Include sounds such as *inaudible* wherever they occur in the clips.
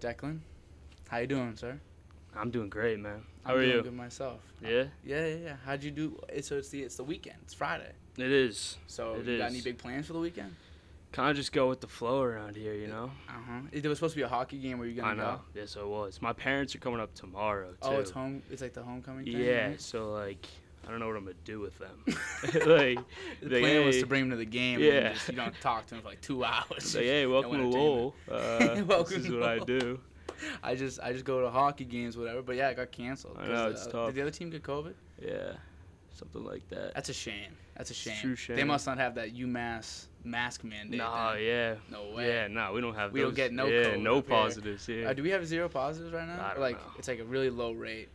Declan. How you doing, sir? I'm doing great, man. How I'm are doing you? Good myself. Yeah, Yeah, yeah, yeah. How'd you do? It's, so it's the it's the weekend. It's Friday. it is. So It you got any is. big plans for the weekend? Kind of just go with the flow around here, you know. Uh huh. There was supposed to be a hockey game. Were you gonna I know. go? Yes, I was. My parents are coming up tomorrow too. Oh, it's home. It's like the homecoming. Thing, *laughs* Yeah, right? so like, I don't know what I'm gonna do with *laughs* them. *laughs* like, The They- plan was to bring him to the game. And Yeah. then just, you don't talk to him for like two *laughs* hours. it's like, hey, welcome to entertainment. Lowell. *laughs* Uh, Welcome this is to what I Lowell. do. *laughs* I just I just go to hockey games, whatever. But yeah, it got canceled. I 'cause, know, it's uh, tough. Did the other team get COVID? Yeah, something like that. That's a shame. That's a It's shame. true They shame. must not have that UMass mask mandate. Nah, then. yeah. No way. Yeah, nah, we don't have. We don't those- get no Yeah, code no up here. positives here. Uh, do we have zero positives right now? I Or, don't like know. it's like a really low rate.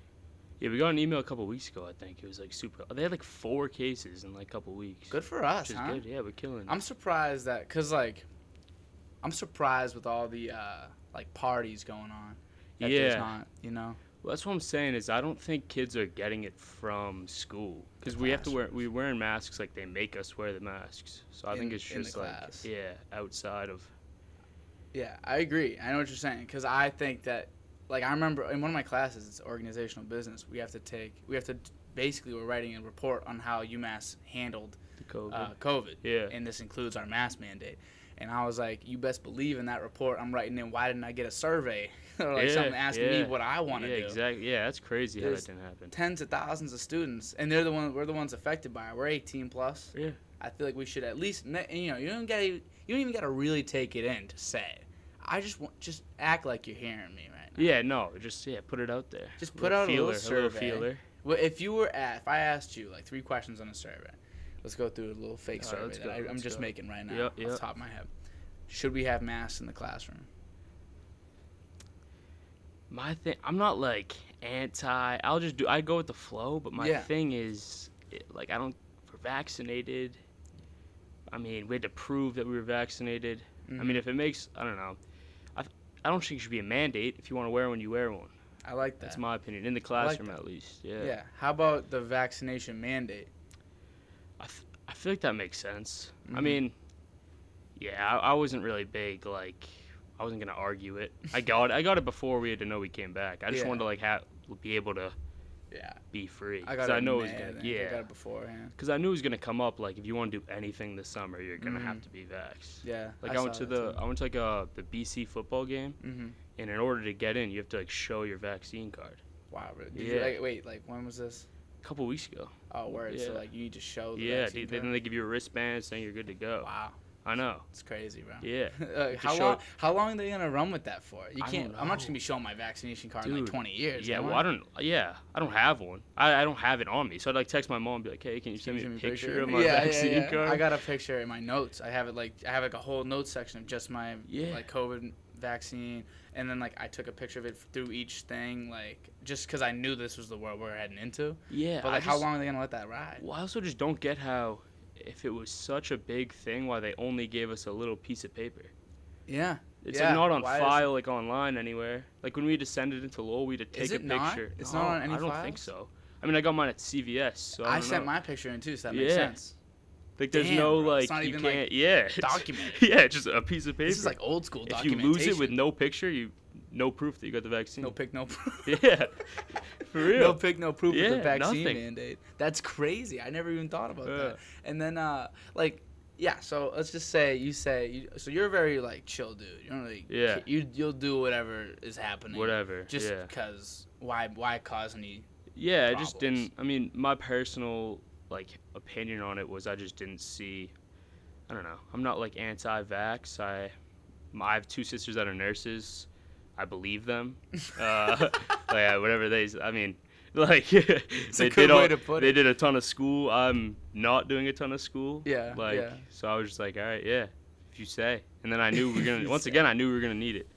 Yeah, we got an email a couple weeks ago. I think it was like super. They had like four cases in like a couple weeks. Good for us, Which is huh? good. Yeah, we're killing. it. I'm surprised that cuz like I'm surprised with all the uh like parties going on. that there's Yeah. not, you know. Well, that's what I'm saying is I don't think kids are getting it from school because we have to wear we wearing masks like they make us wear the masks. So I think In- it's in the just like class. yeah, outside of Yeah, I agree. I know what you're saying cuz I think that like I remember in one of my classes it's organizational business. We have to take we have to basically we're writing a report on how UMass handled the COVID. uh, COVID. yeah, and this includes our mask mandate. And I was like, you best believe in that report I'm writing in, why didn't I get a survey? *laughs* or like Yeah, something asking me yeah. what I want to yeah, do. exactly. Yeah, that's crazy There's- how that didn't happen. Tens of thousands of students, and they're the one. We're the ones affected by it. We're 18 plus. Yeah. I feel like we should at least, ne- you know, you don't got, you don't even got to really take it in to say. it. I just want, just act like you're hearing me right now. Yeah, no, just yeah, put it out there. Just A put little out a little survey. feeler. Well, if you were at, if I asked you like three questions on a survey, let's go through a little fake All right, survey let's that go, I, I'm let's just go. making right now, Yep, off the yep. top of my head. Should we have masks in the classroom? My thing, I'm not like anti. I'll just do. I go with the flow. But my Yeah. thing is, it, like, I don't. We're vaccinated. I mean, we had to prove that we were vaccinated. I Mm-hmm. mean, if it makes, I don't know. I, th- I don't think it should be a mandate. If you want to wear one, you wear one. I like that. That's my opinion. In the classroom, at least. Yeah. Yeah. How about the vaccination mandate? I, th- I feel like that makes sense. I Mhm. mean, yeah, I, I wasn't really big. Like, I wasn't gonna argue it. I got it. I got it before we had to know we came back. I just Yeah. wanted to like have be able to Yeah. be free. I 'cause got it. I know in it was May, I gonna. think. I Yeah. got it beforehand. Because I knew it was gonna come up. Like, if you want to do anything this summer, you're gonna Mm-hmm. have to be vaxxed. Yeah. Like, I, went to the I went to like uh the BC football game, Mm-hmm. and in order to get in, you have to like show your vaccine card. Wow. Really? Did you, Yeah. like, wait. Like when was this? A couple weeks ago. Oh, word. So Yeah. like you need to show. The yeah, vaccine dude. Then card? they give you a wristband saying you're good to go. Wow. I know. It's crazy, bro. *laughs* Yeah. like, to how show- long? How long are they gonna run with that for? You I can't. don't I'm not just know. gonna be showing my vaccination card in like Dude, 20 years. Yeah, am well, I? I don't. Yeah, I don't have one. I, I don't have it on me. So I'd like text my mom, and be like, "Hey, can you Can send me you a send picture, of my Yeah, yeah, vaccine yeah. card?" I got a picture in my notes. I have it like I have like a whole notes section of just my Yeah. like COVID vaccine, and then like I took a picture of it through each thing, like just because I knew this was the world we are heading into. yeah, But I like, how just- long are they gonna let that ride? Well, I also just don't get how, if it was such a big thing, why they only gave us a little piece of paper. Yeah, It's Yeah, like not on why is- file, like online anywhere. Like when we descended into Lowell, we had to take Is a it not? picture. It's not on any I don't think so. I mean, I got mine at CVS. So I, I, don't sent know. my picture in too, so that makes Yeah. sense. Like, there's Damn, no bro, like it's not you even, like, can't. *laughs* yeah, it's- documented. *laughs* Yeah, just a piece of paper. This is like old school if you lose it with documentation. no picture, you no proof that you got the vaccine. no pick, no proof. *laughs* Yeah, for real. No pick, no proof with the Yeah, vaccine nothing. mandate. That's crazy. I never even thought about Yeah. that. And then, uh, like, yeah. So let's just say you say you, so. You're a very like chill, dude. You don't really. Yeah. You you'll do whatever is happening. Whatever. Just yeah. because why why cause any? Yeah, I just problems. didn't. I mean, my personal like opinion on it was I just didn't see. I don't know. I'm not like anti-vax. I, my- I have two sisters that are nurses. I believe them. Uh, like uh, whatever they. s- I mean, *laughs* like they a did good all, way to put They it. did a ton of school. I'm not doing a ton of school. *laughs* Yeah, Like yeah. so, I was just like, all right, yeah. If you say, and then I knew we If are gonna. *laughs* you Once say. again, I knew we were gonna need it.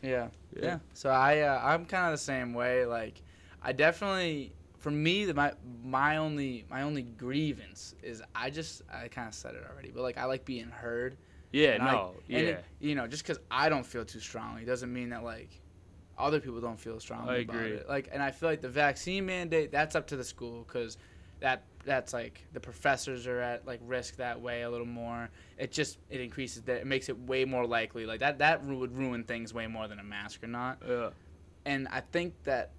Yeah. Yeah. So I uh, I'm kind of the same way. Like I definitely for me the, my my only my only grievance is I just I kind of said it already, but like I like being heard. Yeah, And I- no, yeah. And it- you know, just because I don't feel too strongly doesn't mean that like other people don't feel strongly I about agree. it. Like, and I feel like the vaccine mandate that's up to the school because that that's like the professors are at like risk that way a little more. It just it increases that it makes it way more likely like that that ru- would ruin things way more than a mask or not. Yeah. And I think that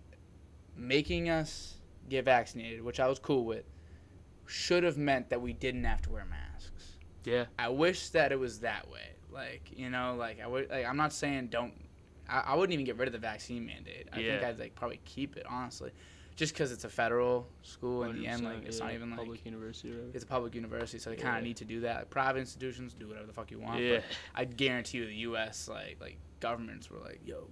making us get vaccinated, which I was cool with, should have meant that we didn't have to wear masks. Yeah. I wish that it was that way. Like you know, like I would. Like I'm not saying don't. I, I wouldn't even get rid of the vaccine mandate. I think Yeah. I'd like probably keep it honestly, just because it's a federal school in the end. 100%, Like it's not yeah, even like public university. Or whatever. it's a public university, so they kind Yeah. of need to do that. Like, private institutions do whatever the fuck you want. Yeah. But I guarantee you, the U.S. like like governments were like, yo,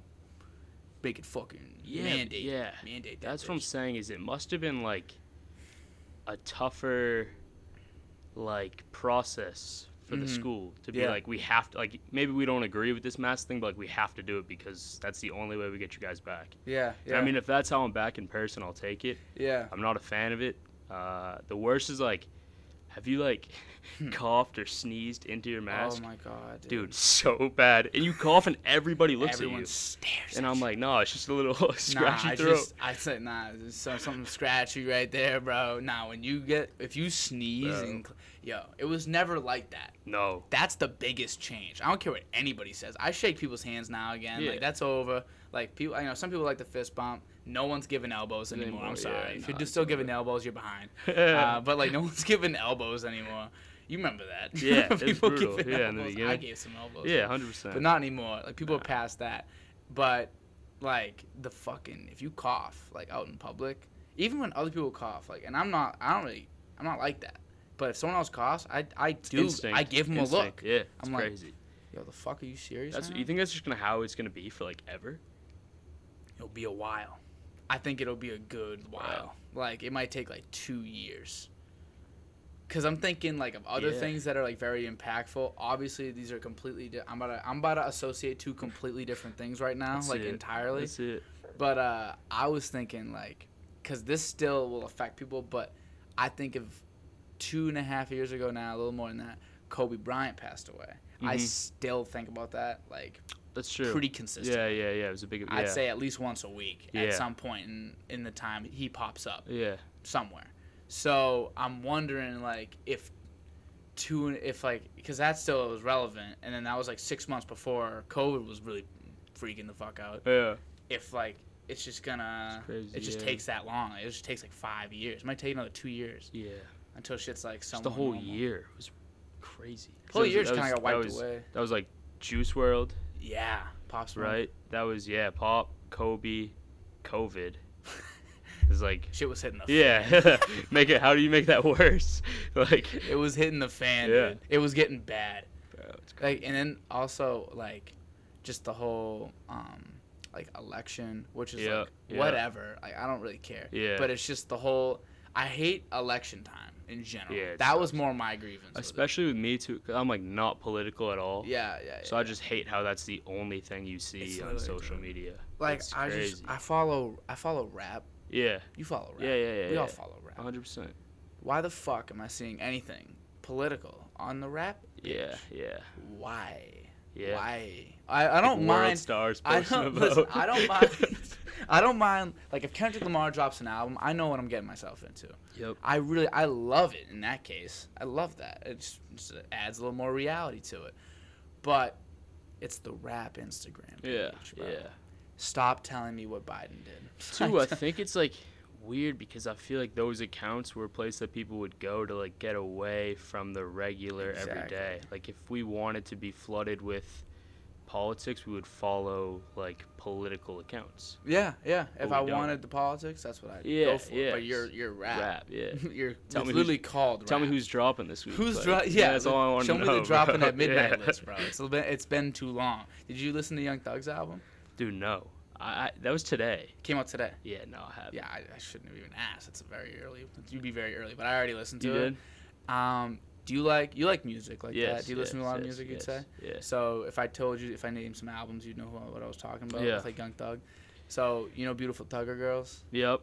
make it fucking Yeah, mandate. yeah. mandate. that That's what I'm bitch. saying is it must have been like a tougher like process for the Mhm. school to be Yeah. like we have to like maybe we don't agree with this mask thing but like we have to do it because that's the only way we get you guys back. Yeah, And yeah. I mean if that's how I'm back in person I'll take it. yeah. I'm not a fan of it. Uh, the worst is like have *laughs* you like coughed or sneezed into your mask? Hmm. Oh my god, Dude, *laughs* so bad. And you cough and everybody looks Everyone at stares. you. And at I'm you. like, no, it's just a little *laughs* scratchy nah, throat. I just I said nah, there's some, something scratchy right there, bro. Nah, when you get if you sneeze Bro. and cl- yo, it was never like that. No. *laughs* That's the biggest change. I don't care what anybody says. I shake people's hands now again. Yeah. Like that's over. Like people, you know, some people like the fist bump. No one's giving elbows anymore. Anymore, I'm sorry. yeah, if nah, you're it's just still over. giving elbows, you're behind. *laughs* uh, but like no *laughs* one's giving elbows anymore. You remember that? *laughs* Yeah, it's People brutal. giving Yeah, in the elbows. I beginning. gave some elbows Yeah, hundred percent. but not anymore. Like people Nah. are past that. But like the fucking if you cough like out in public, even when other people cough, like and I'm not, I don't really, I'm not like that. But if someone else coughs, I I do, I give them a look. Yeah, it's I'm like, crazy. Yo, the fuck are you serious? that's right you now? think that's just gonna how it's gonna be for like ever. It'll be a while. I think it'll be a good while. Wow. Like it might take like two years. Cause I'm thinking like of other Yeah. things that are like very impactful. Obviously, these are completely. Di- I'm about to. I'm about to associate two completely different things right now, That's like it. entirely. That's it. But uh, I was thinking like, because this still will affect people, but I think of two and a half years ago now, a little more than that, Kobe Bryant passed away. I Mhm. still think about that like That's true. pretty consistently. yeah, yeah, yeah. It was a big. Yeah. I'd say at least once a week Yeah. at some point in, in the time he pops up Yeah. somewhere. So I'm wondering like if two if like because that still was relevant, and then that was like six months before COVID was really freaking the fuck out Yeah. if like it's just gonna It's crazy, it just yeah. takes that long it just takes like five years it might take another two years Yeah. until shit's like Just somewhat the whole normal. year was crazy. 'Cause whole that was- year just that kind was- of got wiped that was, away That was like Juice World, yeah pops right? That was yeah. Pop, Kobe, COVID. *laughs* It's like *laughs* shit was hitting the yeah. *laughs* fan. make it. How do you make that *laughs* worse? like. it was hitting the fan Yeah. dude. it was getting bad Bro, it's crazy. like and then also like just the whole um like election which is Yeah, like yeah. whatever like i don't really care Yeah. but it's just the whole i hate election time in general Yeah, it that was sucks. more my grievance with it. Especially with me too, i I'm like not political at all. yeah yeah, yeah So I just hate how that's the only thing you see It's on literally social the- media. like It's I crazy. just I follow I follow rap. yeah, You follow rap. yeah, yeah, yeah. we yeah. all follow rap. 100. percent Why the fuck am I seeing anything political on the rap? Yeah, yeah, Why? yeah. Why? I, I don't World mind. Stars. I posting don't about- listen, I *laughs* don't mind. I don't mind. Like if Kendrick Lamar drops an album, I know what I'm getting myself into. yep. I really I love it in that case. I love that. It just, just adds a little more reality to it. But it's the rap Instagram. Yeah, page, bro. yeah. Stop telling me what Biden did. *laughs* Too, I think it's like weird because I feel like those accounts were a place that people would go to like get away from the regular everyday. Exactly. Like if we wanted to be flooded with politics, we would follow like political accounts. Yeah, yeah. If we I don't. wanted the politics, that's what I'd Yeah, go for. yeah. But you're you're rap. Rap, yeah. *laughs* you're *laughs* Tell it's me who's- literally called. Tell me rap. who's dropping this week. who's like, dropping. Yeah, that's all I want Show to know. me the dropping *laughs* bro. at midnight Yeah. list, bro. It's been it's been too long. Did you listen to Young Thug's album? Dude, no. I, I that was today. Came out today. Yeah, no, I haven't. Yeah, I, I shouldn't have even asked. It's a very early. You'd be very early, but I already listened to you it. did? Um, do you like you like music like yes. that? Do you listen to a yes, lot of yes, music? You'd yes, say. Yes. So if I told you if I named some albums, you'd know who, what I was talking about. Yeah. With, like Young Thug. So you know, beautiful Thugger girls. Yep.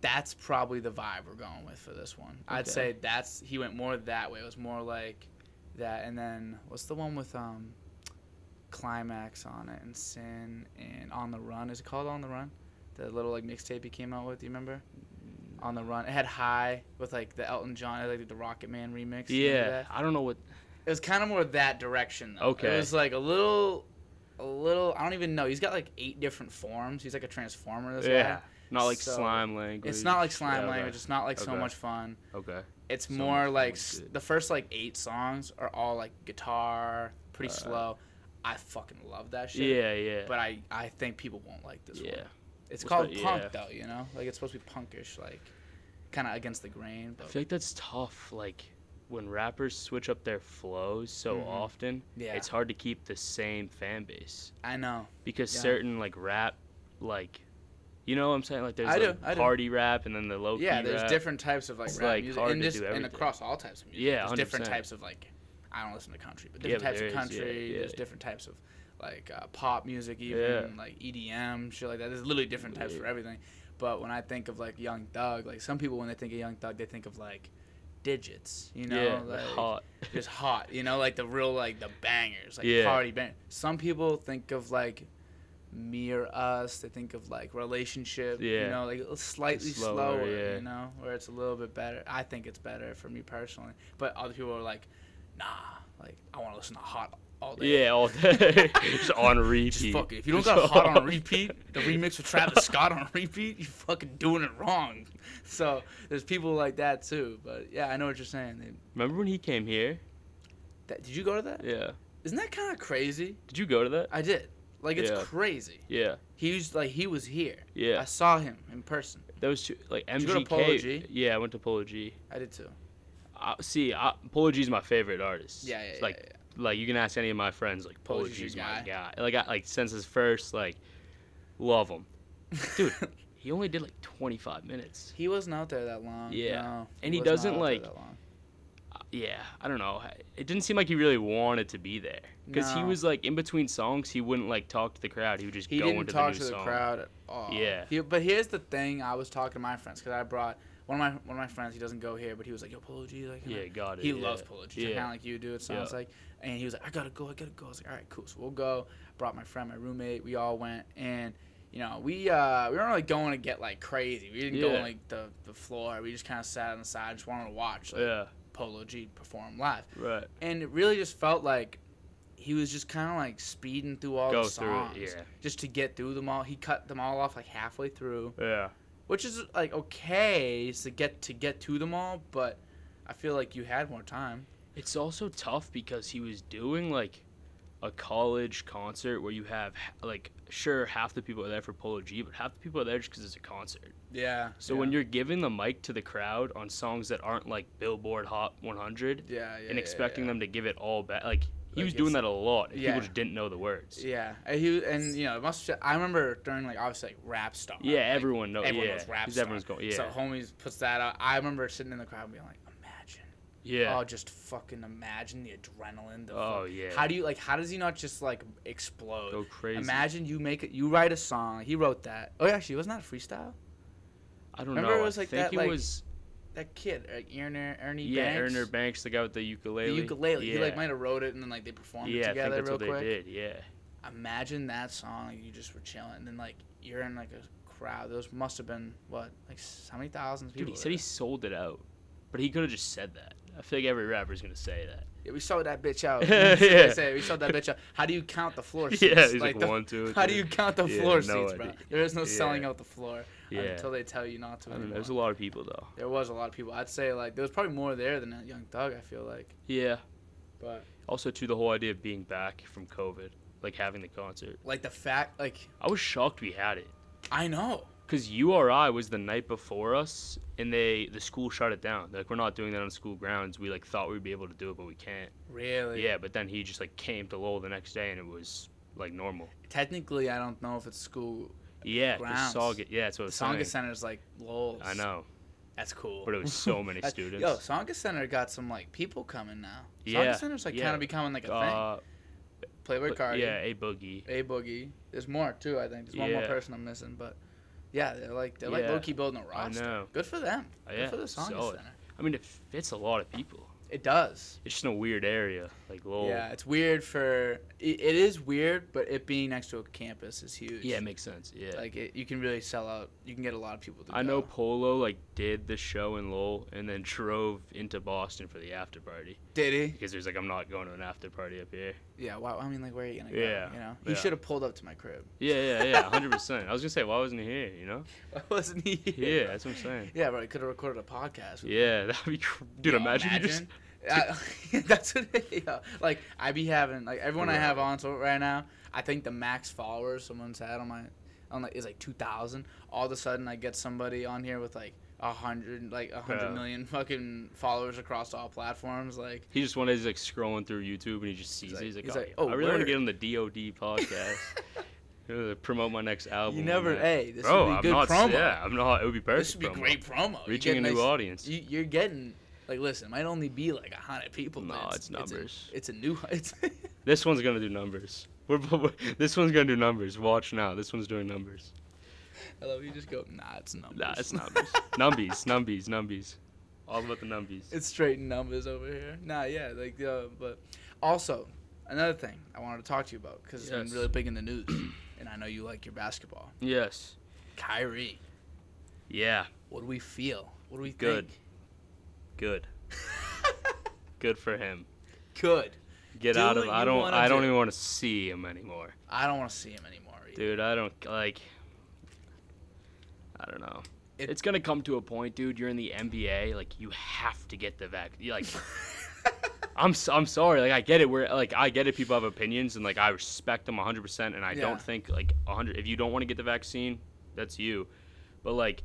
that's probably the vibe we're going with for this one. I'd Okay. say that's he went more that way. It was more like that, and then what's the one with um, climax on it and sin and on the run? Is it called on the run? The little like mixtape he came out with. Do you remember? Mm. on the run. It had high with like the Elton John, it had, like the Rocket Man remix. you remember Yeah, that? I don't know what. It was kind of more that direction. Though. Okay. It was like a little, a little. I don't even know. He's got like eight different forms. He's like a transformer. This Yeah, guy. not like So, slime language. It's not like Yeah, slime okay, language. It's not like so Okay. much fun. Okay. It's So much more fun, like s- good. the first like eight songs are all like guitar, pretty Uh, slow. I fucking love that shit. Yeah, yeah. But I I think people won't like this yeah. one. It's What's called that- punk yeah. though, you know. Like it's supposed to be punkish, like kind of against the grain. I But feel like that's tough. Like when rappers switch up their flows so Mhm. often, yeah, it's hard to keep the same fan base I know. because Yeah. certain like rap, like, you know what I'm saying? Like there's I like, do, I do. party rap and then the low key yeah, there's rap. different types of like It's, rap like, music, hard and to just do and everything. across all types of music. Yeah, there's different 100%. types of like. I don't listen to country, but Yeah, different types but of there is, yeah, country. yeah, there's yeah. different types of like uh, pop music, even like EDM, shit like that. There's literally different types Yeah. for everything. But when I think of like Young Thug, like some people when they think of Young Thug, they think of like digits, you know, yeah, like, hot. just hot, you know, like the real like the bangers, like Yeah. party bang. Some people think of like me or us. They think of like relationship, Yeah. you know, like slightly Slower, slower, yeah. you know, where it's a little bit better. I think it's better for me personally, but other people are like, nah, like I want to listen to hot all day. yeah, *laughs* all day. just on repeat. Just fuck it. If you don't *laughs* got hot on repeat, the remix with Travis Scott on repeat, you fucking doing it wrong. So there's people like that too. But yeah, I know what you're saying. They, Remember when he came here? that, did you go to that? Yeah. Isn't that kind of crazy? Did you go to that? I did. Like it's Yeah. crazy. Yeah. He was like he was here. Yeah. I saw him in person. That was two, like MGK. you go to Polo G? Yeah, I went to Polo G. I did too. I, see, I, Polo G's my favorite artist. Yeah, yeah, yeah, Like, yeah, like you can ask any of my friends, like Polo Polo G's your G's my guy. Like, I, like since his first, like, love him. Dude, He only did like 25 minutes. *laughs* he wasn't out there that long. Yeah. no, And he was not doesn't, out there like- that long. Uh, Yeah, I don't know. It didn't seem like he really wanted to be there because he No. was like in between songs. He wouldn't like talk to the crowd. He would just He go didn't into talk to the new the song. crowd at all. Yeah. He, but here's the thing: I was talking to my friends because I brought one of my one of my friends. He doesn't go here, but he was like, "Yo, Polo G, like, can I Yeah, got it. He yeah. loves Polo G. Yeah. Kind of like you do, it sounds Yeah. like. And he was like, I gotta go, I gotta go. I was like, all right, cool. So we'll go. Brought my friend, my roommate. We all went, and you know, we uh, we weren't really going to get like crazy. We didn't go Yeah. on like the, the floor. We just kind of sat on the side, just wanted to watch like, Yeah, Polo G perform live. right. And it really just felt like he was just kind of like speeding through all Go the through it, songs, yeah. just to get through them all. He cut them all off like halfway through Yeah. which is like okay is to get to get to them all, but I feel like you had more time. It's also tough because he was doing like a college concert where you have h- like sure half the people are there for Polo G, but half the people are there just because it's a concert. Yeah. So when you're giving the mic to the crowd on songs that aren't like Billboard Hot 100 yeah, yeah and expecting them to give it all back, like he Like, was doing it's- that a lot. and People yeah. just didn't know the words. Yeah, Yeah, and he and you know it must. I remember during like obviously like rap star. like, everyone knows. everyone yeah, knows rap 'cause star. everyone's going. Yeah, So homies puts that out. I remember sitting in the crowd and being like, imagine. yeah. Oh, just fucking imagine the adrenaline. The Oh, fuck- yeah. How do you like? How does he not just like explode? Go crazy. Imagine you make it. You write a song. He wrote that. Oh, yeah, actually, wasn't that freestyle? I don't remember know. it was I like think that, it like, was That kid, like, Ernie, Ernie yeah, Banks. Erner Banks, the guy with the ukulele. The ukulele. Yeah. He like might have wrote it and then like they performed it yeah, I think together that's real what quick. they did. Yeah. Imagine that song. Like, you just were chilling, and then like you're in like a crowd. Those must have been what like s- how many thousands of Dude, people. he said he sold it out, but he could have just said that. I feel like every rapper's gonna say that. Yeah, we sold that bitch *laughs* out. Yeah. They say, we sold that bitch out. How do you count the floor seats? *laughs* yeah, he's like, the- one, two. *laughs* How do three. you count the Yeah, floor no seats, bro? idea. There is no selling Yeah. out the floor *laughs* Yeah. until they tell you not to. I don't know. anymore. There's a lot of people though. There was a lot of people. I'd say like there was probably more there than at Young Thug. I feel like, Yeah. but Also, too, the whole idea of being back from COVID, like having the concert. like the fact, like I was shocked we had it, I know. cause URI was the night before us, and they the school shut it down. They're like, we're not doing that on school grounds. We like thought we'd be able to do it, but we can't. Really? Yeah, but then he just like came to Lowell the next day, and it was like normal. Technically, I don't know if it's school Yeah, Grounds. the Sauga. Yeah, that's what The I was Songa saying. Center's like Lowell's. I know, That's cool. but it was so many That- students. Yo, Songa Center got some like people coming now. Yeah, Songa Center's like yeah. kind of becoming like a Uh, thing. Playboy but- Cardi. yeah, a boogie. A Boogie. There's more too. I think there's one Yeah. more person I'm missing, but yeah, they're like they're like Yeah. low key building a roster. know. Uh, Good for them. Yeah, Good for the Songa solid. Center. I mean, it fits a lot of people. It does. It's just in a weird area, like Lowell. Yeah, it's weird for it, it is weird, but it being next to a campus is huge. Yeah, it makes sense. Yeah. like it, you can really sell out. You can get a lot of people to I know go. Polo like did the show in Lowell and then drove into Boston for the after party Did he? because he was like, I'm not going to an after party up here. Yeah. Wow. I mean, like, where are you gonna go? Yeah, You know, he yeah. should have pulled up to my crib. *laughs* Yeah, yeah, yeah, 100. percent I was gonna say, why wasn't he here? You know? Why wasn't he? Yeah, Here? that's what I'm saying. Yeah, but I could have recorded a podcast. with Yeah, that'd be, cr- dude. Yeah, imagine, you just, *laughs* I- *laughs* that's what yeah. like I be having like everyone I have Right. on so right now. I think the max followers someone's had on my on like is like two thousand. All of a sudden I get somebody on here with like a hundred like a hundred Yeah. million fucking followers across all platforms. Like he just one day he's like scrolling through YouTube and he just sees like- it. He's like, he's oh, like, oh, I really want word. to get on the DOD podcast. *laughs* *laughs* Uh, promote my next album. you I'm never like, hey, this Bro, would be I'm good not. promo. Yeah, I'm not. It would be perfect. This would be promo. great promo. You Reaching get a new nice- audience. You, you're getting like listen, it might only be like a hundred people. but No, it's a- numbers. It's a, new *laughs* it's This one's gonna do numbers. *laughs* We're, this one's gonna do numbers. Watch now. This one's doing numbers. I love you just go, nah, it's numbers. Nah, *laughs* it's numbers. *laughs* numbies, numbies, numbies. All about the numbies. It's straight numbers over here. Nah, yeah, like, uh, but also another thing I wanted to talk to you about because it's Yes. been really *clears throat* big in the news, and I know you like your basketball. yes. Kyrie, Yeah. what do we feel? What do we Good. think? *laughs* Good. Good for him. Good. Get Do out of. what I you don't. wanna I don't do. even want to see him anymore, I don't want to see him anymore. Either. dude. I don't like. I don't know. It- it's gonna come to a point, dude. You're in the NBA. Like you have to get the vaccine. Like I'm s- I'm sorry. Like I get it. We're like I get it. People have opinions, and like I respect them 100. percent And I Yeah. don't think like 100. If you don't want to get the vaccine, that's you. But like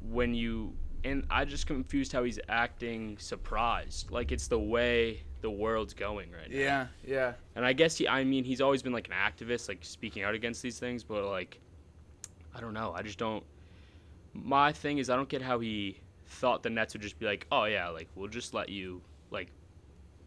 when you and I just confused how he's acting surprised. Like it's the way the world's going right *laughs* now. yeah, yeah. And I guess he. I mean, he's always been like an activist, like speaking out against these things. But like, I don't know. I just don't. My thing is, I don't get how he thought the Nets would just be like, oh yeah, like we'll just let you like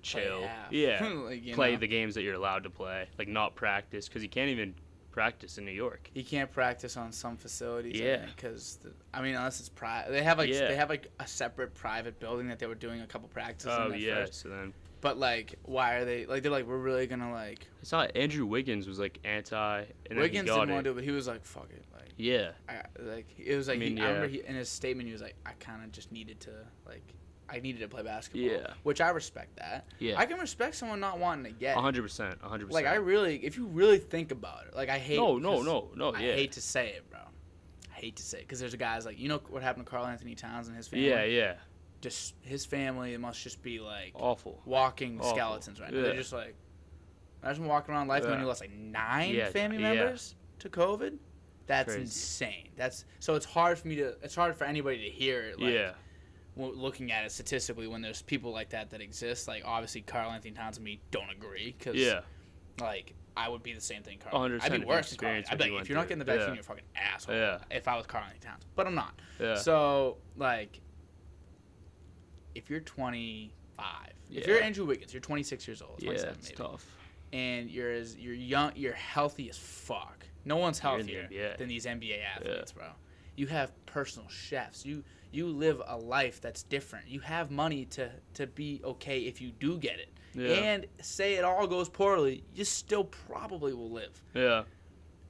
chill, half. yeah, *laughs* Like, you *laughs* play know. the games that you're allowed to play, like not practice because he can't even practice in New York. He can't practice on some facilities. Yeah. Because I mean, unless it's private, they have like Yeah. they have like a separate private building that they were doing a couple practices. Oh in at yeah. First. So then But like, why are they like? They're like, we're really gonna like. I saw Andrew Wiggins was like anti, and then he Wiggins got didn't it. want to do it, but he was like, fuck it, like. Yeah. I, like it was like mean, he, I remember yeah. he, in his statement he was like I kind of just needed to like I needed to play basketball. Yeah. Which I respect that. Yeah. I can respect someone not wanting to get. it. 100%. 100%. Like I really, if you really think about it, like I hate. no, no, 'cause no, no. I yeah. hate to say it, bro. I hate to say it because there's guys like you know what happened to Carl Anthony Towns and his family. yeah, yeah. Just his family must just be like Awful. walking Awful. skeletons right now. They're Yeah. just like imagine walking around life and when Yeah. you lost like nine Yeah, family yeah. members to COVID. That's Crazy. insane. That's so it's hard for me to it's hard for anybody to hear it like yeah. w- looking at it statistically when there's people like that that exist. Like obviously Carl Anthony Towns and me don't agree because Yeah. like I would be the same thing Carl. I'd 100% be if you worse than Carl. experienced I'd what be he like, if went you're not through. getting the vaccine, Yeah. you're a fucking asshole. Yeah. If I was Carl Anthony Towns, but I'm not. Yeah. So, like, if you're 25, if you're Yeah. Andrew Wiggins, you're 26 years old, yeah, 27 it's maybe, tough. and you're as you're young, you're healthy as fuck. No one's You're in the healthier NBA. than these NBA athletes, bro. You have personal chefs. You you live a life that's different. You have money to to be okay if you do get it. Yeah. And say it all goes poorly, you still probably will live Yeah.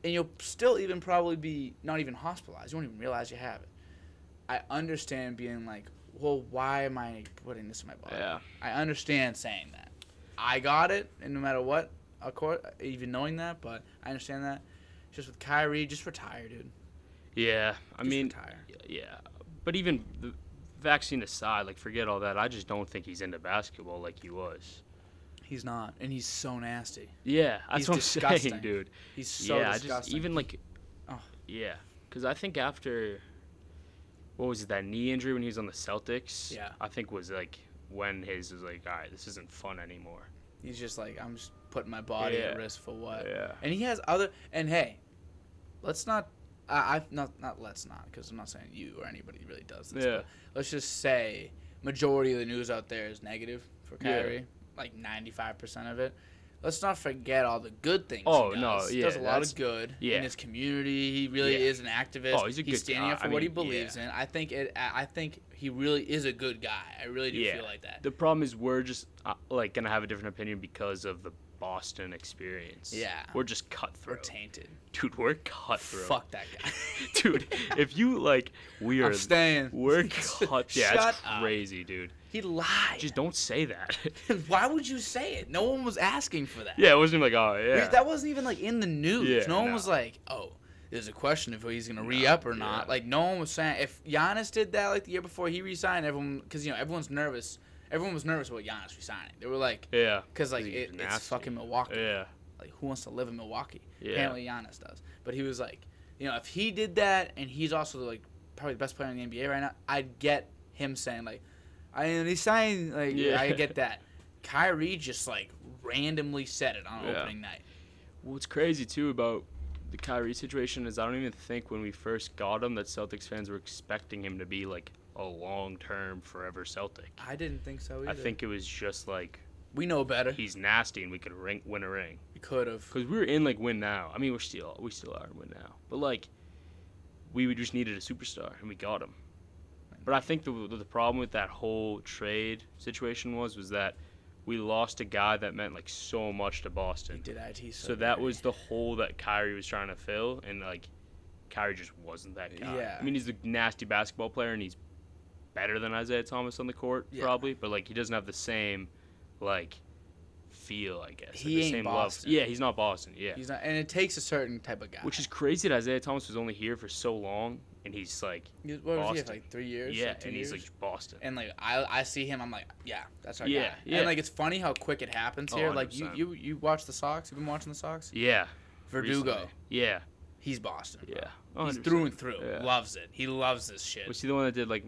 and you'll still even probably be not even hospitalized. You won't even realize you have it. I understand being like, well, why am I putting this in my body? Yeah. I understand saying that. I got it, and no matter what, of course, even knowing that, but I understand that. Just with Kyrie, just retire, dude. Yeah. I Just mean, retire. yeah. But even the vaccine aside, like forget all that. I just don't think he's into basketball like he was. He's not, and he's so nasty. Yeah, that's He's what I'm disgusting. saying, *laughs* dude. He's so yeah, disgusting. I just even like, Oh. yeah, because I think after what was it that knee injury when he was on the Celtics? Yeah. I think was like when his was like, all right, this isn't fun anymore. he's just like, I'm just putting my body at Yeah. risk for what? yeah. And he has other. And hey, let's not. I, I not not let's not because I'm not saying you or anybody really does this. Yeah. But let's just say majority of the news out there is negative for Yeah. Kyrie, like 95 percent of it. let's not forget all the good things. Oh, he no, does. He yeah, does a lot that's- of good yeah. in his community. He really Yeah. is an activist. Oh, he's a good standing guy. up for I what he mean, believes in. I think it. I I think he really is a good guy. I really do Yeah. feel like that. The problem is we're just uh, like gonna have a different opinion because of the Boston experience. Yeah. we're just We're cutthroat, tainted. dude. We're cutthroat, Fuck that *laughs* guy. dude. If you like, we are. I'm staying. *laughs* We're cut. Yeah, Shut it's up. crazy, dude. He lied. *laughs* Just don't say that. *laughs* Why would you say it? No one was asking for that. yeah, it wasn't like oh We- yeah. That wasn't even like in the news. Yeah, no one no. was like, oh, there's a question if he's gonna re up or not. yeah. Like no one was saying if Giannis did that like the year before he resigned, everyone because you know everyone's nervous. Everyone was nervous about Giannis resigning. They were like, yeah. because like He's it, nasty. it's fucking Milwaukee. Yeah. Like who wants to live in Milwaukee? Yeah. Apparently Giannis does. But he was like, you know, if he did that and he's also like probably the best player in the NBA right now, I'd get him saying like, I and he's saying like Yeah. I *laughs* get that. Kyrie just like randomly said it on Yeah. opening night. What's crazy too about the Kyrie situation is I don't even think when we first got him that Celtics fans were expecting him to be like a long-term forever Celtic. I didn't think so either. I think it was just like we know better. He he's nasty and we could ring, win a ring. could have. Cause we were in like win now. I mean, we're still we still are in win now. But like, we would just needed a superstar and we got him. But I think the the problem with that whole trade situation was was that we lost a guy that meant like so much to He Boston. did IT. So, So that bad. was the hole that Kyrie was trying to fill, and like, Kyrie just wasn't that guy. Yeah. I mean, he's a nasty basketball player, and he's better than Isaiah Thomas on the court Yeah. probably, but like he doesn't have the same like feel, I guess. like, He the ain't same Boston. Love. Yeah, he's not Boston. Yeah. He's not, and it takes a certain type of guy. Which is crazy that Isaiah Thomas was only here for so long, and he's like, He- what was he at, Boston. like three years? yeah, like, two and he's years? like Boston. and like I, I see him, I'm like, yeah, that's our Yeah, guy. yeah. And like it's funny how quick it happens Oh, here. like you, 100%. you, you watch the Sox. You've been watching the Sox. yeah. Verdugo, recently. Yeah. he's Boston. bro. Yeah. He's 100%. through and through. Yeah. Loves it. He loves this shit. Was he the one that did like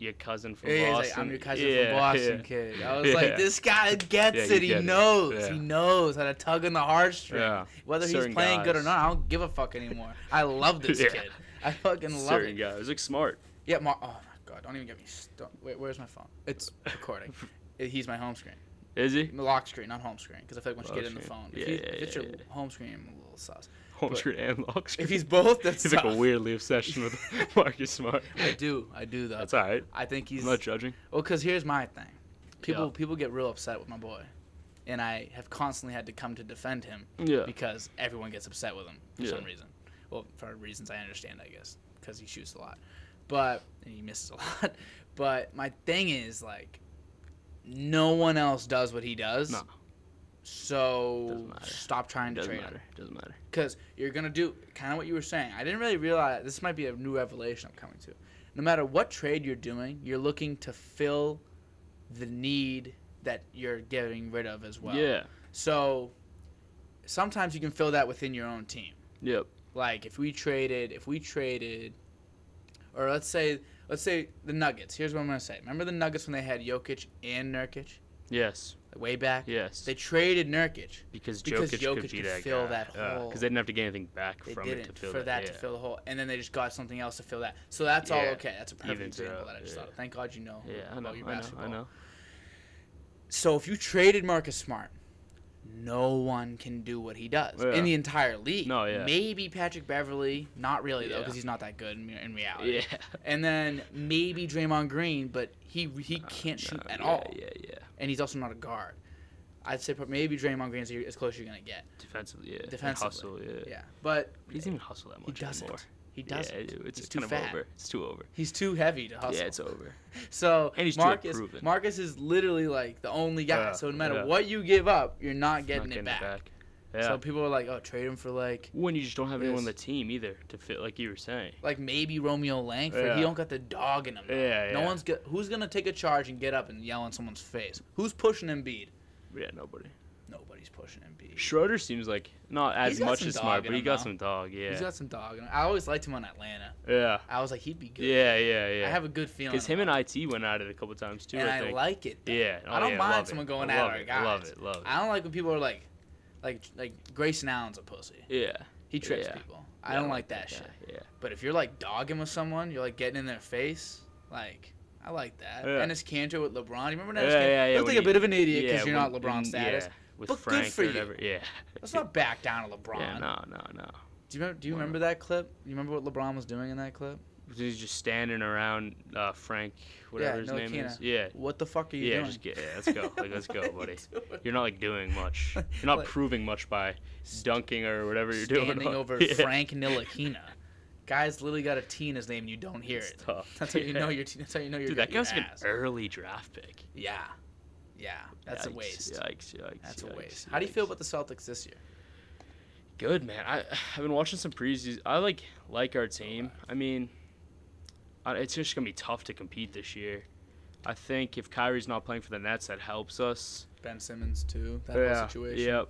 your cousin from yeah, he's Boston? like, I'm your cousin Yeah, from Boston, yeah. kid. *laughs* I was Yeah. like, this guy gets Yeah, you it. He get it. knows. Yeah. He knows how to tug on the heartstring. Yeah. Whether Certain he's playing good or guys. not, I don't give a fuck anymore. I *laughs* love this Yeah. kid. I fucking love Certain it. guy. It was like smart. Yeah, Mar- oh my god, don't even get me started. Wait, where's my phone? It's *laughs* recording. It- He's my home screen. Is he? *laughs* Lock screen, not home screen, because I feel like once you Lock get in the screen. phone, Yeah, if, you, yeah, if it's yeah, your home screen, I'm a little *laughs* sus. Home But- screen and lock screen. If he's *laughs* both, that's He's like a tough. weirdly obsession with *laughs* Marcus Smart. I do, I do though. That's all right. I think he's I'm not judging. Well, because here's my thing. People Yeah. people get real upset with my boy, and I have constantly had to come to defend him Yeah. because everyone gets upset with him for Yeah. some reason. Well, for reasons I understand, I guess, because he shoots a lot, but and he misses a *laughs* lot. But my thing is like, no one else does what he does. No. Doesn't So matter. stop trying to Doesn't trade matter. Doesn't matter. because you're gonna do kind of what you were saying. I didn't really realize this might be a new revelation I'm coming to. No matter what trade you're doing, you're looking to fill the need that you're getting rid of as well. Yeah. So sometimes you can fill that within your own team. Yep. Like if we traded, if we traded, or let's say, let's say the Nuggets. Here's what I'm gonna say. Remember the Nuggets when they had Jokic and Nurkic Yes. way back? Yes. They traded Nurkic. because, because Jokic, Jokic could be could that fill guy. that hole. Because they didn't have to get anything back They from didn't it to fill for that, to yeah. fill the hole, and then they just got something else to fill that. So that's all Yeah. okay. That's a perfect Evens it example out, that I just yeah. thought of. Thank God you know Yeah, I know. about your I know. basketball. I know. So if you traded Marcus Smart, no one can do what he does Yeah. in the entire league. No, yeah. Maybe Patrick Beverly, not really though, Yeah. because he's not that good in, in *laughs* reality. Yeah. And then maybe Draymond Green, but he he can't shoot Uh, No, at yeah, all, Yeah, yeah. and he's also not a guard. I'd say pro- maybe Draymond Green's as close as you're gonna get. Defensively, yeah. And Defensively, Hustle, yeah. Yeah, but But he doesn't even hustle that he much doesn't. anymore. He doesn't. Yeah, it- it's He's just too kind of fat. over. It's too over. He's too heavy to hustle. Yeah, it's over. So And he's too Marcus, unproven. Marcus is literally like the only guy. Yeah, so no matter yeah. what you give up, you're not Not getting, it, back. Yeah. So people are like, oh, trade him for like, when you just don't have anyone on the Yes. team either to fit, like you were saying. like maybe Romeo Langford. Yeah. He don't got the dog in him. though. Yeah, No yeah. one's go- who's gonna take a charge and get up and yell in someone's face. Who's pushing Embiid? Yeah, nobody. Nobody's pushing Embiid. Schroeder seems like not He's as got much some as dog smart, in but him, he got though. some dog. Yeah. He's got some dog in him. I always liked him on Atlanta. yeah. I was like, he'd be good. Yeah, yeah, yeah. I have a good feeling. Because him and I, IT went at it a couple times too. and I I think. like it. though. yeah. I oh, don't yeah, mind love it. someone going Love at our it, Love guys. it. Love it. I don't like when people are like, like, like Grayson Allen's a pussy. Yeah. He tricks Yeah. people. I don't like that guy, shit. Yeah. But if you're like dogging with someone, you're like getting in their face, like I like that. Yeah. Ennis Cantor with LeBron. You remember Yeah, that? yeah, yeah. Looked when like a he- bit of an idiot because yeah, you're not when- LeBron and- status. Yeah, with but good Frank for or you. whatever. Yeah. Let's not back down to LeBron. Yeah, no, no, no. Do you remember? Do you Why not? remember that clip? You remember what LeBron was doing in that clip? He's just standing around uh, Frank, whatever his Noah name Keenan. is. Yeah. What the fuck are you Yeah, doing? just get yeah, *laughs* let's go. Like let's What go, are you buddy. doing? You're not like doing *laughs* much. You're not Like- proving much by St- dunking or whatever you're doing. *laughs* Standing on- over Yeah. Frank Nilakina. Guys literally got a T in his name and you don't hear It's it. *laughs* tough. That's how you know Yeah. your. T- that's how you know your. Dude, that your guy was like an ass. early draft pick. Yeah, yeah. That's a Yikes, waste. Yikes, yikes. That's yikes, a waste. How do you feel yikes. about the Celtics this year? Good man. I *sighs* I've been watching some preseason. I like like our team. I mean, I, it's just gonna be tough to compete this year. I think if Kyrie's not playing for the Nets, that helps us. Ben Simmons too. That yeah. whole situation. Yep.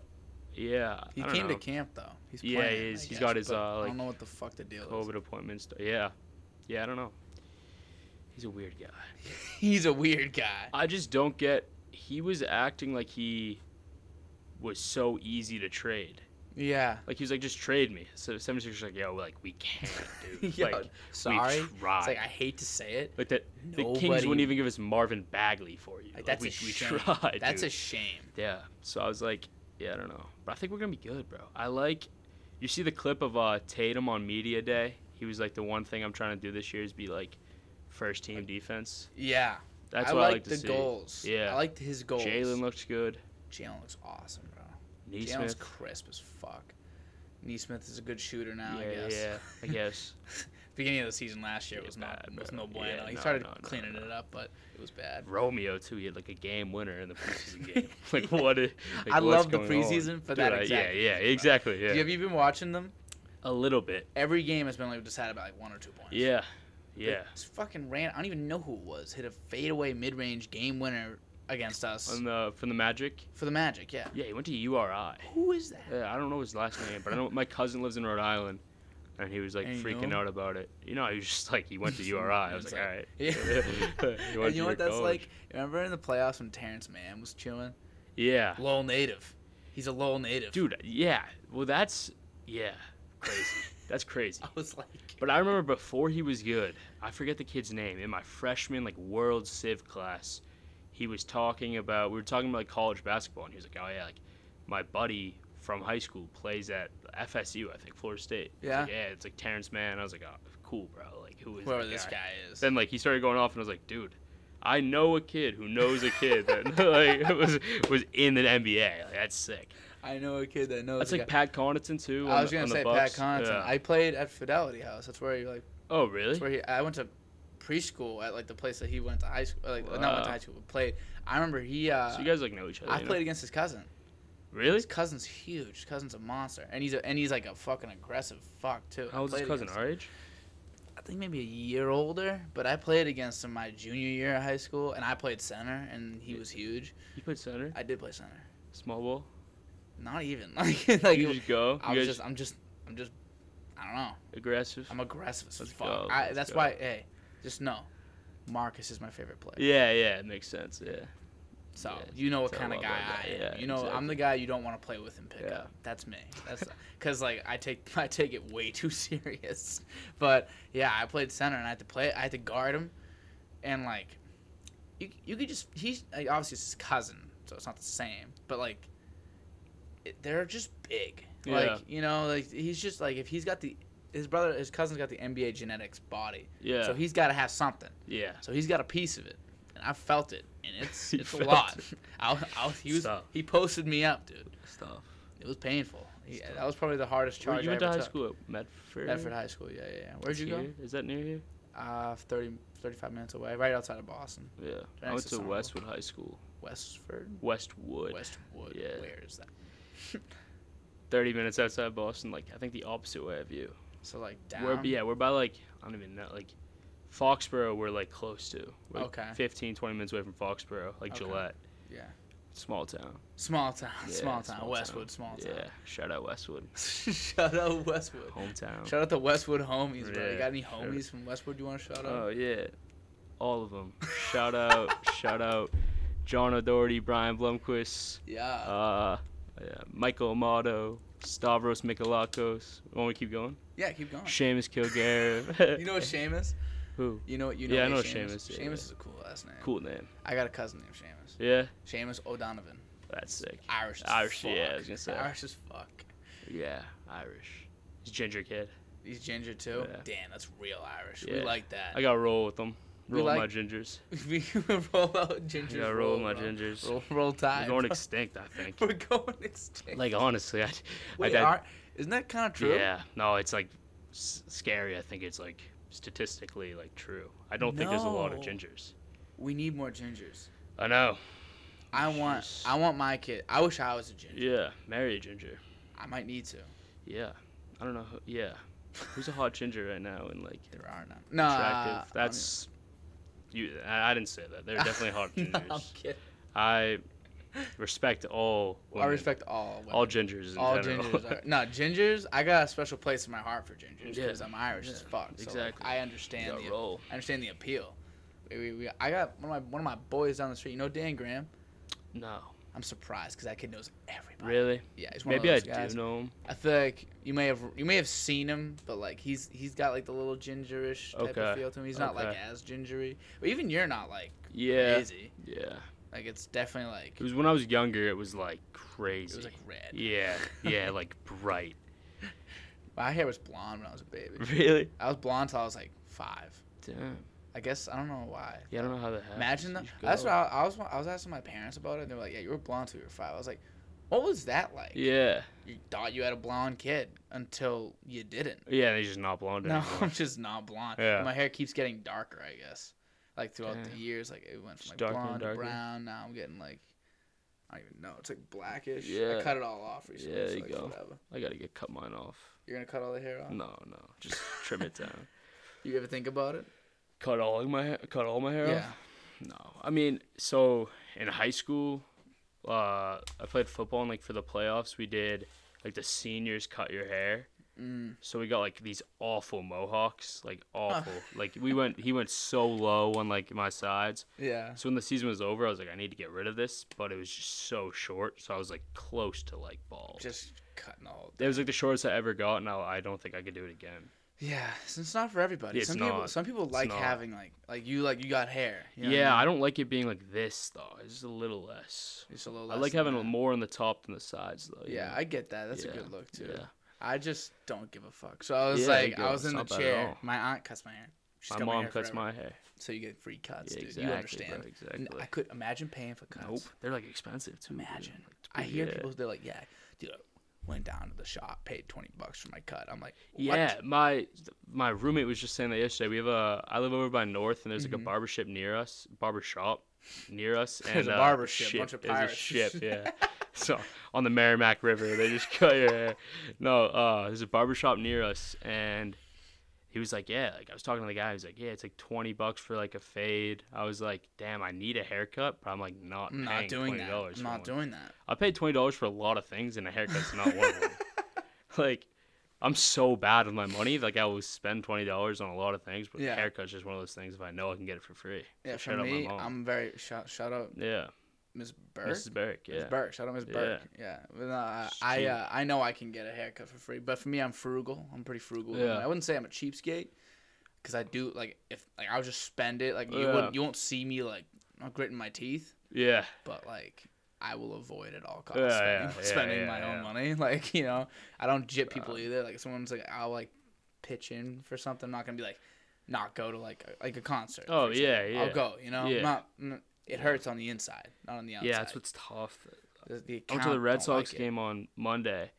Yeah. He I don't came to know. camp though. He's Yeah, playing, he is. I He's guess, got his, but uh, I like, don't know what the fuck the deal is. COVID appointments. Yeah. Yeah. I don't know. He's a weird guy. *laughs* He's a weird guy. I just don't get. He was acting like he was so easy to trade. Yeah. Like he was like, just trade me. So 76ers like, yo, like we can't, *laughs* dude. Yo, like sorry. we tried. It's like I hate to say it. Like that, the Kings Nobody- wouldn't even give us Marvin Bagley for you. Like that's we, a we shame. tried. that's dude. a shame. yeah. So I was like, yeah, I don't know, but I think we're gonna be good, bro. I like, you see the clip of uh, Tatum on media day. He was like, the one thing I'm trying to do this year is be like, first team defense. Yeah. That's I what like I like to the see. goals. Yeah. I liked his goals. Jalen looks good. Jalen looks awesome, bro. Jalen's Neesmith. crisp as fuck. Neesmith is a good shooter Yeah, now, I yeah, guess. yeah, *laughs* I guess. Beginning of the season last year Yeah, was not bad, was bro. no bueno. Yeah, he no, started no, no, cleaning no. it up, but it was bad. Romeo too. He had like a game winner in the *laughs* preseason game. Like what? i- Like, I what's love the going on? preseason for that Dude, I- exact Yeah, yeah, reason, bro. exactly. Yeah, Do you- have you been watching them? a little bit. Every game has been like decided by like one or two points. Yeah, Like, yeah. This fucking ran. I don't even know who it was. Hit a fadeaway mid-range game winner against us On the from the Magic. for the Magic. Yeah. Yeah, he went to URI. Who is *laughs* that? Yeah, I don't know his last name, but I know my cousin lives in Rhode Island, and he was like And you freaking know him? out about it. You know, he was just like he *laughs* went to URI. I was It's like, all right. *laughs* Yeah. You and went you to know your what that's college. like? Remember in the playoffs when Terrence Mann was chilling? Yeah, Lowell native. He's a Lowell native. *laughs* dude. Yeah. Well, that's yeah, crazy. That's crazy. I was like, But I remember before he was good, I forget the kid's name, in my freshman like World Civ class, he was talking about we were talking about like college basketball and he was like, Oh yeah, like my buddy from high school plays at FSU, I think, Florida State. He was Yeah. like, yeah, it's like Terrence Mann. I was like, Oh, cool, bro. Like who is whoever that this guy is. Then like he started going off and I was like, dude, I know a kid who knows a kid that *laughs* like was was in the NBA. Like, that's sick. I know a kid that knows. That's a like guy. Pat Connaughton too. I on was the- gonna on the say Pat Bucks. Connaughton. Yeah. I played at Fidelity House. That's where he like. oh really? That's where he. I went to preschool at like the place that he went to high school. Like not went Wow. to high school, but played. I remember he. Uh, so you guys like know each other. I you know? played against his cousin. Really? His cousin's huge. His cousin's a monster, and he's a, and he's like a fucking aggressive fuck too. How old's his Played cousin? against- Our age? I think maybe a year older, but I played against him my junior year of high school, and I played center, and he was huge. You played center, I did play center. small ball. Not even *laughs* like like. you just go. I you was guys just. I'm just. I'm just. I don't know. aggressive. I'm aggressive as Let's fuck. go, I, let's that's go. why. Hey, just know, Marcus is my favorite player. yeah, yeah, it makes sense. Yeah, So Yeah, you know what tell kind of all guy about I that, am. yeah, you know I'm the exactly. guy you don't want to play with in pickup. Yeah. That's me. That's *laughs* because like I take *laughs* I take it way too serious. But yeah, I played center and I had to play. I had to guard him, and like, you you could just he's like, obviously it's his cousin, so it's not the same. But like, it, they're just big. Yeah. Like you know like he's just like if he's got the his brother his cousin's got the NBA genetics body, yeah, so he's got to have something. yeah. So he's got a piece of it, and I felt it, and *laughs* it's *laughs* You it's a felt lot. I, was- I, was- he was Stop. he posted me up, dude. Stuff. It was painful. He, Stop. that was probably the hardest charge you I went to ever high took. school at Medford. Bedford High School, yeah, yeah, yeah. Where'd you go? Here? Is that near here? Uh, 30, 35 minutes away, right outside of Boston, Yeah, next I went to to Somerville. Westwood High School. Westford, Westwood. Westwood. Yeah. Where is that? Thirty minutes outside Boston, like I think the opposite way of you. So like down. We're yeah, we're by like I don't even know like. Foxborough, we're like close to. We're like, Okay. 15, 20 minutes away from Foxborough, like Okay. Gillette. Yeah. Small town. Small town, Yeah, small town, Westwood, small town. *laughs* Yeah, shout out Westwood. shout out Westwood. Hometown. Shout out to Westwood homies, bro. You Oh. Yeah, got any shout out. homies from Westwood you want to shout out? Oh yeah, all of them. Shout out, *laughs* shout out, John O'Doherty, Brian Blumquist, yeah. uh, yeah, Michael Amato, Stavros Mikolakos. Want me to keep going? yeah, keep going. Seamus *laughs* Kilgariff. *laughs* You Oh. know what Seamus? Who? You know, you know. Yeah, I hey, know Seamus. Seamus, yeah, Seamus yeah. is a cool last name. Cool name. I got a cousin named Seamus. Yeah, Seamus O'Donovan. that's sick. Irish. As Irish, Fuck. yeah, I was gonna say. Irish as fuck. Yeah, Irish. He's a ginger kid. He's ginger too. Yeah. Damn, that's real Irish. We Yeah. like that. I got to roll with them. We Roll with like- my gingers. *laughs* we roll out I ginger. got to roll with my gingers. Roll, roll We're tide. going bro. extinct, I think. *laughs* We're going extinct. Like honestly, I, Wait, I, I- are, isn't that kind of true? yeah, no, it's like s- scary. I think it's like statistically like true. I don't think there's a lot of No. gingers. We need more gingers. I know. I want. Jeez. I want my kid. I wish I was a ginger. Yeah, marry a ginger. I might need *laughs* to. Yeah, I don't know. Who, yeah, who's a hot ginger right now and like There are none. No. attractive? That's you. I, I didn't say that. They're definitely *laughs* hot no, I'm gingers. kidding. I respect all. I Women, respect all women. all gingers. In All general. *laughs* gingers are no gingers. I got a special place in my heart for gingers because Yeah, I'm Irish yeah, as fuck. So like, exactly. I You understand gotta the roll. I understand the appeal. We, we, we, I got one of my one of my boys down the street. You know Dan Graham. No, I'm surprised because that kid knows everybody. really. Yeah, he's one Maybe I of those guys. do know him. I feel like you may have you may have seen him, but like he's he's got like the little gingerish type of Okay, feel to him. He's not like okay. as gingery, but even you're not like Yeah, crazy. yeah. Like it's definitely like It was when I was younger. It was like it crazy. was like red. yeah, yeah, like bright. My hair was blonde when I was a baby. *laughs* Really? I was blonde till I was like five. Damn. I guess I don't know why. Yeah, I don't know how that happened. Imagine that. That's what I, I was. I was asking my parents about it. and They were like, "Yeah, you were blonde till you were five. I was like, "What was that like? Yeah, You thought you had a blonde kid until you didn't." yeah. They're just not blonde No, anymore. I'm just not blonde. Yeah. My hair keeps getting darker, I guess. Like throughout the Damn. years, like it went Just from like darker and blonde to darker. brown. Now I'm getting like, I don't even know. It's like blackish. I Yeah. cut it all off recently. Yeah, so, you like, go. Whatever. I gotta get cut mine off. You're gonna cut all the hair off. No, no. Just trim *laughs* it down. You ever think about it? Cut all of my ha- cut all my hair Yeah. off. No, I mean, so in high school, uh, I played football and like for the playoffs, we did like the seniors cut your hair. Mm. So we got like these awful mohawks, like awful. like we went, he went so low on like my sides. Yeah. So when the season was over, I was like, I need to get rid of this, but it was just so short. So I was like close to like bald. Just cutting all. it was like the shortest I ever got, and I, I don't think I could do it again. Yeah, so it's not for everybody. It's some people, not. some people It's like not. having like, like you, like you got hair. you know what I yeah, mean? I don't like it being like this though. It's just a little less. Just a little I less like than having that. more on the top than the sides though. you Yeah, know? I get that. That's Yeah, a good look too. Yeah. I just don't give a fuck. So I was Yeah, there you like, I go. was It's in the not bad at chair. all. My aunt cuts my hair. She's My cut mom hair cuts forever. my hair. So you get free cuts, Yeah, dude. exactly. you bro, understand? N- exactly. I could imagine paying for cuts. Nope. They're like expensive too. dude. Imagine. Like, I hear yeah. people. They're like, yeah, dude, I went down to the shop, paid twenty bucks for my cut. I'm like, what? Yeah, my my roommate was just saying that yesterday. We have a I live over by North, and there's like a barbership near us, barber shop near us, and Mm-hmm. *laughs* There's a uh, barber ship, bunch of There's a pirates. ship, *laughs* yeah. *laughs* so on the Merrimack River, they just cut your hair. No, uh, there's a barber shop near us, and he was like, yeah, like I was talking to the guy. He's like, yeah, it's like twenty bucks for like a fade. I was like, damn, I need a haircut, but I'm like not I'm paying not doing twenty that. dollars. I'm not doing that. I paid twenty dollars for a lot of things, and a haircut's not *laughs* one of them. like, I'm so bad with my money. Like, I will spend twenty dollars on a lot of things, but Yeah. haircut's just one of those things. If I know I can get it for free, Yeah, for So shout out my me, mom. I'm very shout shout out yeah, Miss Burke. Mrs. Burke, yeah, Miss Burke, shout out Miss Burke. Yeah, But, uh, I She- uh, I know I can get a haircut for free, but for me, I'm frugal. I'm pretty frugal. Yeah. I wouldn't say I'm a cheapskate, because I do like if like I'll just spend it. Like you Yeah. wouldn't you won't see me like not gritting my teeth, yeah, but like I will avoid at all costs Yeah, *laughs* spending, yeah, yeah, spending yeah, my own yeah. money. *laughs* Like you know, I don't jip people either. Like someone's like I'll like pitch in for something. I'm not gonna be like not go to like a, like a concert. Oh, for yeah, example. yeah. I'll go. You know, Yeah. not. n- it hurts on the inside, not on the outside. yeah. That's what's tough. The, the I went to the Red Sox game on Monday,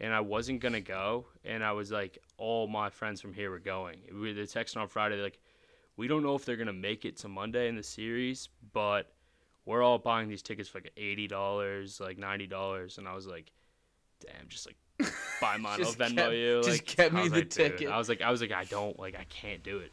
and I wasn't gonna go, and I was like, all my friends from here were going. We they texted on Friday like, we don't know if they're gonna make it to Monday in the series, but we're all buying these tickets for like eighty dollars, like ninety dollars, and I was like, damn, just like. Buy *laughs* mine, I'll Just Venmo get- you. just like, get I me was the like, dude, ticket. I was like, I was like, I don't like, I can't do it.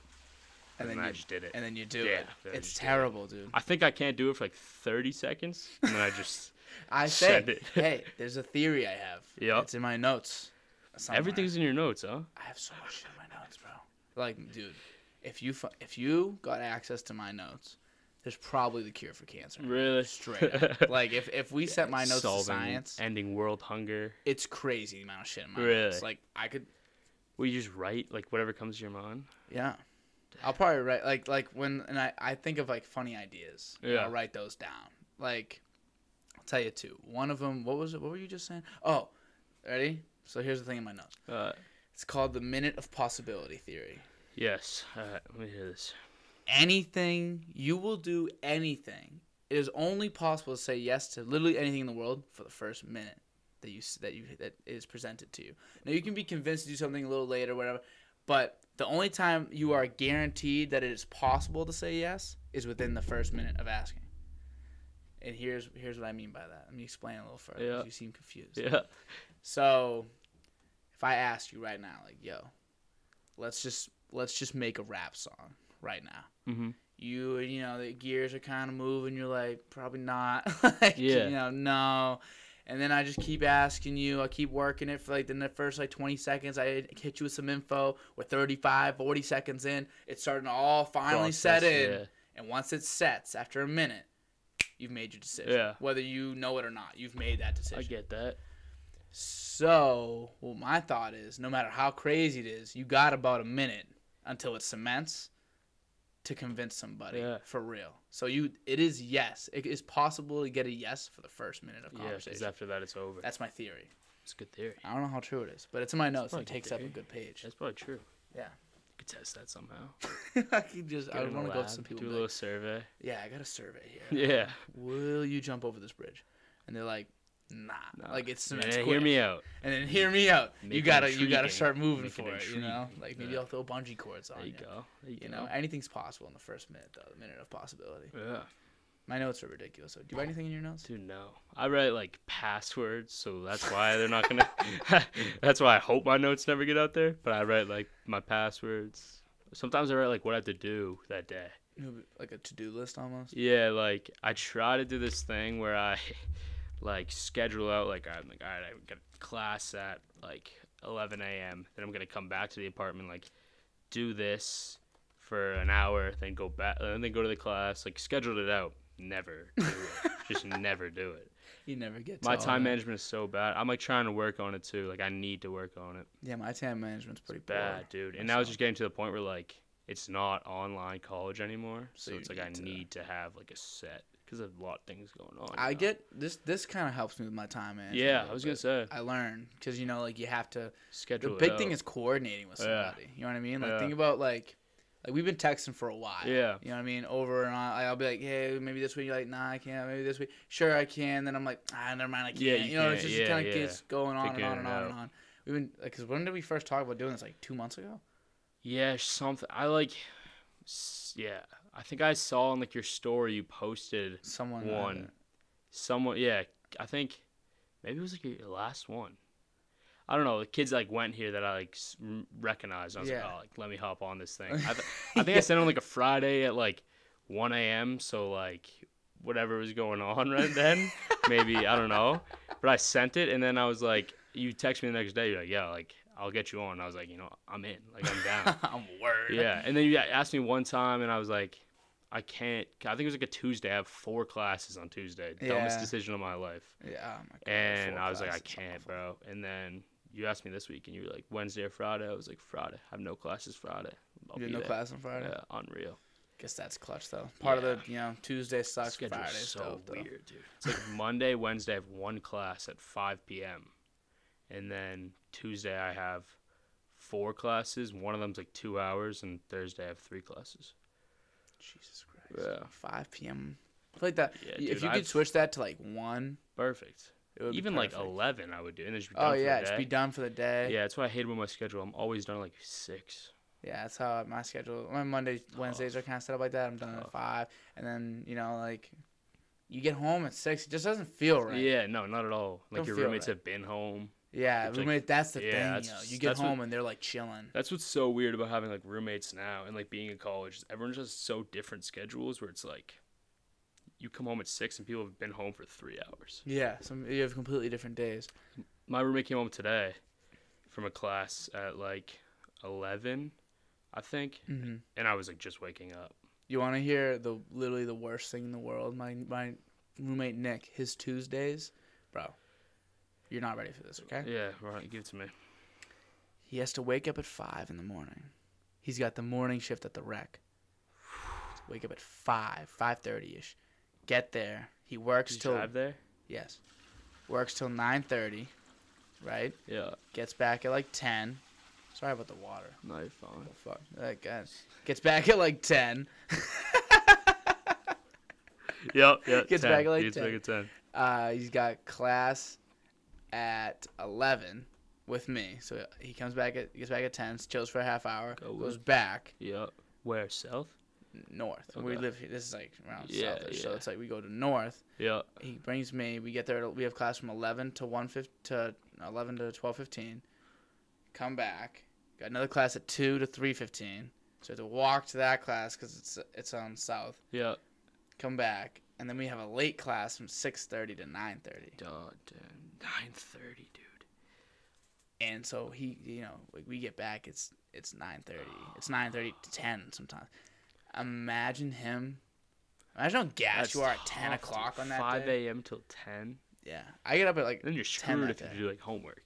and And then then I you just did it. *laughs* and then you do Yeah, it. then I It's just do it. terrible, *laughs* dude. I think I can't do it for like thirty seconds, and then I *laughs* just I say, Send it. *laughs* hey, there's a theory I have. Yep. it's in my notes. somewhere. everything's in your notes, huh? I have so much shit in my notes, *laughs* bro. Like, dude, if you fu- if you got access to my notes, there's probably the cure for cancer. *laughs* Really? Straight *laughs* up. like if if we set my notes to solving, science, ending world hunger. it's crazy the amount of shit in my Really? notes. Like I could, Well, you just write like whatever comes to your mind. yeah. I'll probably write like like when and I, I think of like funny ideas. and Yeah. I'll write those down. Like I'll tell you two. One of them. What was it? What were you just saying? Oh, ready? So here's the thing in my notes. Uh, It's called the minute of possibility theory. yes. All right, let me hear this. *laughs* Anything you will do, anything. It is only possible to say yes to literally anything in the world for the first minute that you s- that you that is presented to you. Now you can be convinced to do something a little later, whatever. But the only time you are guaranteed that it is possible to say yes is within the first minute of asking. And here's here's what I mean by that. Let me explain a little further. 'cause Yeah. You seem confused. Yeah. So, if I ask you right now, like, yo, let's just let's just make a rap song right now. Mhm. You you know the gears are kind of moving. You're like probably not. *laughs* like, Yeah. You know no. And then I just keep asking you. I keep working it for like the first like 20 seconds. I hit you with some info. We're 35, 40 seconds in. It's starting to all finally set in. Process, And once it sets, after a minute, you've made your decision. Yeah. Whether you know it or not, you've made that Yeah. decision. I get that. So, well, my thought is, no matter how crazy it is, you got about a minute until it cements to convince somebody Yeah. for real. So you, it is yes. It is possible to get a yes for the first minute of Yeah, because conversation. after that it's over. That's my theory. That's a good theory. I don't know how true it is, but it's in my notes. probably It a good takes up a theory. good page. *laughs* That's probably true. Yeah. You could test that somehow. I could just, Get I in the want to go lab, to some people. Do a and be little like, survey. yeah, I got a survey here. *laughs* Yeah. Will you jump over this bridge? And they're like, nah. Nah. Like it's Yeah, cements. hear quick. me out. and then hear me out. Make you it gotta you gotta intriguing. start moving Make it for it. You know, like maybe Yeah. I'll throw bungee cords on There you. you go. There you, You go. know, anything's possible in the first minute, though. The minute of possibility. Yeah. My notes are ridiculous. So, do you have anything in your notes? Dude, no. I write like passwords, so that's why they're not gonna. *laughs* that's why I hope my notes never get out there. But I write like my passwords. Sometimes I write like what I have to do that day. Like a to-do list almost. Yeah, like I try to do this thing where I *laughs* like schedule out like I'm like all right, I got class at like 11 a.m. Then I'm gonna come back to the apartment like do this for an hour, then go back, and then go to the class. Like scheduled it out. Never do it. Just never do it. You never get. to My all time that. management is so bad. I'm like trying to work on it too. Like I need to work on it. Yeah, my time management's pretty Bad, bad. dude. And now myself. it's just getting to the point where like it's not online college anymore. So So, you it's like I need to- need to have like a set because a lot of things going on. I now. get this. This kind of helps me with my time management. a Yeah, I little was gonna bit. say I learn because you know, like you have to. The schedule. it big thing out. is coordinating with Yeah. somebody. You know what I mean? Like Yeah. think about like like we've been texting for a while. Yeah. You know what I mean? Over and on. Like, I'll be like, hey, maybe this week. You're like, nah, I can't. Maybe this week. Sure, I can. Then I'm like, ah, never mind, I can't. Yeah, you, you know, it can't. just Yeah, kind of yeah. gets going on and Figuring on and it on out. and on. We've been because when did we first talk about doing this? Like two months ago. yeah something. I like s- yeah. I think I saw in like your story you posted Someone uh, one. Someone yeah. I think maybe it was like your last one. I don't know. The kids like went here that I like s- r- recognized. I was Yeah. like, oh, like let me hop on this thing. I, th- I think I sent on like a Friday at like 1 a.m. So like whatever was going on *laughs* right then, maybe I don't know. But I sent it, and then I was like, you text me the next day. You're like, yeah, like I'll get you on. I was like, you know, I'm in. Like I'm down. *laughs* I'm worried. *laughs* yeah. And then you asked me one time, and I was like, I can't. I think it was like a Tuesday. I have four classes on Tuesday. Dumbest Yeah. decision of my life. Yeah. Oh my God, And full I was like, I class, it's can't, awful. bro. And then you asked me this week, and you were like, Wednesday or Friday? I was like, Friday. I have no classes Friday. I'll You had be no there." class on Friday. Yeah, unreal. Guess that's clutch though. Part of the you know Tuesday sucks. Schedule's Friday's so dope, though. *laughs* weird, dude. It's like Monday, Wednesday, I have one class at 5 p.m. And then Tuesday, I have four classes. One of them's like two hours, and Thursday, I have three classes. Jesus Christ. Yeah. 5 p.m. I feel like that. Yeah, y- dude, if you could I've- switch that to like one, Perfect. it would Even be like perfect. 11, I would do. And then just be done Oh for the yeah, just be day. done for the day. Yeah, Yeah, that's why I hate about my schedule. I'm always done at like 6. that's how my schedule. My Mondays, Wednesdays are kind of set up like that. I'm done at Tough. five, and then you know like, you get home at six. It just doesn't feel right. Yeah, Yeah, no, not at all. Like Don't your feel roommates right. have been home. it's like- roommate. that's the yeah, thing. that's- Yo. You get that's what- home and they're like chilling. That's what's so weird about having like roommates now and like being in college. is Everyone's just so different schedules where it's like you come home at six and people have been home for three hours. Yeah, some you have completely different days. My roommate came home today from a class at like eleven, I think, hmm and I was like just waking up. You want to hear the literally the worst thing in the world? My my roommate Nick, his Tuesdays, bro. You're not ready for this, okay? Yeah, right. Give it to me. He has to wake up at five in the morning. He He's got the morning shift at the rec. Wake up at five, five thirty ish. Get there. He works Did you till drive there? yes, works till nine thirty, right? Yeah. Gets back at like ten. Sorry about the water. No, you're fine. *laughs* Oh, fuck. That guy gets back at like ten. Yep. Yep. Gets 10. back at, like, He gets 10. back at ten. Uh, he's got class at eleven with me, so he comes back at he gets back at ten, chills for a half hour, Go goes with- back Yep. Where south? north. We Okay. live here. This is like around Yeah, south, so yeah. it's like we go to north. Yep. He brings me. We get there. We have class from eleven to one fif- to eleven to twelve fifteen. Come back. Got another class at two to three fifteen. So I have to walk to that class because it's it's on south. Yep. Come back, and then we have a late class from six thirty to nine thirty. Dog, Nine thirty, dude. and so he you know like we get back it's it's 9.30 it's 9.30 to 10 sometimes imagine him imagine how gassed you are at 10 tough, dude. o'clock on that Five day a.m. till ten. yeah i get up at like Then you're 10 screwed that if you day. do like homework.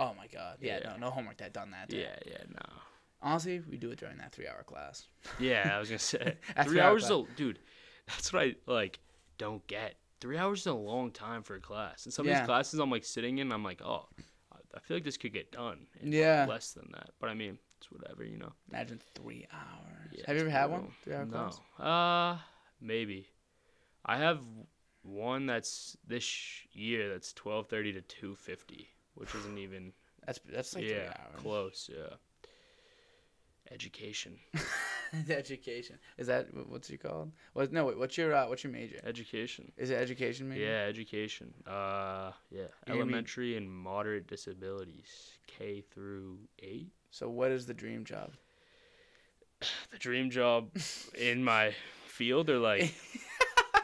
oh my god yeah, Yeah. no no homework that done that day Yeah. Yeah. No. honestly we do it during that three hour class *laughs* Yeah, I was gonna say *laughs* That's three what I hours, is a, thought. dude. That's what I like. Don't get three hours is a long time for a class. And some of Yeah. these classes, I'm like sitting in, I'm like, oh, I I feel like this could get done. In like, Yeah. less than that. But I mean, it's whatever, you know. imagine three hours Yeah, have you it's ever had brutal. one three hour class No. Uh, maybe. I have one that's this year that's twelve thirty to two fifty, *sighs* which isn't even that's that's like yeah *laughs* three close. Yeah. Education, hours education is that wh- what's it called what no wait what's your uh, what's your major education. is it education major Yeah, education. Uh, yeah, gonna be- elementary and moderate disabilities, K through eight. so what is the dream job *laughs* The dream job in my field *laughs* are like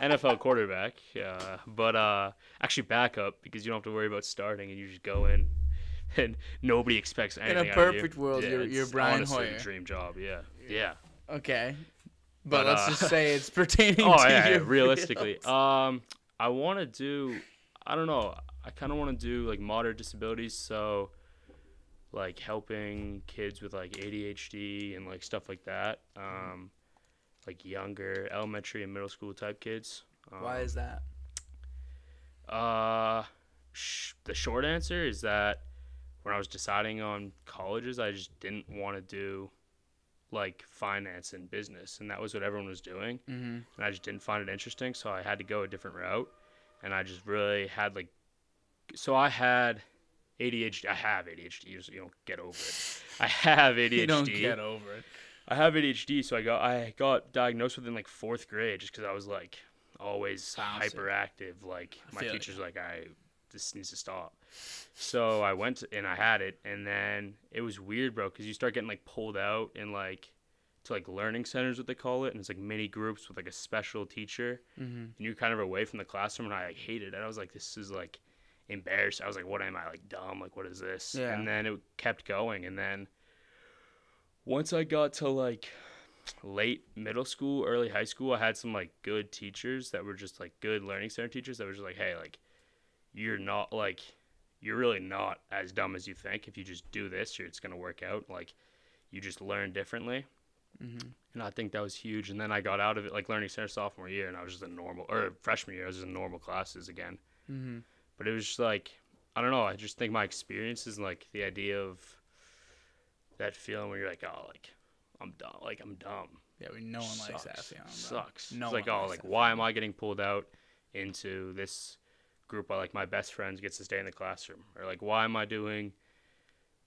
NFL quarterback, uh, but uh, actually backup because you don't have to worry about starting and you just go in, and nobody expects anything. out of you. perfect world, you're- you're it's Brian honestly Hoyer. The dream job, yeah, yeah. Okay. But, But, let's uh, just say *laughs* it's pertaining oh to yeah, *laughs* yeah, your realistically field. um i want to do i don't know i kind of want to do like moderate disabilities so like helping kids with like adhd and like stuff like that um like younger elementary and middle school type kids um, Why is that? uh, sh- the short answer is that when I was deciding on colleges, I just didn't want to do like finance and business, and that was what everyone was doing. *laughs* Mm-hmm. And I just didn't find it interesting, so I had to go a different route. And I just really had like, so I had ADHD. I have ADHD. You, just, you don't get over it. I have ADHD. You don't get over it. I have ADHD, so I got I got diagnosed with in like fourth grade just because I was like always Bouncing. hyperactive. Like my feel ya. teacher's like, I this needs to stop. So I went and I had it, and then it was weird, bro, because you start getting like pulled out and like to like learning centers, what they call it, and it's like mini groups with like a special teacher, Mm-hmm. and you're kind of away from the classroom, and I like, hated it. I was like, this is like embarrassed. I was like, what am I like dumb? Like what is this? Yeah. And then it kept going, and then once I got to like late middle school, early high school, I had some like good teachers that were just like good learning center teachers that were just like, hey, like you're not like you're really not as dumb as you think. If you just do this, you're, it's gonna work out. Like you just learn differently. Mm-hmm. And I think that was huge. And then I got out of it like learning center sophomore year, and I was just in normal or freshman year, I was just in normal classes again. Mm-hmm. But it was just like I don't know. I just think my experiences and like the idea of that feeling where you're like, oh, like I'm dumb, like I'm dumb Yeah, we no one likes that sucks. feeling. bro. Sucks. No it's like, one oh, likes like that why am I getting pulled out into this group? Where, like my best friends gets to stay in the classroom, or like why am I doing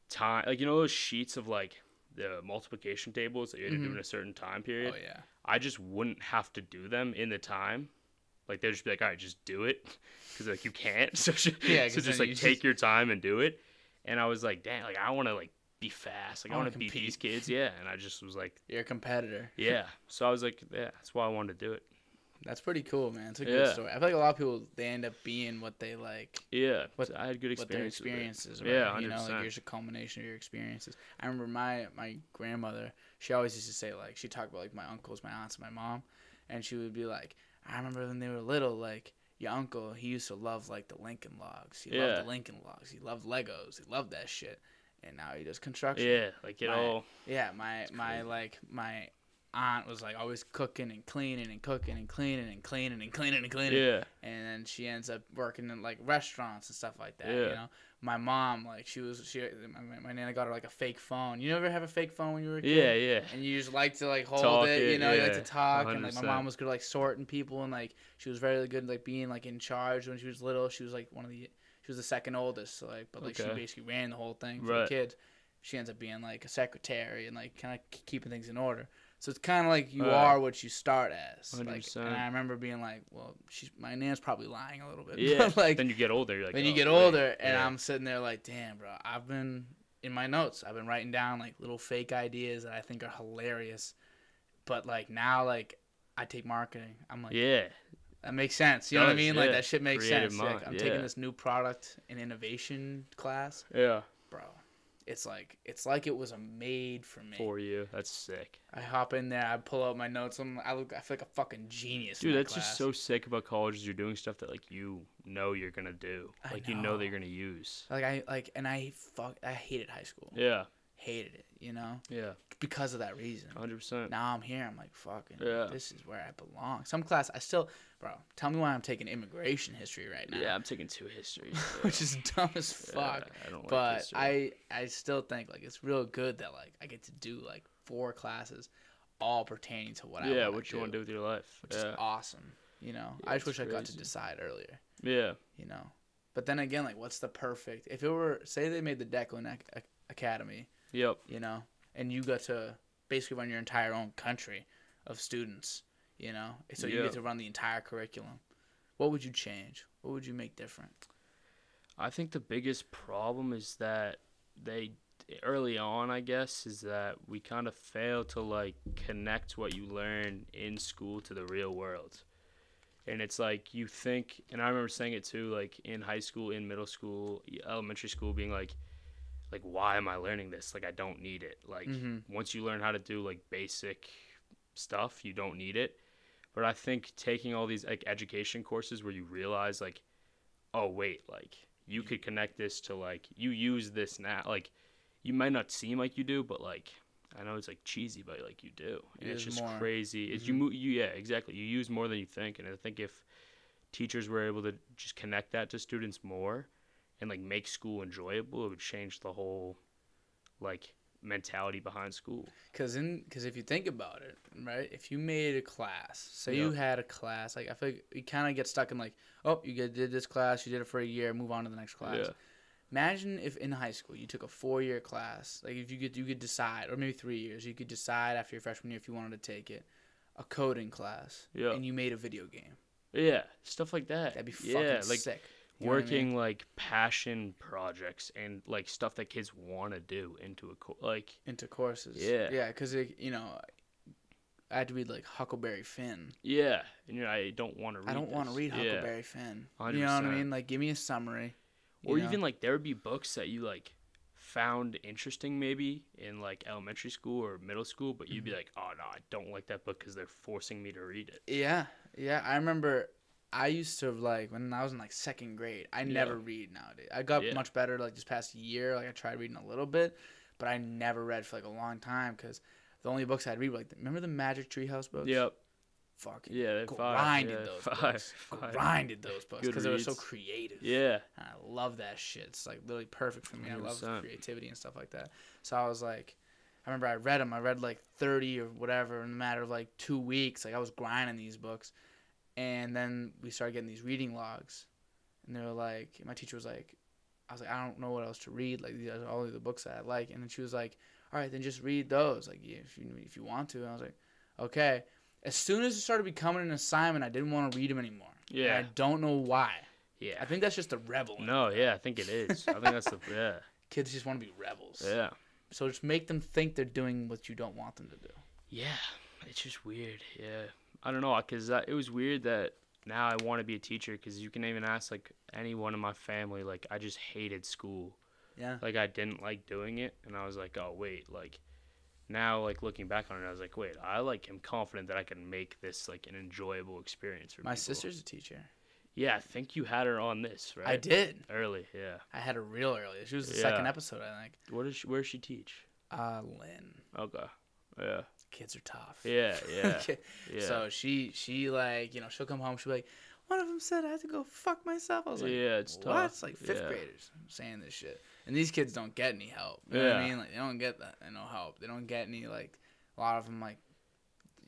time? Like you know those sheets of like the multiplication tables that you had Mm-hmm. to do in a certain time period. Oh yeah. I just wouldn't have to do them in the time. Like they'd just be like, all right, just do it, *laughs* because like you can't. *laughs* So, sh- Yeah, 'cause so just then like you take just- your time and do it. And I was like, dang, like I want to like be fast. Like I I wanna want to beat compete. these kids. Yeah. And I just was like, *laughs* You're a competitor. yeah. So I was like, yeah, that's why I wanted to do it. That's pretty cool, man. It's a good Yeah. story. I feel like a lot of people they end up being what they like Yeah. What- I had good what their experience. experiences are. Yeah, you know, like 100%. here's a culmination of your experiences. I remember my my grandmother. She always used to say like she talked about like my uncles, my aunts, and my mom, and she would be like, I remember when they were little, like your uncle, he used to love like the Lincoln Logs. He Yeah. loved the Lincoln Logs. He loved Legos. He loved that shit. and now he does construction. Yeah, like it My- all. Yeah, my my crazy. like my aunt was like always cooking and cleaning and cooking and cleaning and cleaning and cleaning and cleaning. Yeah, And then she ends up working in like restaurants and stuff like that. You Yeah. know, my mom like she was she my, my- my nana got her like a fake phone. You never have a fake phone when you were a kid. yeah, yeah. And you just like to like hold Talk it, you it, know, you like yeah, to talk. And like my 100%. mom was good at like sorting people and like she was very good at like being like in charge when she was little. She was like one of the she was the second oldest, so like but like she Okay. basically ran the whole thing for the Right. kids. She ends up being like a secretary and like kind of keeping things in order. So it's kind of like you Right. are what you start as. Like, 100%. and I remember being like, well, she's my nan's probably lying a little bit. *laughs* Yeah. *laughs* but, like then you get older. You're like, when you "Oh, get wait." older and Yeah. i'm sitting there like damn bro i've been in my notes i've been writing down like little fake ideas that i think are hilarious but like now like i take marketing i'm like yeah, that makes sense you know what i Does, mean like yeah. that shit makes Creative sense like mind, i'm yeah. taking this new product and innovation class yeah, bro it's like it's like it was a made for me for you. That's sick, i hop in there i pull out my notes i'm i look i feel like a fucking genius in dude. that That's just class. so sick about college. is You're doing stuff that like you know you're gonna do. I Like you know that know. you're gonna use. like i like and i fuck i hated high school Yeah, hated it you know yeah, because of that reason hundred percent. now I'm here. I'm like, fucking, Yeah. this is where I belong. Some class, I still, bro, tell me why I'm taking immigration history right now. Yeah, I'm taking two histories. *laughs* Which is dumb as yeah, fuck. I don't like but history. I, I still think, like, it's real good that, like, I get to do, like, four classes all pertaining to what I yeah, wanna what you want to do with your life? Which Yeah, is awesome. You know, Yeah, I just wish it's I got to crazy. decide earlier, yeah, you know. But then again, like, what's the perfect? If it were, say they made the Declan Ac- Ac- Academy, yep. you know, and you got to basically run your entire own country of students, you know, so you Yeah. get to run the entire curriculum. What would you change? What would you make different? I think the biggest problem is that they early on, I guess, is that we kind of fail to like connect what you learn in school to the real world. And it's like you think, and I remember saying it too, like in high school, in middle school, elementary school, being like, like why am I learning this? Like I don't need it. Like Mhm. once you learn how to do like basic stuff, you don't need it. But I think taking all these like education courses where you realize like oh wait like you could connect this to like you use this now like you might not seem like you do but like i know it's like cheesy but like you do and It it's is just more. crazy it's you Mhm. mo- you yeah exactly you use more than you think and i think if teachers were able to just connect that to students more and like make school enjoyable it would change the whole like mentality behind school Because in because if you think about it, right? If you made a class, so you Yeah. had a class, like I feel like you kind of get stuck in like, oh, you get- did this class, you did it for a year, move on to the next class. Yeah. Imagine if in high school you took a four year class, like if you could you could decide, or maybe three years, you could decide after your freshman year if you wanted to take it, a coding class, Yeah. and you made a video game. yeah stuff like that That'd be fucking yeah like sick. You know what I mean? working like passion projects and like stuff that kids want to do into a co- like into courses. Yeah. Yeah, because you know, I had to read like Huckleberry Finn. yeah and you're, I don't want to read I don't want to this. read Yeah. Huckleberry Finn. You know what I 100%. mean? Like, give me a summary. you or know? even like there would be books that you like found interesting maybe in like elementary school or middle school but you'd be Mm-hmm. like oh no I don't like that book cuz they're forcing me to read it Yeah, yeah. I remember I used to like when I was in like second grade. I Yeah. never read nowadays. I got Yeah. much better like this past year. Like I tried reading a little bit, but I never read for like a long time because the only books I'd read were like remember the Magic Treehouse books? yep Fucking yeah they're fire. grinded Yeah, those fire, books. *laughs* fire. Grinded those books because they were so Goodreads. creative. yeah And I love that shit. It's like literally perfect for me. I love 100%. creativity and stuff like that. So I was like, I remember I read them. I read like 30 or whatever in a matter of like two weeks. Like I was grinding these books. And then we started getting these reading logs. And they were like, my teacher was like, I was like, I don't know what else to read. Like these are all the books that I like. And then she was like, all right, then just read those. Like yeah, if you, if you want to. And I was like, okay. As soon as it started becoming an assignment, I didn't want to read them anymore. And yeah I don't know why. yeah I think that's just a rebel. in no yeah I think it is I think that's the yeah kids just want to be rebels. yeah So just make them think they're doing what you don't want them to do. Yeah, it's just weird. Yeah, I don't know, cause that, it was weird that now I want to be a teacher, cause you can even ask like anyone in my family. Like I just hated school. Yeah. Like I didn't like doing it, and I was like, oh wait, like now like looking back on it, I was like, wait, I like am confident that I can make this like an enjoyable experience for My people. sister's a teacher. Yeah, I think you had her on this, right? I did. Early, yeah. I had her real early. She was the second Yeah. episode, I think. What does she, where does she teach? Uh, Lynn, Okay. Yeah. kids are tough. *laughs* Yeah, yeah. Okay. yeah. So she she like you know she'll come home she'll be like one of them said I had to go fuck myself. I was like Yeah, it's what? tough. It's like fifth Yeah. graders saying this shit, and these kids don't get any help. You know what I Yeah. mean? Like they don't get that no help. They don't get any like a lot of them like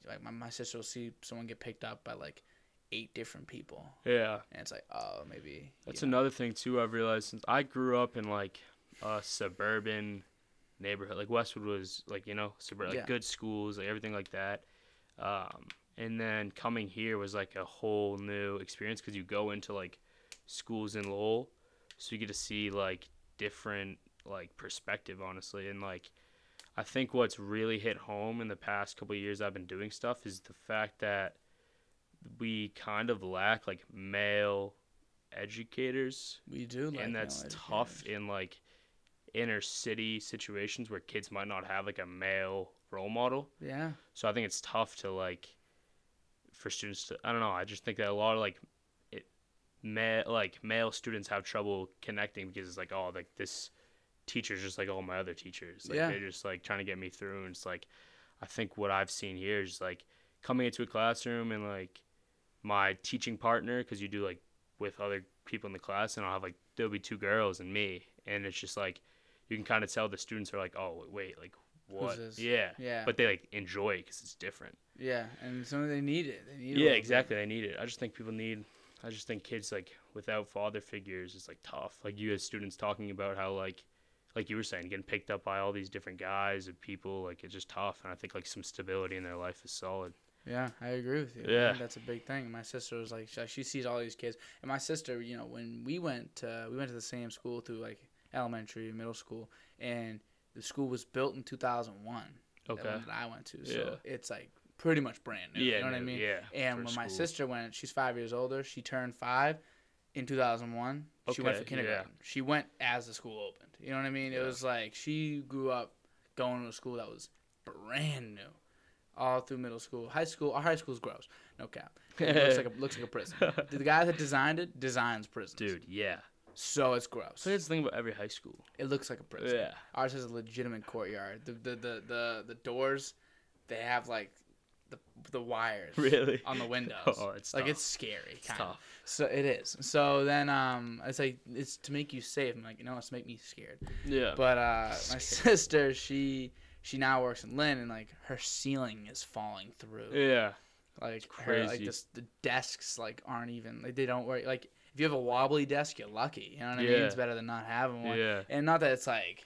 like my, my sister will see someone get picked up by like eight different people, yeah. and it's like oh maybe That's you know. another thing too. I've realized since I grew up in like a suburban neighborhood, like Westwood was like you know suburban, like Yeah. good schools, like everything like that. Um, and then coming here was like a whole new experience because you go into like schools in Lowell, so you get to see like different like perspective, honestly, and like I think what's really hit home in the past couple of years I've been doing stuff is the fact that we kind of lack like male educators we do like and male that's tough educators. in like inner city situations where kids might not have like a male role model Yeah, so i think it's tough to like for students to i don't know i just think that a lot of like it ma- like male students have trouble connecting because it's like oh like this teacher's just like all my other teachers like Yeah. they're just like trying to get me through and it's like i think what i've seen here is like coming into a classroom and like my teaching partner because you do like with other people in the class and i'll have like there'll be two girls and me and it's just like you can kind of tell the students are like oh wait like what this? yeah yeah, but they like enjoy it because it's different. yeah, and some they need it. They need a Yeah, little bit. exactly. They need it. I just think people need. I just think kids like without father figures is like tough. Like you as students talking about how like, like you were saying, getting picked up by all these different guys and people. Like it's just tough. And I think like some stability in their life is solid. Yeah, I agree with you. I Yeah. think that's a big thing. My sister was like, she, she sees all these kids, and my sister, you know, when we went, to, we went to the same school through like elementary and middle school, and the school was built in 2001. the one Okay. that I went to, so it's like pretty much brand new. Yeah. you know what I no, mean? Yeah. And for when my school. *laughs* sister went, she's five years older. She turned five in 2001. She went for Okay, yeah. kindergarten. She went as the school opened. You know what I mean? It Yeah. was like she grew up going to a school that was brand new, all through middle school, high school. Our high school's gross. No cap. It looks like *laughs* a, looks like a prison. The guy that designed it designs prisons. dude, yeah. So it's gross. So that's the thing about every high school. It looks like a prison. Yeah. Ours has a legitimate courtyard. The the the the, the doors, they have like the the wires *laughs* Really? on the windows. *laughs* Oh, it's like tough. it's scary. It's Kind of. tough. So it is. So then um, it's like it's to make you safe. I'm like, no, it's to make me scared. Yeah. But uh, my *laughs* sister, she she now works in Lynn, and like her ceiling is falling through. yeah. Like Her, like crazy. this, the desks like aren't even like they don't work. Like if you have a wobbly desk, you're lucky. You know what I mean? Yeah. It's better than not having one. Yeah. And not that it's like,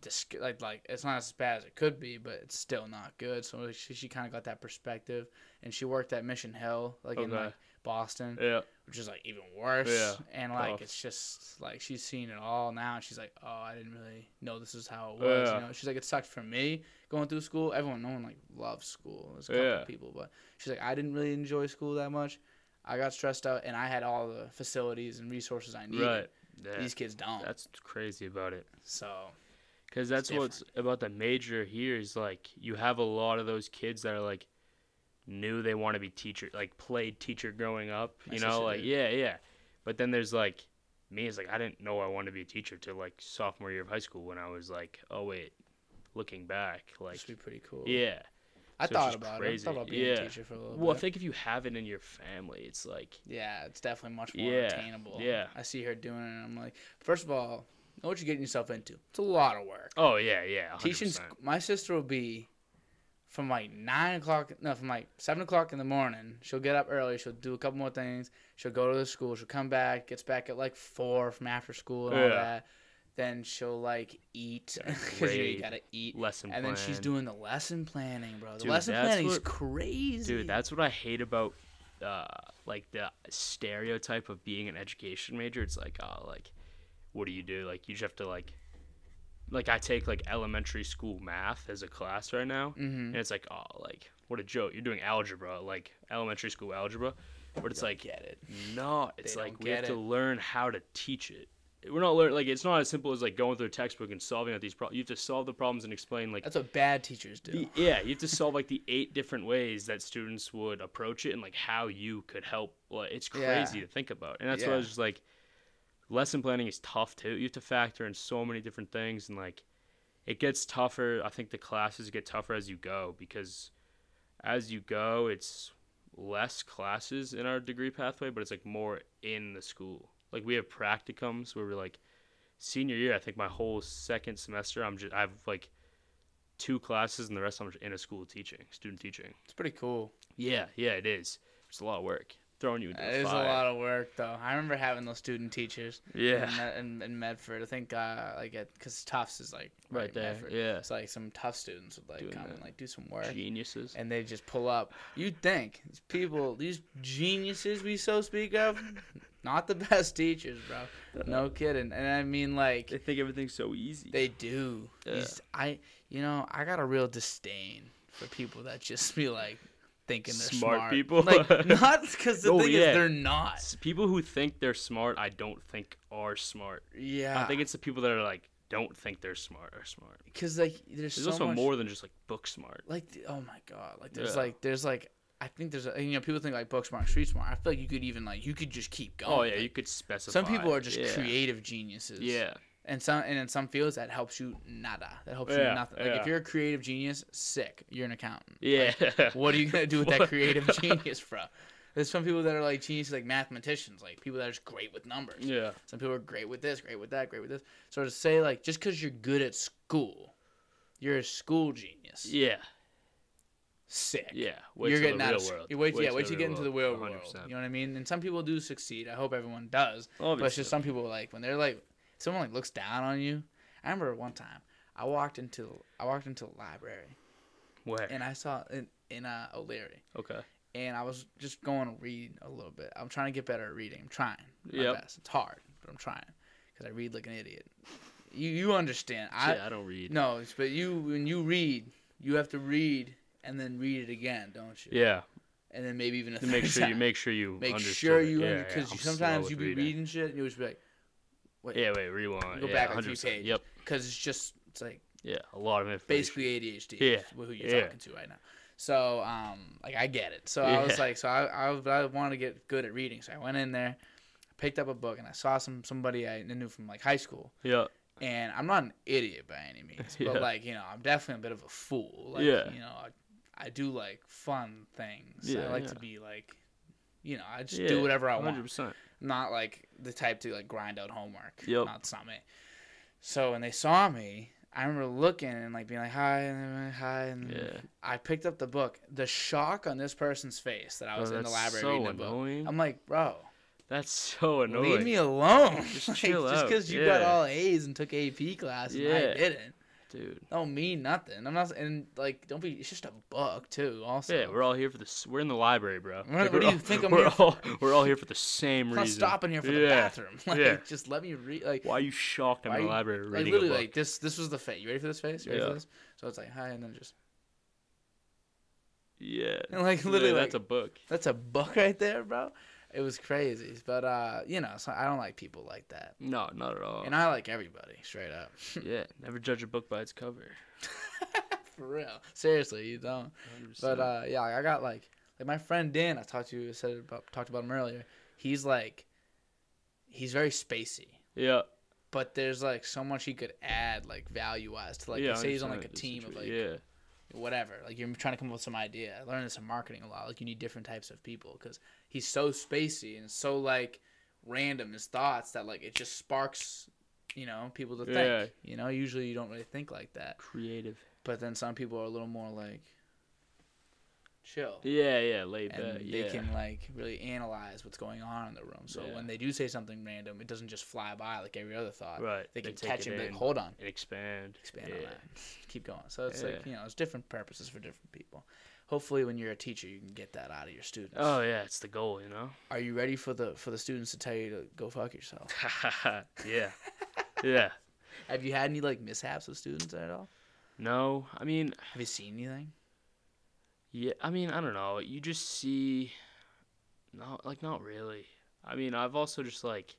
dis- like like it's not as bad as it could be, but it's still not good. So like, she, she kind of got that perspective, and she worked at Mission Hill, like in Okay. like Boston, Yeah. which is like even worse. Yeah, And like tough. it's just like she's seen it all now, and she's like, oh, I didn't really know this is how it was. Yeah. You know, she's like, it sucked for me going through school. Everyone, no one like loves school. There's a couple Yeah. people, but she's like, I didn't really enjoy school that much. I got stressed out, and I had all the facilities and resources I needed. Right. Yeah. These kids don't. That's what's crazy about it. so Because It's that's what's about the major here is like you have a lot of those kids that are like knew they want to be teacher, like played teacher growing up, My you sister know, like did. yeah, yeah. But then there's like me is like I didn't know I wanted to be a teacher till like sophomore year of high school when I was like, oh wait, looking back, like this would be pretty cool. yeah. I so it's thought just about crazy. it. I thought about being a Yeah. teacher for a little Well, I bit. think if you have it in your family, it's like yeah, it's definitely much more Yeah, attainable. yeah. I see her doing it, and I'm like, first of all, know what you're getting yourself into. It's a lot of work. oh yeah, yeah, Teaching. teaching. sc- My sister will be from like nine o'clock. No, from like seven o'clock in the morning. She'll get up early. She'll do a couple more things. She'll go to the school. She'll come back. Gets back at like four from after school and all Yeah. that. Then she'll like eat *laughs* because you grade, gotta eat. Lesson And then she's plan. doing the lesson planning, bro. The Dude, lesson that's planning is what- crazy. Dude, that's what I hate about uh, like the stereotype of being an education major. It's like, oh, like, what do you do? Like, you just have to like, like I take like elementary school math as a class right now, Mm-hmm. and it's like, oh, like, what a joke! You're doing algebra, like elementary school algebra, but it's like, get it. no, it's They like don't we have get to it. learn how to teach it. we're not learning like it's not as simple as like going through a textbook and solving out these problems. You have to solve the problems and explain like That's what bad teachers do. the- yeah, you have to solve like the eight different ways that students would approach it and like how you could help. Like, it's Yeah. crazy to think about, and that's why I was Yeah. just like, lesson planning is tough too. You have to factor in so many different things, and like, it gets tougher. I think the classes get tougher as you go because as you go, it's less classes in our degree pathway, but it's like more in the school. Like we have practicums where we're like senior year. I think my whole second semester, I'm just I have like two classes and the rest I'm just in a school teaching, student teaching. It's pretty cool. Yeah, yeah, it is. It's a lot of work. Throwing you into the It is a fire. lot of work, though. I remember having those student teachers. Yeah. In, Med- in, in Medford, I think, uh, like, at because Tufts is like Right in there, Medford. yeah. It's like some tough students would like Doing come that. and like do some work, Geniuses. and they just pull up. You'd think these people, these geniuses we so speak of, not the *laughs* best teachers, bro. No kidding. And I mean, like, They think everything's so easy. They do. Yeah. These- I, you know, I got a real disdain for people that just be like thinking they're smart, Smart people? *laughs* Like not because the Oh, thing yeah. is they're not. S- people who think they're smart, I don't think are smart. Yeah, I think it's the people that are like don't think they're smart are smart. because like there's, There's so also much, more than just like book smart. Like th- oh my god, like there's Yeah. like there's like I think there's a, you know people think like book smart, street smart. I feel like you could even like you could just keep going. Oh yeah, Like, you could specify. some people are just yeah. creative geniuses. Yeah, and some and in some fields that helps you nada. That helps you Yeah, nothing. Like yeah. if you're a creative genius, sick. You're an accountant. yeah. *laughs* what are you gonna do with that What? *laughs* creative genius, bro? There's some people that are like geniuses, like mathematicians, like people that are just great with numbers. yeah, Some people are great with this, great with that, great with this. So to say like just because you're good at school, you're a school genius. yeah, Sick. yeah. you're till the getting out real of sc- world. You wait, yeah, till wait till you get into the real world. 100%. You know what I mean? And some people do succeed. I hope everyone does. But it's Obviously. just some people like when they're like someone like looks down on you. I remember one time I walked into I walked into the library Where? and I saw in in uh, O'Leary. okay. and I was just going to read a little bit. I'm trying to get better at reading. I'm trying my Yep. best. It's hard, but I'm trying because I read like an idiot. You you understand? I yeah, I don't read. no, it's- but you when you read, you have to read and then read it again, don't you? Yeah, And then maybe even a to make third sure *laughs* you time. make sure you make understood sure it. you yeah, yeah, because I'm slow sometimes with you be reading. shit and you will just be like, wait, Yeah, wait, rewind. Go yeah, back like three 100%. pages. Yep. because it's just it's like Yeah, a lot of information. basically ADHD. Yeah, is who you're yeah. talking to right now. So, um, like I get it. So I was Yeah. like, so I, I, I wanted to get good at reading. So I went in there, picked up a book, and I saw some somebody I knew from like high school. Yeah. And I'm not an idiot by any *laughs* means, but Yeah. like you know, I'm definitely a bit of a fool. Like, Yeah. You know, I, I do like fun things. I Yeah, like yeah. to be like, you know, I just yeah, do whatever I want 100%. not like the type to like grind out homework. Yep. Not some me. So when they saw me, I remember looking and like being like hi and then hi and then Yeah. I picked up the book. The shock on this person's face that I Oh, was in the that's library so reading the book. annoying. I'm like, bro, That's so annoying. leave me alone. *laughs* Just like, chill just out, because you got yeah. all A's and took AP classes and I Yeah. didn't, Dude. don't mean nothing. I'm not and like don't be. It's just a book too. Also, Yeah, we're all here for this. We're in the library, bro. What- what do we're you think *laughs* all, I'm we're here all we're all here for the same I'm reason. not stopping here for the Yeah, bathroom. *laughs* Like, yeah. just let me read. Like, Why are you shocked? I'm Why in you- the library Like reading literally, a book. like this. This was the face. You ready for this face? You ready Yeah. for this? So it's like hi, and then just *laughs* yeah. and like Yeah, literally, that's like, a book. that's a buck right there, bro. It was crazy, but uh, you know, so I don't like people like that, No, not at all. and I like everybody straight up, *laughs* yeah, never judge a book by its cover. for real. Seriously, you don't. 100%. But uh, yeah, I got like like my friend Dan. I talked to you said about talked about him earlier. He's like, he's very spacey. yeah, But there's like so much he could add, like value wise, to like yeah, let's say he's on 100%, like a it's the team of truth. like yeah, whatever. Like you're trying to come up with some idea. I learned this in marketing a lot. Like you need different types of people because he's so spacey and so like random his thoughts that like it just sparks, you know, people to think. Yeah. You know, usually you don't really think like that. creative. But then some people are a little more like chill. Yeah, yeah, laid And back. they yeah, can like really analyze what's going on in the room. So Yeah. when they do say something random, it doesn't just fly by like every other thought. right. They can take catch it it and be like, in hold on, and expand. expand yeah. on that. Keep going. So it's like you Yeah. know, it's different purposes for different people. Hopefully, when you're a teacher, you can get that out of your students. Oh yeah, it's the goal, you know. Are you ready for the for the students to tell you to go fuck yourself? yeah, yeah. Have you had any like mishaps with students at all? No, I mean, Have you seen anything? Yeah, I mean, I don't know. You just see, not like not really. I mean, I've also just like,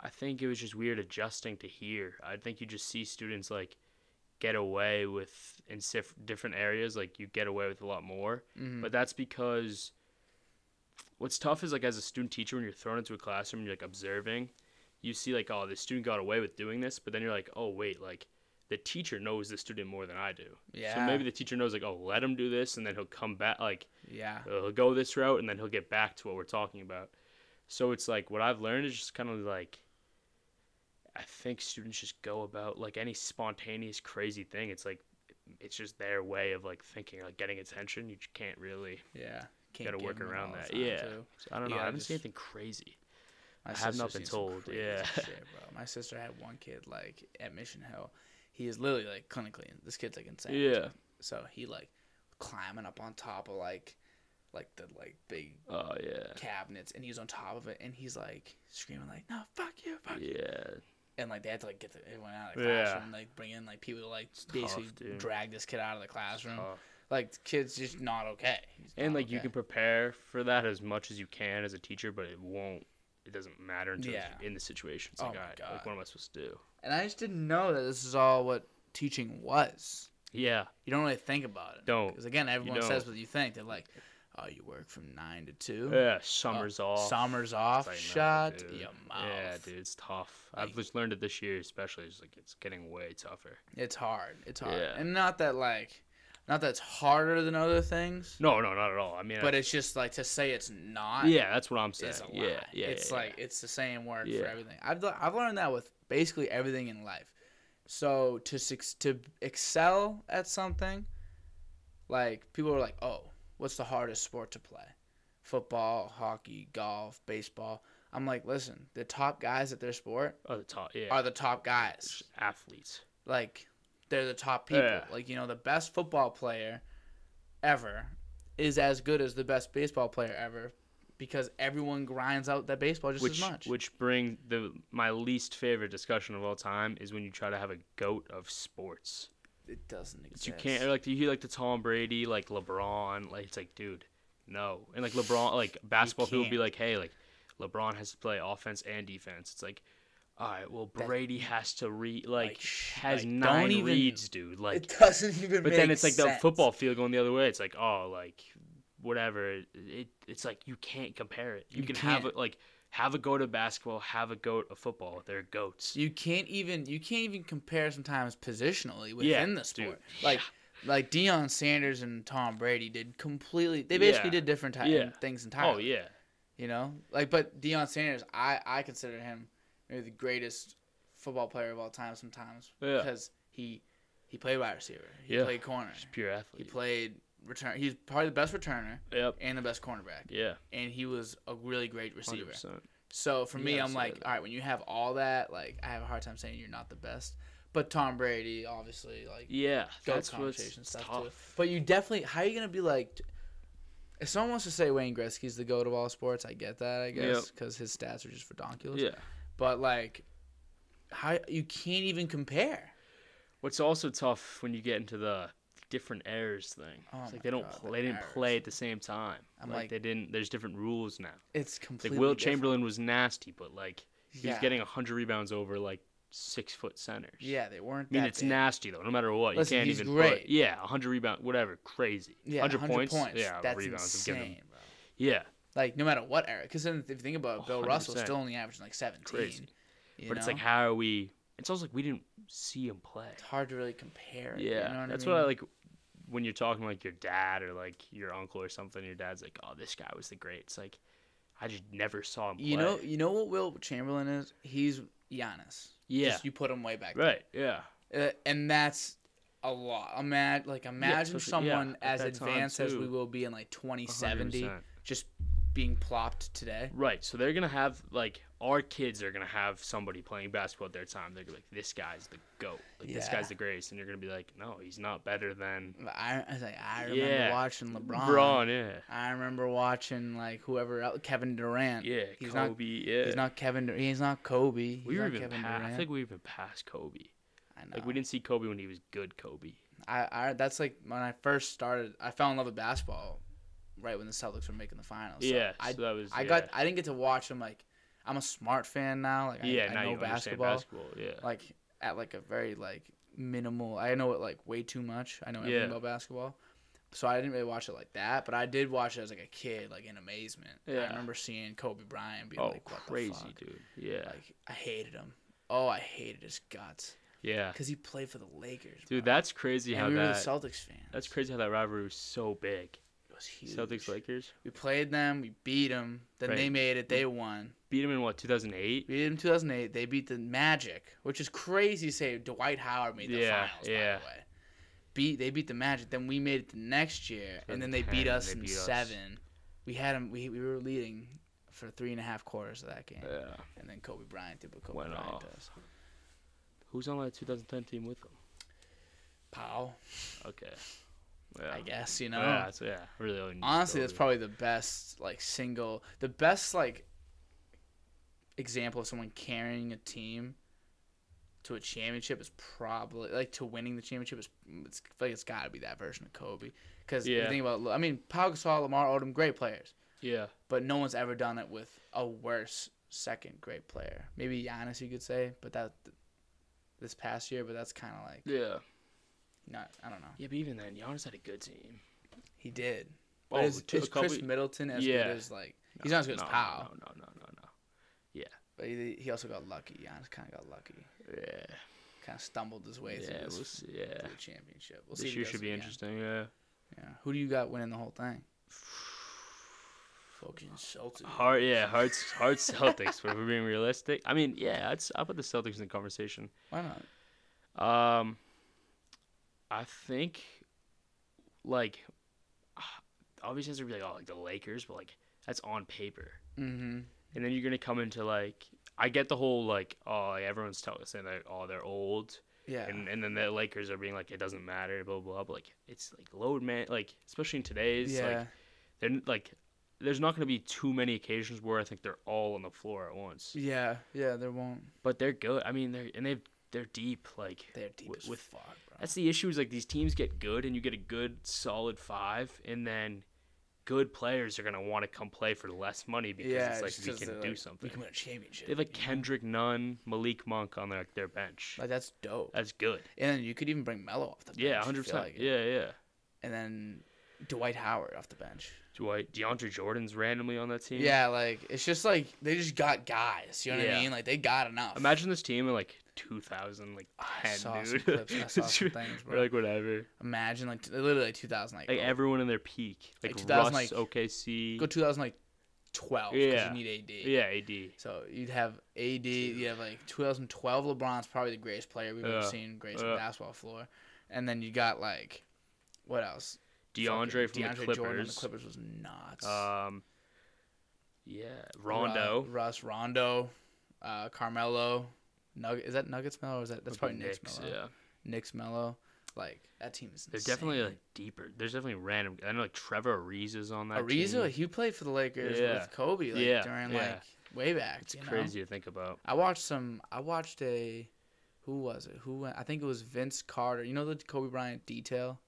I think it was just weird adjusting to here. I think you just see students like get away with in sif- different areas, like you get away with a lot more. Mhm. But that's because what's tough is like as a student teacher when you're thrown into a classroom and you're like observing, you see like oh this student got away with doing this, but then you're like oh wait like the teacher knows the student more than I do. So Yeah. maybe the teacher knows like oh let him do this and then he'll come back like yeah. uh, he'll go this route and then he'll get back to what we're talking about. So it's like what I've learned is just kind of like I think students just go about like any spontaneous crazy thing. It's like it's just their way of like thinking, like getting attention. You just can't really. Yeah. Can't gotta give work them it around all the that. time, Yeah. too. So I don't You know. I gotta haven't seen just- anything crazy. My I have sister's not been seen some told, crazy yeah. shit, bro. My sister had one kid like at Mission Hill. He is literally like clinically. This kid's like insane. Yeah. So he like climbing up on top of like, like the like big Oh yeah. cabinets, and he's on top of it, and he's like screaming like, "No, fuck you, fuck you!" Yeah. And like they had to like get the, everyone out of the Yeah. classroom, and, like bring in like people to like tough, basically dude. drag this kid out of the classroom. tough. Like the kid's just not okay. He's And not like you Oh, okay. can prepare for that as much as you can as a teacher, but it won't. It doesn't matter until it's Yeah. in the situation. It's Oh like, my all right, God. like what am I supposed to do? And I just didn't know that this is all what teaching was. Yeah. You don't really think about it. Don't. Because again, everyone don't. says what you think. They're like, "Oh, you work from nine to two. Yeah. Summer's off. Oh, Summers off. It's like, no, shut dude. your mouth. Yeah, dude, it's tough. I've Like- just learned it this year, especially. It's like it's getting way tougher. It's hard. It's hard. Yeah. And not that like, not that it's harder than other things, No, no, not at all. I mean, but I- it's just like to say it's not. yeah, that's what I'm saying. Is a lie. yeah, yeah, It's yeah, like it's the same word Yeah. for everything. I've le- I've learned that with basically everything in life. So to suc- to excel at something, like people are like, oh, what's the hardest sport to play? Football, hockey, golf, baseball. I'm like, listen, the top guys at their sport yeah. oh, the top, yeah, are the top guys. It's athletes. Like they're the top people. Yeah. Like you know, the best football player ever is as good as the best baseball player ever because everyone grinds out that baseball just Which as much. which bring the my least favorite discussion of all time is when you try to have a goat of sports. it doesn't exist. You can't or, like you hear like the Tom Brady, like LeBron, like it's like dude, no. And like LeBron, like basketball people be can't. like, hey, like LeBron has to play offense and defense. It's like, all right, well That- Brady has to read like, Like, sh- has like, don't 9 even- reads, dude. Like, it doesn't even. but then make it's like the sense. football field going the other way. It's like oh, like whatever. It, it's like you can't compare it. You, You can have can't. a, like have a goat of basketball, have a goat of football. They're goats. You can't even you can't even compare sometimes positionally Yeah, within the dude. sport. Like like Deion Sanders and Tom Brady did completely. They basically Yeah. did different type Yeah. things entirely. Oh yeah, You know, like but Deion Sanders, I I consider him maybe the greatest football player of all time. Sometimes Yeah. because he he played wide receiver, he Yeah. played corner, just pure he athlete. played return. He's probably the best returner Yep. and the best cornerback, Yeah. and he was a really great receiver. 100%. So for me, Yeah, I'm so- like, all right, when you have all that, like I have a hard time saying you're not the best. But Tom Brady, obviously, like Yeah. goat That's what's conversation it's stuff too. tough. But you definitely, how are you gonna be like? t- If someone wants to say Wayne Gretzky's the goat of all sports, I get that, I guess, because his stats are just ridiculous. Yeah. But like, how you can't even compare. What's also tough when you get into the different eras thing. Oh it's my like they don't God, pl- the they didn't eras. play at the same time. I'm like, like- they didn't. There's different rules now. It's It's like completely Will different. Chamberlain was nasty, but like he Yeah. was getting hundred rebounds over like six foot centers. Yeah, they weren't. I mean that it's big. nasty though. No matter what, Listen, you can't he's even. great. Put, yeah, hundred rebound, whatever, crazy. Yeah, 100, 100 points. points. Yeah, that's rebounds. I'm insane. giving them- bro. Yeah, Like no matter what era, because then if you think about it, Bill Russell, 100%. still only averaging like 17. Crazy. you but it's know? like how are we? It's also like we didn't see him play. it's hard to really compare. it, you Yeah, know what that's I mean? what I like when you're talking like your dad or like your uncle or something. Your dad's like, "Oh, this guy was the great." It's like I just never saw him. Play. You know, you know what Will Chamberlain is? He's Giannis. Yeah. Just you put him way back. Right. Yeah. Uh, and that's a lot. Imagine like imagine especially- yeah, someone as at that time, advanced as we too. will be in like 2070, 100%. just being plopped today. Right. So they're gonna have like our kids are gonna have somebody playing basketball at their time. They're gonna be like, this guy's the goat. Like this Yeah. guy's the greatest, and you're gonna be like, no, he's not better than But I, I was like, I remember Yeah. watching LeBron. Braun. Yeah. I remember watching like whoever else, Kevin Durant. Yeah. he's Kobe. not. yeah. He's not Kevin. Dur- He's not Kobe. He's we were not even Kevin past. I Durant. think we even passed Kobe. I know. Like we didn't see Kobe when he was good. Kobe. I, I that's like when I first started. I fell in love with basketball right when the Celtics were making the finals. So yeah. I so that was. I yeah. got I didn't get to watch them like I'm a smart fan now. Like I, yeah, I now know you basketball. understand basketball. Yeah. Like at like a very like minimal. I know it like way too much. I know everything Yeah. about basketball. So I didn't really watch it like that, but I did watch it as like a kid, like in amazement. I Yeah. remember seeing Kobe Bryant being oh, like, what crazy, the fuck? dude. Yeah. Like I hated him. Oh, I hated his guts yeah. because he played for the Lakers. Dude, bro. that's crazy and how we were the that. Celtics fan. That's crazy how that rivalry was so big. It was huge. Celtics Lakers We played them. We beat them. Then they Right. made it. They won. beat them in what 2008. We beat them 2008. They beat the Magic, which is crazy. to Say Dwight Howard made the Yeah, finals. yeah. By the way. Beat they beat the Magic. Then we made it the next year, and then they beat 2010, us they in beat us. seven. We had them. We, we were leading for three and a half quarters of that game, Yeah. and then Kobe Bryant did what Kobe Went Bryant off. does. Who's on that 2010 team with them? Pow, Okay. Yeah. I guess you know. Yeah. So, yeah. Really. only need Honestly, that's Kobe. probably the best like single, the best like example of someone carrying a team to a championship is probably like to winning the championship is it's like it's got to be that version of Kobe because you Yeah. think about I mean Pau Gasol, Lamar Odom, great players, Yeah. but no one's ever done it with a worse second great player. Maybe Giannis, you could say, but that this past year, but that's kind of like Yeah. not I don't know. Yeah, but even then, Giannis had a good team. He did. Oh, But is, two- a is Chris couple- Middleton as Yeah. good as like he's not as good no, as Powell. No, no, no, no, But he, he also got lucky. Giannis kind of got lucky. no. Yeah. Kind of stumbled his way Yeah. through, We'll this, see. Yeah. through the championship. We'll see. This if he year does should it be again. interesting. Yeah. Yeah. Who do you got winning the whole thing? Fucking Celtics. Hard, yeah, Hearts, Hearts, Celtics. but if we're being realistic, I mean, yeah, I'd, s- I'll put the Celtics in the conversation. Why not? Um, I think, like, obviously, it's gonna be like, oh, like the Lakers, but like that's on paper, Mm-hmm. and then you're gonna come into like, I get the whole like, oh, like, everyone's telling saying that, oh, they're old, Yeah. and and then the Lakers are being like, it doesn't matter, blah blah blah. But like, it's like load man, like especially in today's, yeah. like, they're n- like, there's not gonna be too many occasions where I think they're all on the floor at once. yeah. Yeah. There won't. but they're good. I mean, they're and they they're deep. Like They're deep wi- as with- fuck, bro. that's the issue is like these teams get good and you get a good solid five, and then good players are gonna want to come play for less money because yeah. it's just like 'cause we can they're do like, something. We can win a championship. they have like you know? Kendrick Nunn, Malik Monk on their their bench. Like that's dope. That's good. and then you could even bring Melo off the bench. Yeah, if you hundred feel percent. like it. yeah, yeah. And then Dwight Howard off the bench. Dwight DeAndre Jordan's randomly on that team. Yeah, like it's just like they just got guys. You know what I Yeah. mean? Like they got enough. Imagine this team in like 2000, like I 10, saw some dude. clips, I *laughs* saw some We're things, bro. like whatever. Imagine like t- literally like 2000 like, Like go- everyone in their peak. Like Like, 2000, Russ, like- OKC. go 2000 like 12 because Yeah. you need AD. Yeah, AD. So you'd have AD. You have like 2012 LeBron's probably the greatest player we've ever Yeah. seen, greatest on the Yeah. basketball floor. And then you got like what else? DeAndre from Fucking Jordan the on Clippers. the Clippers was nuts. Um, yeah, Ru- Rondo. Russ Rondo, uh, Carmelo. Nug- is that Nuggets Mello or is that that's probably Knicks, Knicks, Mello? yeah, Knicks Mello. Like that team is. they're definitely insane. like deeper. There's definitely random. I know like Trevor Ariza's on that. Ariza, team. he played for the Lakers Yeah. with Kobe, like Yeah, during yeah. like way back. It's you know? crazy to think about. I watched some. I watched a. Who was it? Who went? I think it was Vince Carter. You know the Kobe Bryant detail.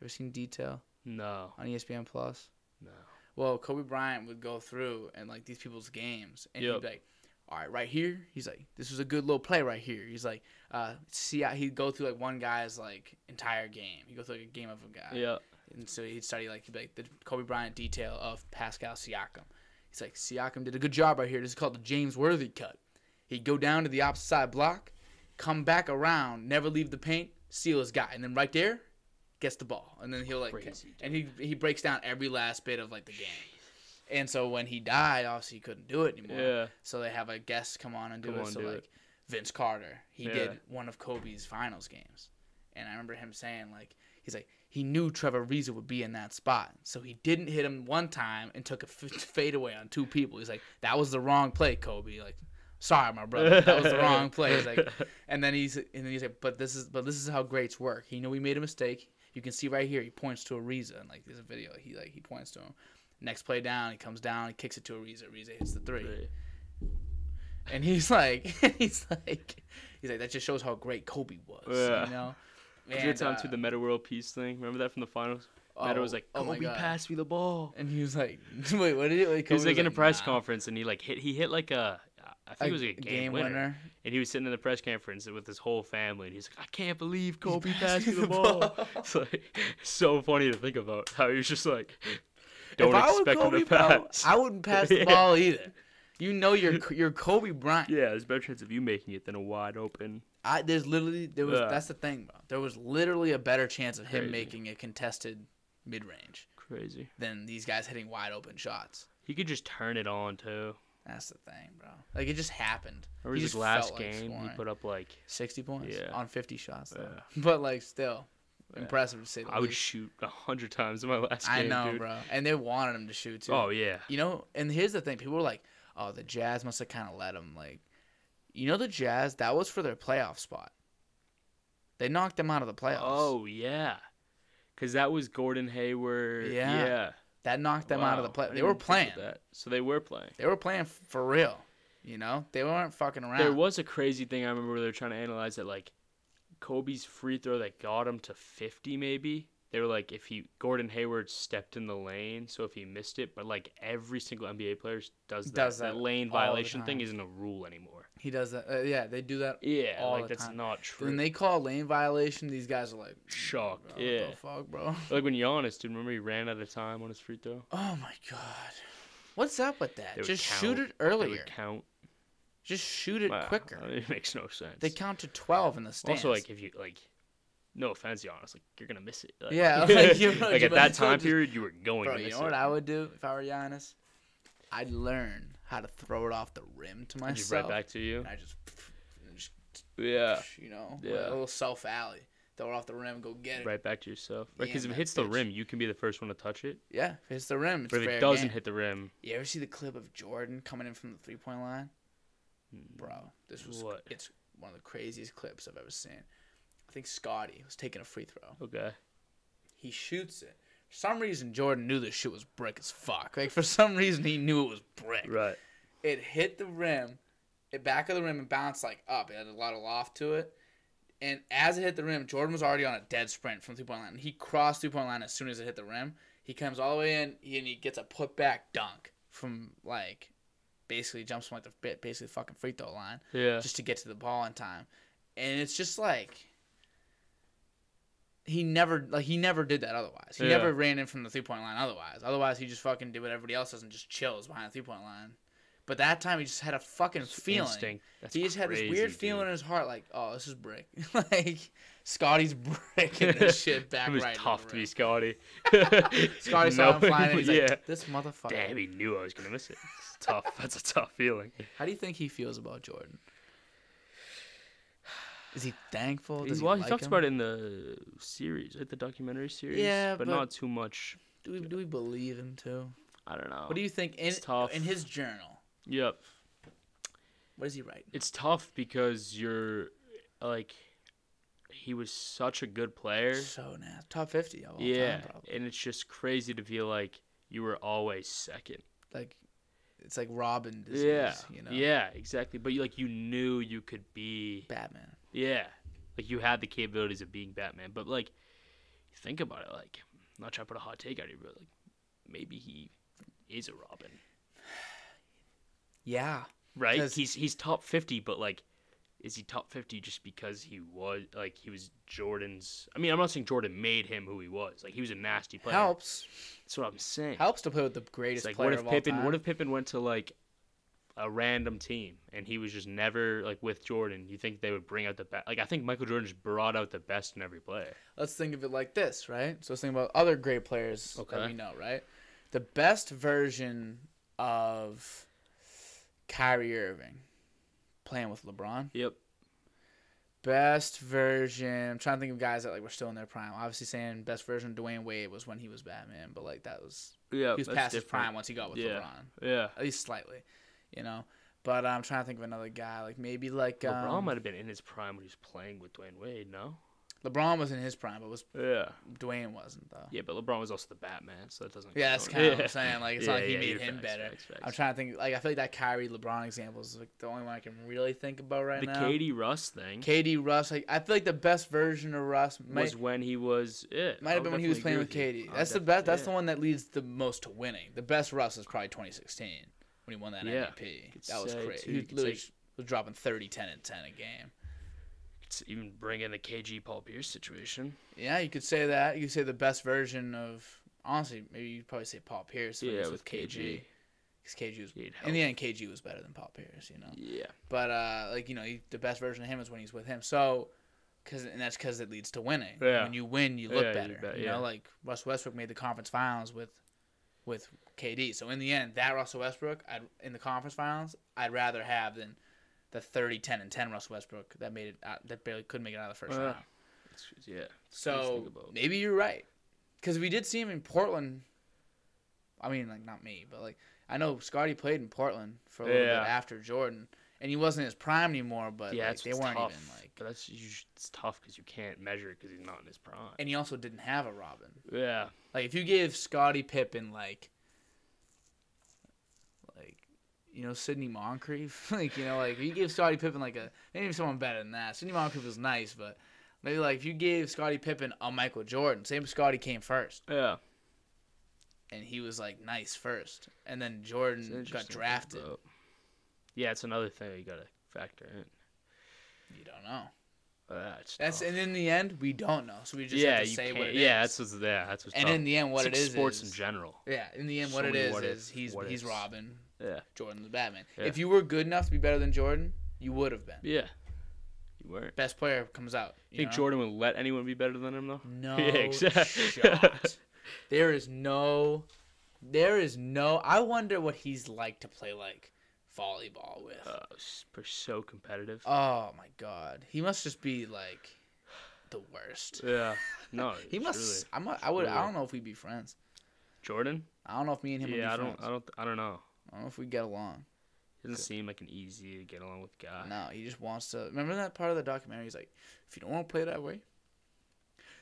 Ever seen Detail No, on E ESPN Plus? no. Well, Kobe Bryant would go through and like these people's games, and he'd Yep. be like, "All right, right here." He's like, "This was a good little play right here." He's like, uh, "See," how- he'd go through like one guy's like entire game. He'd go through like a game of a guy. Yeah, And so he'd study like, he'd be like the Kobe Bryant detail of Pascal Siakam. He's like, Siakam did a good job right here. This is called the James Worthy cut. He'd go down to the opposite side block, come back around, never leave the paint, seal his guy, and then right there, gets the ball, and then he'll like, Crazy, dude. and he he breaks down every last bit of like the game. And so when he died, obviously he couldn't do it anymore. yeah. So they have a guest come on and do Come it. on, so do like Vince Carter, he Yeah. did one of Kobe's finals games, and I remember him saying like he's like he knew Trevor Ariza would be in that spot, so he didn't hit him one time and took a f- *laughs* fadeaway on two people. He's like that was the wrong play, Kobe. Like sorry, my brother, that was the wrong play. He's *laughs* like, and then he's and then he's like, but this is but this is how greats work. He knew he made a mistake. You can see right here. He points to Ariza, and like there's a video. He like he points to him. Next play down, he comes down, he kicks it to Ariza. Ariza hits the three. And he's like, *laughs* he's like, he's like, that just shows how great Kobe was, Yeah. you know. uh, It's a good time to the Meta World Peace thing. Remember that from the finals? oh, Meta was like, oh my "Kobe, God. passed me the ball." and he was like, *laughs* wait, what did it? Like, He was Kobe like in a press nah. conference, and he like hit. He hit like a. I think it was like a game, winner. And he was sitting in the press conference with his whole family, and he's like, "I can't believe Kobe passed me the ball." *laughs* It's like so funny to think about how he was just like, "Don't if I were expect him Kobe, to I, pass." I wouldn't pass the Yeah. ball either. You know, you're *laughs* you're Kobe Bryant. *laughs* yeah, there's a better chance of you making it than a wide open. I, there's literally there was Yeah. that's the thing, bro. There was literally a better chance of him Crazy. making a contested mid range Crazy. than these guys hitting wide open shots. He could just turn it on too. That's the thing, bro. Like it just happened. Or was He his just last felt like game? he scoring. put up like Sixty points Yeah. on fifty shots, though. Yeah. *laughs* But like still, Yeah. impressive to say. the I would least. shoot a hundred times in my last I game. know, dude. bro. And they wanted him to shoot too. Oh yeah. You know, and here's the thing: people were like, "Oh, the Jazz must have kind of let him." Like, you know, the Jazz that was for their playoff spot. They knocked them out of the playoffs. Oh yeah. Cause that was Gordon Hayward. Yeah. Yeah. that knocked them out of the Wow. play. I They didn't were even think playing. of That. So they were playing. They were playing f- for real. You know, they weren't fucking around. There was a crazy thing I remember where they were trying to analyze that like Kobe's free throw that got him to 50 maybe. They were like if he Gordon Hayward stepped in the lane, so if he missed it, but like every single NBA player does that. Does that that lane all the violation thing time. isn't a rule anymore. He does that. Uh, yeah, they do that. Yeah, All like the that's time. not true. When they call lane violation, these guys are like Shocked, "Bro, yeah. What the fuck, bro? Like when Giannis, dude, remember he ran out of time on his free throw? Oh my god. What's up with They that? would Just count. shoot it They would earlier. count Just shoot it Wow, quicker. *laughs* It makes no sense. They count to twelve in the stands. also, like if you like, no offense, Giannis, like you're gonna miss it. Like, *laughs* Yeah, *laughs* like, you know, like you at that might as well time just- period, you were going bro, to you miss know what it. I would do if I were Giannis? I'd learn how to throw it off the rim to Just right myself. back to you. And I just, and just Yeah, you know, a Yeah. little self alley, throw it off the rim, go get it. right back to yourself. Right, because Yeah, that if it hits the bitch. rim, you can be the first one to touch it. Yeah, if it hits the rim, it's But if fair it doesn't game. hit the rim, You ever see the clip of Jordan coming in from the three point line? Bro, this was Hmm. What? it's one of the craziest clips I've ever seen. I think Scotty was taking a free throw. okay, He shoots it. For some reason Jordan knew this shit was brick as fuck. Like for some reason he knew it was brick. right. It hit the rim, it back of the rim and bounced like up. It had a lot of loft to it. And as it hit the rim, Jordan was already on a dead sprint from three point line. He crossed three point line as soon as it hit the rim. He comes all the way in he- and he gets a put back dunk from like basically jumps from like the ba- basically fucking free throw line Yeah, just to get to the ball in time. And it's just like he never like he never did that otherwise. He Yeah. never ran in from the three point line otherwise. Otherwise he just fucking did what everybody else does and just chills behind the three point line. But that time he just had a fucking feeling. instinct. That's he just had this crazy, weird dude. feeling in his heart like, oh, this is brick. *laughs* like Scotty's *laughs* breaking *laughs* this shit back it was right. in the tough to rim. be *laughs* Scotty. *laughs* Scotty saw him No, *laughs* flying and he's yeah. like, this motherfucker. Damn, he knew I was gonna miss it. It's tough. That's a tough *laughs* feeling. How do you think he feels about Jordan? *sighs* Is he thankful? Does He's, he, well, like he talks him? about it in the series, like the documentary series. Yeah, but, but- not too much. Do we, do we believe him too? I don't know. What do you think in It's tough. in his journal? Yep, What does he write? it's tough because you're like, he was such a good player. So now top fifty of all yeah, time, probably. and it's just crazy to feel like you were always second. Like it's like Robin disease. yeah, you know. yeah, exactly. But you like you knew you could be. Batman. Yeah, like you had the capabilities of being Batman, but like, think about it. Like, I'm not trying to put a hot take out here, but like, maybe he is a Robin. Yeah. right? 'Cause- He's he's top fifty, but like, is he top fifty just because he was like he was Jordan's? I mean, I'm not saying Jordan made him who he was. Like he was a nasty player. Helps. That's what I'm saying. Helps to play with the It's greatest like player what if of all Pippen? time. What if Pippen went to like a random team and he was just never like with Jordan? You think they would bring out the best? Like I think Michael Jordan just brought out the best in every player. Let's think of it like this, right? So let's think about other great players that Okay. we know, right? The best version of Kyrie Irving playing with LeBron. Yep. Best version. I'm trying to think of guys that like were still in their prime. Obviously, saying best version of Dwayne Wade was when he was Batman, but like that was Yeah. he was past his prime once he got with Oh, Yeah. LeBron, Yeah. at least slightly, you know. But I'm trying to think of another guy, like maybe like um, LeBron LeBron. might have been in his prime when he was playing with Dwayne Wade. No. was in his prime, but was Yeah. Dwayne wasn't though. Yeah, but LeBron was also the Batman, so that doesn't. Yeah, count. that's kind of what I'm saying. *laughs* Like it's not like he Oh, Yeah, yeah, made you're him facts, better. facts, facts. I'm trying to think. Like I feel like that Kyrie LeBron example is like the only one I can really think about right the now. Katie Russ thing KD Russ. Like I feel like the best version of Russ might was when he was it. Might have been when he was playing with KD. That's the best. That's the one that leads the most to winning. The best Russ is probably 2016. when he won that Yeah. Could MVP. That was say, crazy. too, He you was could literally say- was dropping 30, 10, and 10 a game. It's even bring in the KG Paul Pierce situation. Yeah, you could say that. You could say the best version of honestly, maybe you'd probably say Paul Pierce. but it was Because KG was He'd in help. the end, KG was better than Paul Pierce, you know. Yeah. But uh, like you know, he, the best version of him is when he's with him. So, cause and that's because it leads to winning. Yeah. When you win, you look Yeah, you better. You, bet- know, yeah. like Russell Westbrook made the conference finals with, with KD. So in the end, that Russell Westbrook I'd, in the conference finals, I'd rather have than the 30, 10, and 10 Russell Westbrook that made it out, that barely couldn't make it out of the first Uh, round. It's- yeah. So think about. maybe you're right, because we did see him in Portland. I mean, like not me, but like I know Scotty played in Portland for a little Yeah. bit after Jordan, and he wasn't his prime anymore. But yeah, like, that's they what's weren't tough. even like, But that's usu- it's tough because you can't measure it because he's not in his prime. and he also didn't have a Robin. Yeah. Like if you give Scotty Pippen like, like, you know Sidney Moncrief, *laughs* like you know like if you give Scotty Pippen like a maybe someone better than that. Sidney Moncrief was nice, but maybe like if you gave Scotty Pippen a Michael Jordan, same Scotty came first. Yeah. and he was like nice first, and then It's Jordan interesting got to think drafted. about. Mm, Yeah, it's another thing you gotta factor in. You don't know. But That's That's tough. and in the end, we don't know. So we just yeah, have to you say can't. what it is. yeah, that's what's yeah, that's what's and tough. in the end, what It's like it is sports is in general. yeah. In the end, so what it many is what is ifs, he's what he's ifs. Robin, Yeah, Jordan the Batman. Yeah. If you were good enough to be better than Jordan, you would have been. yeah, you weren't. Best player comes out. You think know? Jordan would let anyone be better than him though? No *laughs* Yeah, exact- *laughs* shot. There is no, there is no. I wonder what he's like to play like volleyball with. Uh, s- we're so competitive. Oh my god, he must just be like the worst. *laughs* yeah, no, He it's must. really- I'm. A, I would. I really- don't know if we'd be friends. Jordan. I don't know if me and him Yeah, I would be don't, friends. I don't, I don't know. I don't know if we get along. Doesn't seem like an easy to get along with guy. No, he just wants to. Remember that part of the documentary? He's like, if you don't want to play that way,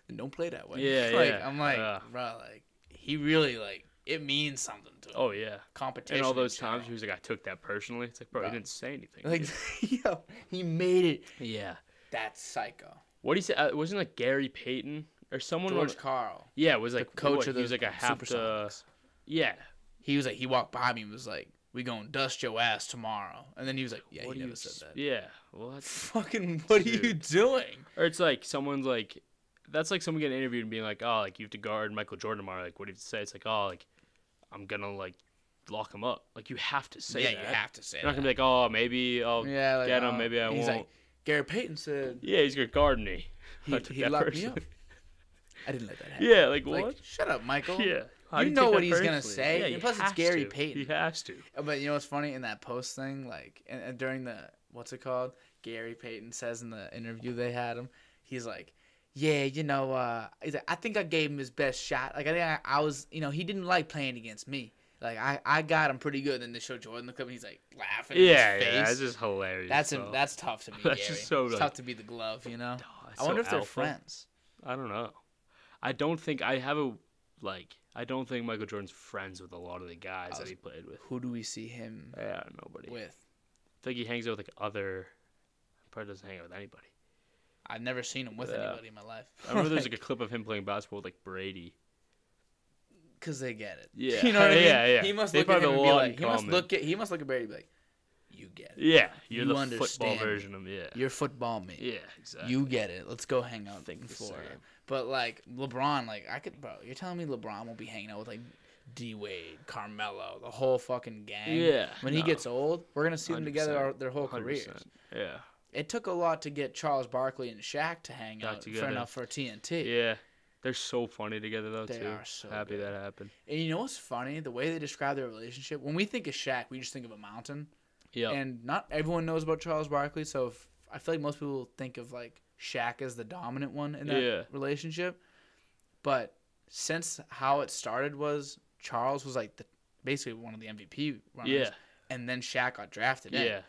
then don't play that way. Yeah, *laughs* like, yeah, I'm like, uh. bro, like he really like it means something to him. Oh yeah, competition. and all in those times he general. was like, I took that personally. It's like, bro, Bruh. he didn't say anything. like, *laughs* yo, he made it. yeah. That's psycho. What do you say? Uh, wasn't like Gary Payton or someone? George on- Carl, yeah, was like the coach what, of the He was like a half to. Supersonics. Yeah. he was like he walked behind me and was like we gonna dust your ass tomorrow and then he was like yeah what he do never you said ex- that Yeah. Well, that's *laughs* fucking what are you Dude. doing Or it's like someone's like, that's like someone getting interviewed and being like, oh, like you have to guard Michael Jordan tomorrow. Like, what do you have to say? It's like, oh, like I'm gonna like lock him up. Like you have to say yeah that. you have to say You're not that gonna be like, oh, maybe I'll yeah like, get him. uh, Maybe I he's won't. like Gary Payton said *laughs* yeah, he's gonna guard me. *laughs* he, I took he that locked me personally. up I didn't let that happen *laughs* Yeah, like like what? shut up Michael *laughs* yeah. How you do know take what that he's gonna personally? say, Yeah, and he plus it's has Gary to. Payton. He has to. Uh, but you know what's funny in that post thing like and, and during the what's it called Gary Payton says in the interview they had him he's like yeah, you know, uh, he's like, I think I gave him his best shot. Like I think I, I was, you know, he didn't like playing against me. Like I, I got him pretty good. Then they show Jordan the clip, and he's like laughing. Yeah, in his yeah. That's face. just hilarious. that's him. though. That's tough to be *laughs* That's Gary. just so, it's like- tough to be the glove, you know. Oh, it's I wonder so if they're alpha. friends. I don't know. I don't think I have a like. I don't think Michael Jordan's friends with a lot of the I guys was- that he played with. Eh, Who do we see him Yeah, nobody. with? I think he hangs out with like other. Probably doesn't hang out with anybody. I've never seen him with Yeah. anybody in my life. *laughs* I remember there's like a clip of him playing basketball with like Brady. because they get it. *laughs* Yeah. *laughs* you know what I mean. Yeah, yeah. He must They look at probably him and have a be lot in like, he must common. look at, he must look at Brady and be like, you get it. Yeah, you're You the understand football me. version of yeah. You're football me. yeah, exactly. You get it. Let's go hang out Think in the Florida. same. But like LeBron, like I could, bro. You're telling me LeBron will be hanging out with like D Wade, Carmelo, the whole fucking gang. Yeah, When he no. gets old, we're gonna see them together 100%, our, their whole careers. 100%. Yeah, It took a lot to get Charles Barkley and Shaq to hang Back out together. for enough for TNT. yeah. They're so funny together though They too. are so Happy that happened. And you know what's funny? The way they describe their relationship. When we think of Shaq, we just think of a mountain. Yeah. And not everyone knows about Charles Barkley, so if, I feel like most people think of like Shaq as the dominant one in that Yeah. relationship. But since how it started was Charles was like the basically one of the MVP runners. yeah. And then Shaq got drafted in. Yeah.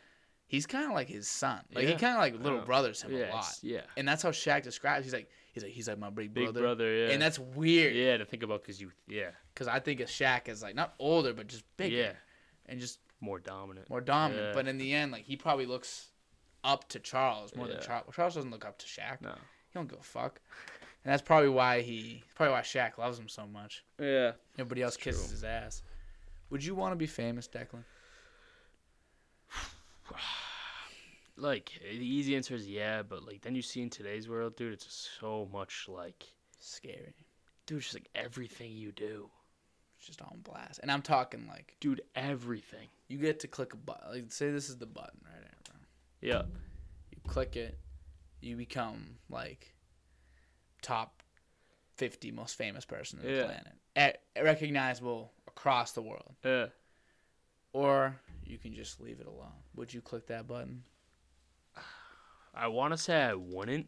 He's kind of like his son. Like he Yeah. kind of like little Oh, brothers him a Yeah. lot. it's- Yeah. And that's how Shaq describes. He's like he's like he's like my big Big brother. brother. yeah. And that's weird yeah to think about because you yeah because I think of Shaq as like not older but just bigger yeah and just more dominant. more dominant. Yeah. But in the end, like he probably looks up to Charles more than Yeah. Charles. Charles doesn't look up to Shaq. No. He don't give a fuck. And that's probably why he probably why Shaq loves him so much. Yeah. Everybody else It's kisses true. his ass. Would you want to be famous, Declan? like the easy answer is yeah, but like then you see in today's world, dude, it's just so much like Scary. dude, it's just like everything you do, It's just on blast. And I'm talking like dude, everything. you get to click a button. Like say this is the button right here. Bro. Yeah, You click it, you become like top 50 most famous person on the Yeah. planet. E- recognizable across the world. yeah. Or you can just leave it alone. Would you click that button? I want to say I wouldn't,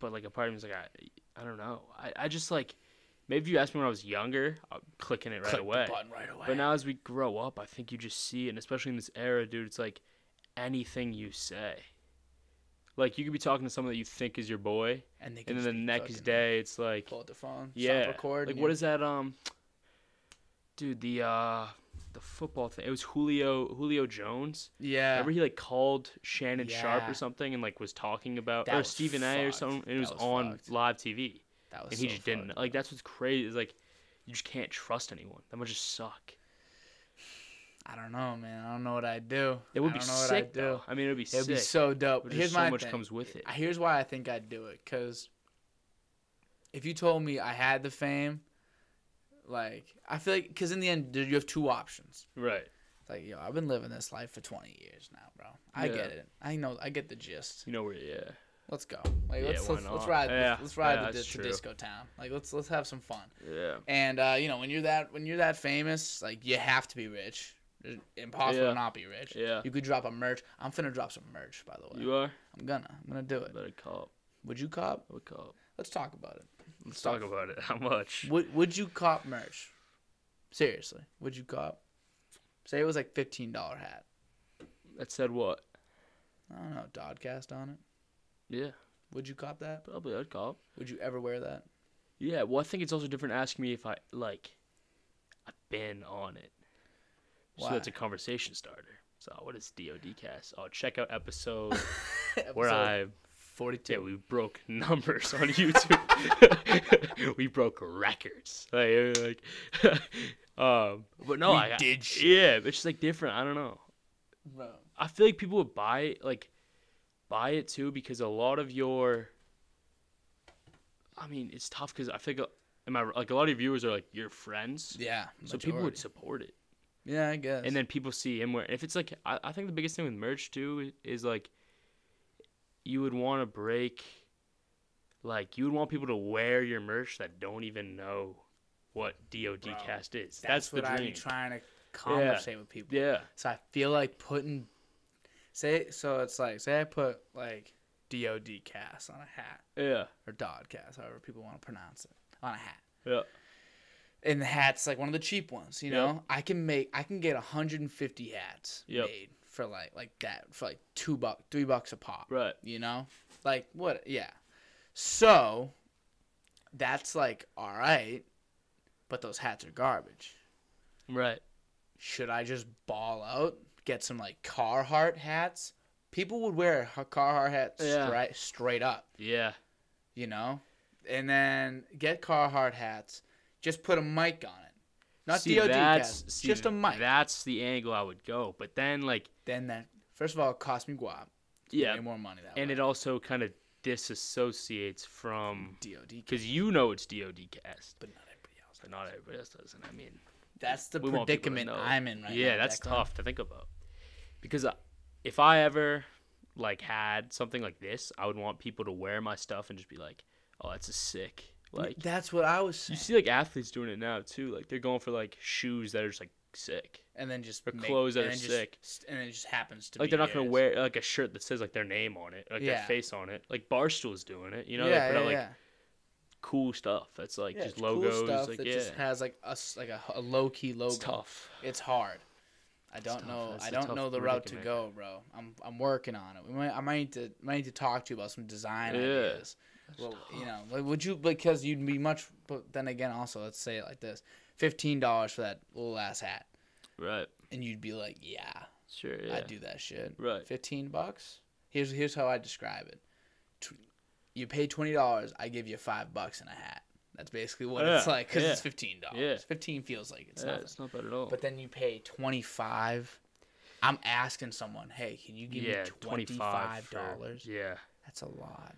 but like a part of me's like I, I don't know. I, I just like maybe if you asked me when I was younger, I'm clicking it right click away. the button right away. But now as we grow up, I think you just see it, and especially in this era, dude, it's like anything you say. Like you could be talking to someone that you think is your boy, and, they and then just the keep next fucking day it's like, pull out the phone, yeah, stop record. like and what you- is that? Um, dude, the uh, the football thing. It was Julio Julio Jones. Yeah. Remember he like called Shannon Sharp Yeah. or something and like was talking about That or was Stephen A or fucked. something. And That it was, was on fucked. live TV, that was and he so just didn't. fucked. Like that's what's crazy is like you just can't trust anyone. That must just suck. I don't know, man. I don't know what I'd do. It would I be don't know sick. what I'd do. though. I mean, it would be It'd sick. be so dope. but Here's just so my much thing. comes with it. I- Here's why I think I'd do it. Cause if you told me I had the fame, like I feel like, cause in the end, dude, you have two options. Right. It's like, yo, I've been living this life for 20 years now, bro. I Yeah. get it. I know. I get the gist. You know where? Yeah. Let's go. Like, Yeah, let's why let's, let's not? ride. Yeah, Let's, let's ride yeah, the, that's dis- the true. disco town. Like, let's let's have some fun. Yeah. And uh, you know, when you're that, when you're that famous, like you have to be rich. It's impossible Yeah. to not be rich. Yeah. You could drop a merch. I'm finna drop some merch, by the way. You are. I'm gonna. I'm gonna do it. Better cop. Would you cop? I would cop. Let's talk about it. Let's talk about it. *laughs* How much? Would Would you cop merch? Seriously, would you cop? Say it was like fifteen dollar hat. That said, what? I don't know, Dodcast on it. Yeah. Would you cop that? Probably I'd cop. Would you ever wear that? Yeah. Well, I think it's also different asking me if I like. I've been on it. So that's Why? a conversation starter. So what is DOD cast? Oh, check out episode where Episode *laughs* I forty-two. yeah we broke *laughs* numbers on YouTube. *laughs* we broke records. Like, it was like *laughs* um, but no, We I did shit. Yeah, but it's just like different. I don't know. Bro, I feel like people would buy it, like buy it too because a lot of your I mean, it's tough cuz I think am I like a lot of your viewers are like your friends. Yeah. so people would majority. support it. Yeah, I guess. And then people see him where if it's like I, I think the biggest thing with merch too i- is like you would want to break like you would want people to wear your merch that don't even know what DOD Bro, cast is. That's, that's, the what dream. I'm trying to conversate with people. yeah. So I feel like putting say so it's like say I put like DOD cast on a hat Yeah. or Dodd cast, however people want to pronounce it, on a hat. Yeah. And the hat's like one of the cheap ones, you Yep. know. I can make I can get 150 hats Yep. made for like like that for like two buck three bucks a pop. Right. You know, like what? Yeah. So that's like all right, but those hats are garbage. Right. should I just ball out, get some like Carhartt hats? People would wear a Carhartt hat Yeah. straight straight up, Yeah. you know, and then get Carhartt hats. Just put a mic on it, not See, DOD that's- cast, see, just a mic. That's the angle I would go. But then like then that first of all, it cost me guap. yeah, way more money that and way. it also kind of disassociates from DOD cast, because you know it's DOD cast, but not everybody else. but not everybody else doesn't. I mean, That's the we want people to predicament know. I'm in right now. yeah, that's Declan. tough to think about because I, if I ever like had something like this, I would want people to wear my stuff and just be like, "Oh, that's a sick." Like that's what I was you saying, see, like athletes doing it now too. Like they're going for like shoes that are just like sick. and then just or clothes that and are then just- sick. and it just happens to Like be they're not gonna theirs. wear like a shirt that says like their name on it, like their Yeah. face on it. Like Barstool's doing it, you know? yeah, they put yeah, out yeah. like cool stuff. That's like Yeah, just it's cool logos. stuff like that yeah, just has like a s- like a, h- a low key logo. it's tough. It's hard. I don't tough. know. That's I a don't tough know the route to go, predicament. bro. I'm I'm working on it. We might I might need to might need to talk to you about some design Yeah. ideas. Well, you know, like, would you because you'd be much. But then again, also let's say it like this: fifteen dollars for that little ass hat, Right. and you'd be like, yeah, Sure. Yeah. I'd do that shit. Right. Fifteen bucks. Here's here's how I describe it. Tw- You pay twenty dollars, I give you five bucks and a hat. That's basically what it's Yeah, like because yeah, it's fifteen dollars. yeah. Fifteen feels like it's yeah, nothing. it's not bad at all. But then you pay twenty five I'm asking someone, hey, can you give yeah, me twenty five for- dollars? Yeah, That's a lot.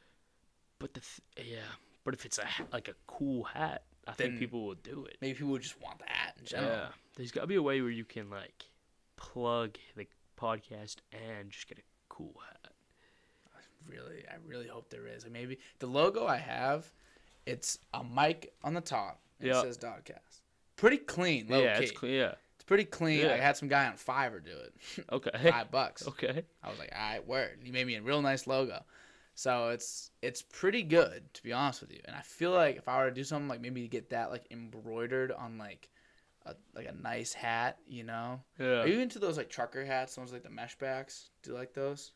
but the th- yeah, but if it's a ha- like a cool hat, I Then- think people will do it. Maybe people just want that in general. Yeah, there's got to be a way where you can like plug the podcast and just get a cool hat. Really, I really hope there is. Like maybe the logo I have, it's a mic on the top. And Yeah. It says Dogcast. Pretty clean. Low yeah, key. it's clear. *laughs* Yeah, It's pretty clean. Yeah. I had some guy on Fiverr do *laughs* it. okay, Five bucks. *laughs* okay. I was like, all right, word. And he made me a real nice logo. So it's it's pretty good to be honest with you. And I feel like if I were to do something like maybe get that like embroidered on like a like a nice hat, you know. Yeah, Are you into those like trucker hats? Those like the mesh backs. Do you like those?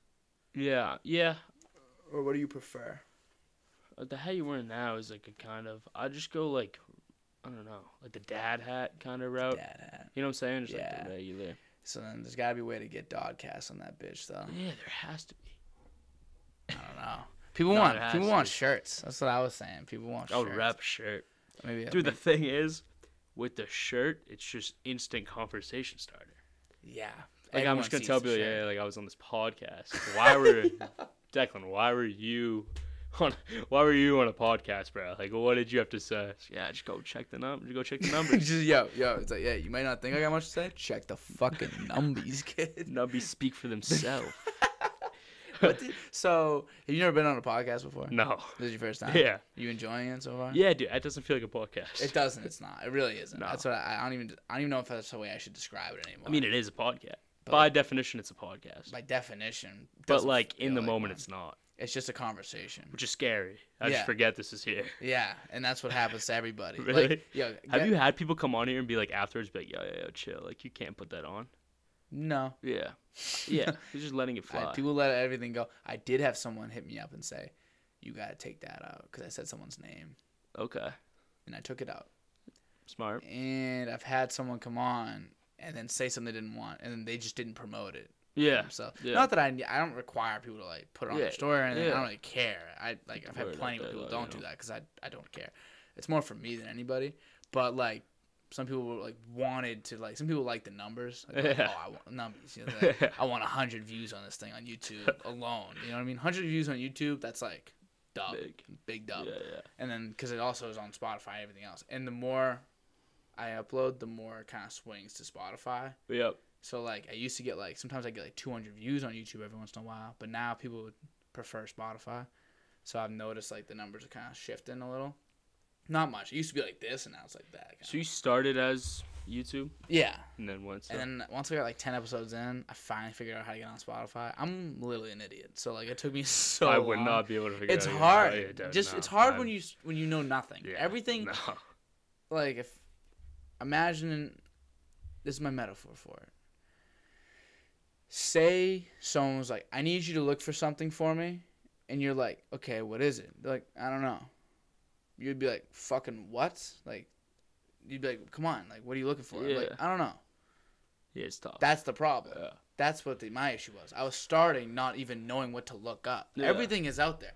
yeah, yeah. Or what do you prefer? Uh, The hat you're wearing now is like a kind of. I just go like, I don't know, like the dad hat kind of route. Dad hat. You know what I'm saying? Just like Yeah. the regular. So then there's got to be a way to get Dogcast on that bitch though. Yeah, there has to be. I don't know. *laughs* People No, want it has people to want be. shirts. That's what I was saying. People want Oh, shirts. rep shirt. Maybe Dude, the thing is, with the shirt, it's just instant conversation starter. yeah. Like I'm Everyone just gonna sees tell the people, shirt. yeah, yeah, like I was on this podcast. Why were *laughs* Declan? Why were you on? Why were you on a podcast, bro? Like, what did you have to say? Yeah, just go check the number. Just *laughs* go check the numbers. *laughs* Just, yo, yo, it's like, yeah, you might not think I got much to say. Check the *laughs* fucking numbies, kid. Nubbies speak for themselves. *laughs* What did- so, have you never been on a podcast before? no. This is your first time? *laughs* Yeah. You enjoying it so far? Yeah, dude, that doesn't feel like a podcast. It doesn't. It's not. It really isn't. No. That's what I, I don't even. I don't even know if that's the way I should describe it anymore. I mean, it is a podcast. But, By like- definition, it's a podcast. by definition. but doesn't like in feel the like moment, one. it's not, it's just a conversation. which is scary. I Yeah. just forget this is here. Yeah, and that's what happens to *laughs* everybody. Like, Really? yo, Have get- you had people come on here and be like afterwards, be like, yo, yo, yo, chill. Like you can't put that on. No. Yeah. *laughs* Yeah. You're just letting it fly. I, people let everything go. I did have someone hit me up and say, "You gotta take that out," because I said someone's name, Okay. and I took it out. Smart. and I've had someone come on and then say something they didn't want, and then they just didn't promote it. Yeah. So yeah. not that I I don't require people to like put it on Yeah, their story, and I yeah. don't really care. I like I've had Worry about plenty that, of people like, don't you do know. that because I I don't care. It's more for me than anybody. But like some people were, like wanted to like some people like the numbers. Like, they're like, Yeah. oh, I want numbers. You know, they're *laughs* like, I want hundred views on this thing on YouTube alone. You know what I mean? Hundred views on YouTube. That's like dub, big, Big. dub Yeah, yeah. and then because it also is on Spotify, everything else. And the more I upload, the more it kind of swings to Spotify. But yep. So like I used to get like sometimes I get like 200 views on YouTube every once in a while, but now people would prefer Spotify. So I've noticed like the numbers are kind of shifting a little. Not much. It used to be like this, and now it's like that. kinda. So you started as YouTube yeah. and then once uh, And then once I got like 10 episodes in, I finally figured out how to get on Spotify. I'm literally an idiot. So like it took me *laughs* so. I would long. not be able to figure It's out how to hard. edit that. Just No, it's hard when I'm- you s- when you know nothing. yeah, Everything no. like if imagine this is my metaphor for it say someone was like i need you to look for something for me and you're like okay what is it They're like i don't know you'd be like fucking what like you'd be like come on like what are you looking for like Yeah. i don't know Yeah, it's tough. that's the problem Yeah. that's what the, my issue was i was starting not even knowing what to look up Yeah. everything is out there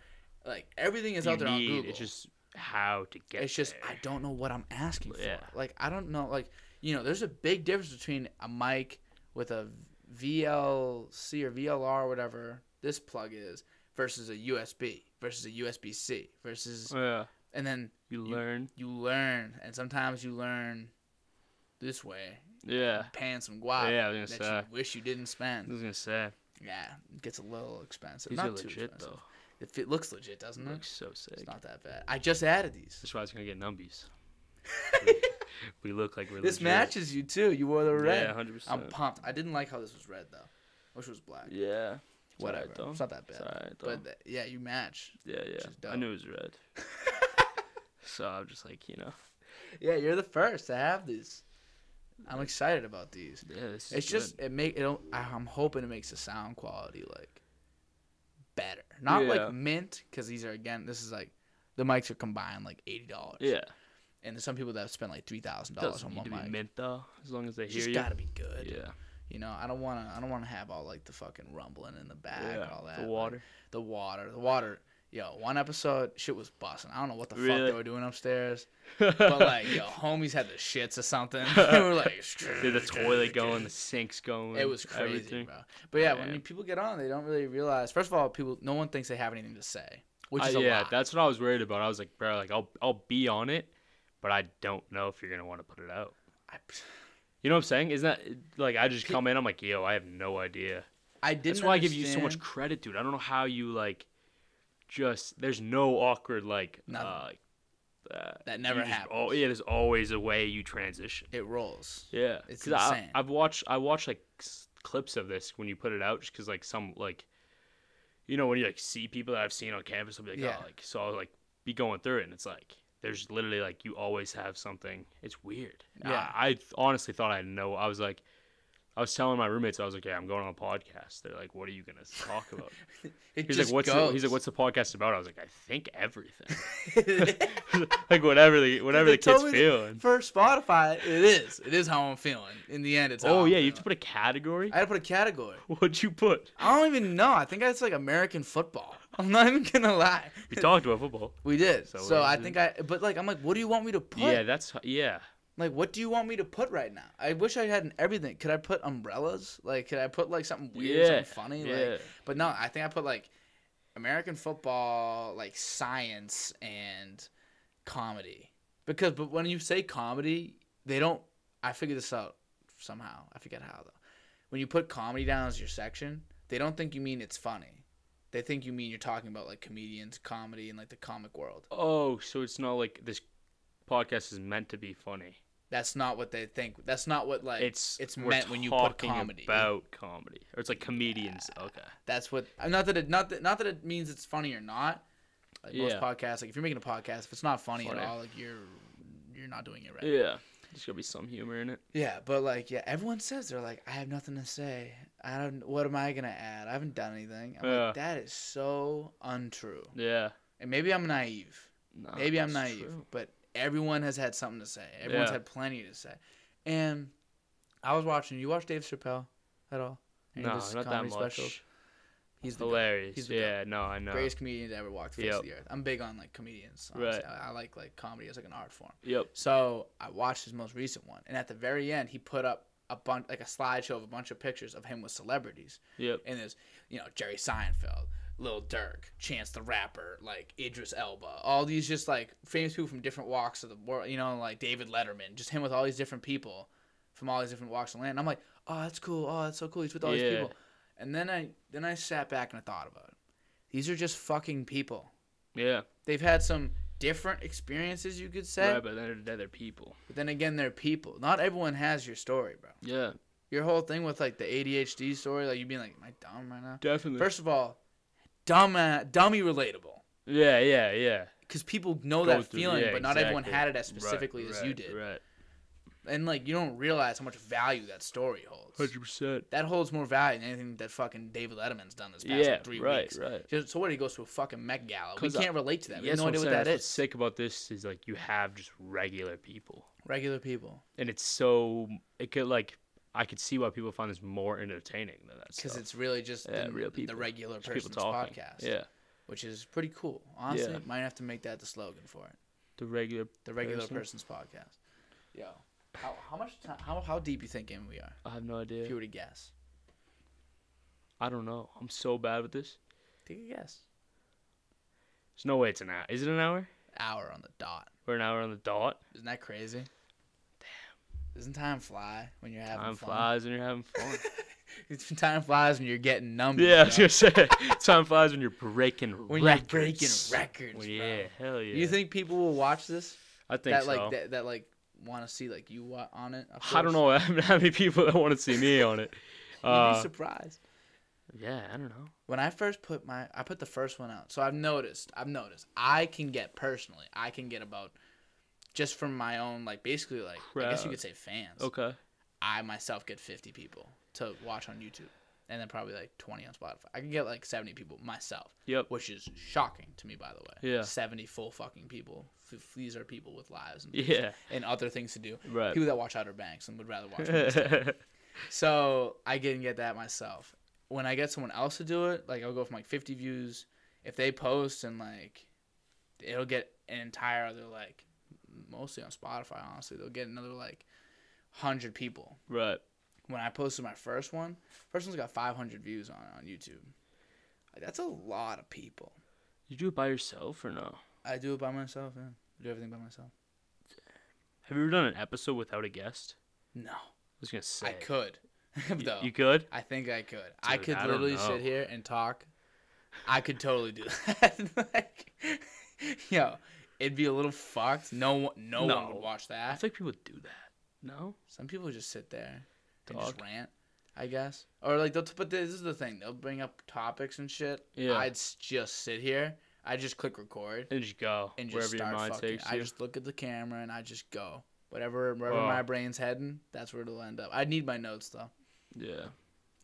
like everything is You out there on need- google It's just how to get. it's just there. I don't know what I'm asking for. Yeah. Like I don't know. Like you know, there's a big difference between a mic with a VLC or VLR or whatever this plug is versus a USB versus a USB C versus Yeah. and then You learn. you learn and sometimes you learn this way Yeah. paying some guap Yeah, I was that gonna you wish you didn't I spend. was gonna say Yeah, it gets a little expensive. these not are too legit expensive. though. If it looks legit, doesn't it? Looks so sick. It's not that bad. I just added *laughs* these. That's why it's gonna get numbies. We- we look like we're This legit. matches you too. You wore the red. Yeah, hundred I'm percent. pumped. I didn't like how this was red though. Wish it was black. Yeah. It's alright, Whatever. though. it's not that It's bad. alright, though. but th- yeah, you match. Yeah, is yeah. I dope. knew it was red. *laughs* so I'm just like, you know, Yeah, you're the first to have these. I'm excited about these. yeah, this is It's good. just it make it. don't- I- I'm hoping it makes the sound quality like better. Not Yeah. like mint because these are again. This is like the mics are combined like eighty dollars. yeah. And there's some people that spend like three thousand dollars Doesn't on need to one be mic. mint though, as long as they It's hear just you. gotta be good. yeah, You know, I don't wanna. I don't wanna have all like the fucking rumbling in the back. yeah. *laughs* All that. the like, water. the water. The water. yo, one episode, shit was busting. I don't know what the fuck Really? they were doing *laughs* upstairs, but like, yo, homies had the shits or something. *laughs* they were like, Dude, *laughs* the toilet going, the sink's going. It was crazy, everything. bro. But yeah, when Man. you- people get on, they don't really realize. First of all, people, no one thinks they have anything to say, which I- is a Uh, yeah, lot. that's what I was worried about. I was like, bro, like I'll I'll be on it, but I don't know if you're gonna want to put it out. I, You know what I'm saying? Isn't that like I just come in, I'm like, yo, I have no idea. I didn't. That's why I give you so much understand- credit, dude. I don't know how you like, just there's no awkward like. Uh, Nothing. uh, That never you just- happens. Oh yeah, there's always a way you transition. It rolls. Yeah, It's 'cause I- insane. I've watched I watched like s- clips of this when you put it out, just because like some like, you know, when you like see people that I've seen on campus, I'll be like, Yeah. oh, like so I'll like be going through it, and it's like there's literally like you always have something. It's weird. And Yeah. I, I th- honestly thought I know. I was like, I was telling my roommates, I was like, yeah, I'm going on a podcast. They're like, what are you gonna *laughs* talk about? It He's like, just what's the, goes. he's like, what's the podcast about? I was like, I think everything, *laughs* *laughs* like whatever the whatever They the kids told me that *laughs* feeling. For Spotify, it is. It is how I'm feeling. In the end, it's. how Oh I'm yeah, you have to feeling. put a category. I had to put a category. *laughs* What'd you put? I don't even know. I think it's like American football. *laughs* I'm not even gonna lie. We talked about football. We did. So So, what I is it? think I. But like, I'm like, what do you want me to put? Yeah, that's h- yeah. Like, what do you want me to put right now? I wish I had an everything. Could I put umbrellas? Like, could I put like something weird, something yeah. funny? Yeah. Like, but no, I think I put like American football, like science and comedy. Because, but when you say comedy, they don't. I figured this out somehow. I forget how though. When you put comedy down as your section, they don't think you mean it's funny. They think you mean you're talking about like comedians, comedy, and like the comic world. oh, so it's not like this podcast is meant to be funny. That's not what they think. That's not what like It's it's we're meant when you put talking comedy. about comedy, or it's like comedians. Okay. That's what. uh, Not that it. Not that. Not that it means it's funny or not. Like most Yeah. podcasts, like if you're making a podcast, if it's not funny, Funny. at all, like you're you're not doing it right. Yeah. Yeah. There's gotta be some humor in it. but like yeah, everyone says they're like, I have nothing to say. I don't. What am I gonna add? I haven't done anything. I'm Yeah. like, that is so untrue. Yeah. And maybe I'm naive. Nah, Maybe I'm Oh, that's naive, true. but everyone has had something to say. Everyone's Yeah. had plenty to say. And I was watching. You watch Dave Chappelle at all? Any of No, his not that comedy much. specials? He's the goat. Hilarious. He's the goat. yeah. No, I know. greatest comedian to ever walk the face Yep. of the earth. I'm big on like comedians. Right. honestly. I, I like like comedy as like an art form. Yep. So I watched his most recent one, and at the very end, he put up a bunch like a slideshow of a bunch of pictures of him with celebrities, Yep. and there's you know Jerry Seinfeld, Lil Durk, Chance the Rapper, like Idris Elba, all these just like famous people from different walks of the world. You know, like David Letterman, just him with all these different people from all these different walks of land. And I'm like, oh, that's cool. Oh, that's so cool. He's with all Yeah. these people. And then I then I sat back and I thought about it. These are just fucking people. Yeah. They've had some different experiences, you could say. right, but then they're, they're people. But then again, they're people. Not everyone has your story, bro. Yeah. Your whole thing with like the ADHD story, like you being like, "Am I dumb right now?" Definitely. First of all, dumb, uh, dummy relatable, yeah. Yeah. Yeah. because people know Go that through- feeling, yeah, but not everyone exactly. had it as Right, specifically as you right, did, Right. and like you don't realize how much value that story holds. Hundred percent. That holds more value than anything that fucking David Letterman's done this past like, Yeah. three right. weeks. Right. Just- So what? He goes to a fucking Met Gala. We 'Cause I- can't relate to that. We Yeah, have that's no what I'm idea what saying, that that's is. What's sick about this is like you have just regular people, Regular people, and it's so it could like I could see why people find this more entertaining than that. because stuff. it's really just Yeah, the, real the people. regular Just people person's talking. podcast. Yeah, which is pretty cool. Honestly, Yeah. might have to make that the slogan for it. the regular The regular person. person's podcast. Yo, how, how much time? How, how deep you think in we are? I have no idea. If you were to guess, I don't know. I'm so bad with this. take a guess. There's no way it's an hour. Is it an hour? Hour on the dot. We're an hour on the dot. Isn't that crazy? Damn. Doesn't time fly when you're having Time fun? flies when you're having fun. *laughs* Flies. time flies when you're getting numbers. yeah, I was bro. gonna say *laughs* time flies when you're breaking when records. you're breaking records, Well, bro. yeah, hell yeah. You think people will watch this? I think that so. like that, that like want to see like you wa- on it? of I don't course. know *laughs* how many people that want to see me on it. You'd Uh, be surprised. yeah, I don't know. when I first put my I put the first one out. So I've noticed, I've noticed I can get personally, I can get about just from my own like basically like I guess you Crowd. could say fans. Okay. I myself get 50 people to watch on YouTube and then probably like 20 on Spotify. I can get like 70 people myself, Yep. *laughs* which is shocking to me by the way. Yeah. 70 full fucking people. F- These are people with lives and, Yeah. and other things to do. Right. People that watch Outer Banks and would rather watch me *laughs* yeah. so I can get that myself. When I get someone else to do it, like I'll go from like 50 views. if they post and like it'll get an entire other like mostly on Spotify honestly they'll get another like hundred people Right. when I posted my first one, first one's got 500 views on it on YouTube. Like, that's a lot of people. You do it by yourself or no? I do it by myself. Yeah, I do everything by myself. Have you ever done an episode without a guest? No, I was gonna say. I could. *laughs* Y- though You could. I think I could. I Dude, could I don't literally know. sit here and talk. I could totally do *laughs* that. like, yo, it'd be a little fucked. No one, no, one No. would watch I that. think people do that. No. Some people just sit there and Dog. just rant. I guess, or like they'll. T- but this is the thing. They'll bring up topics and shit. Yeah. I'd s- just sit here. I would just click record. And just go and just wherever your start mind fucking. takes you. Oh. I just look at the camera and I just go. Whatever, wherever Wow. my brain's heading, that's where it'll end up. I need my notes though, yeah.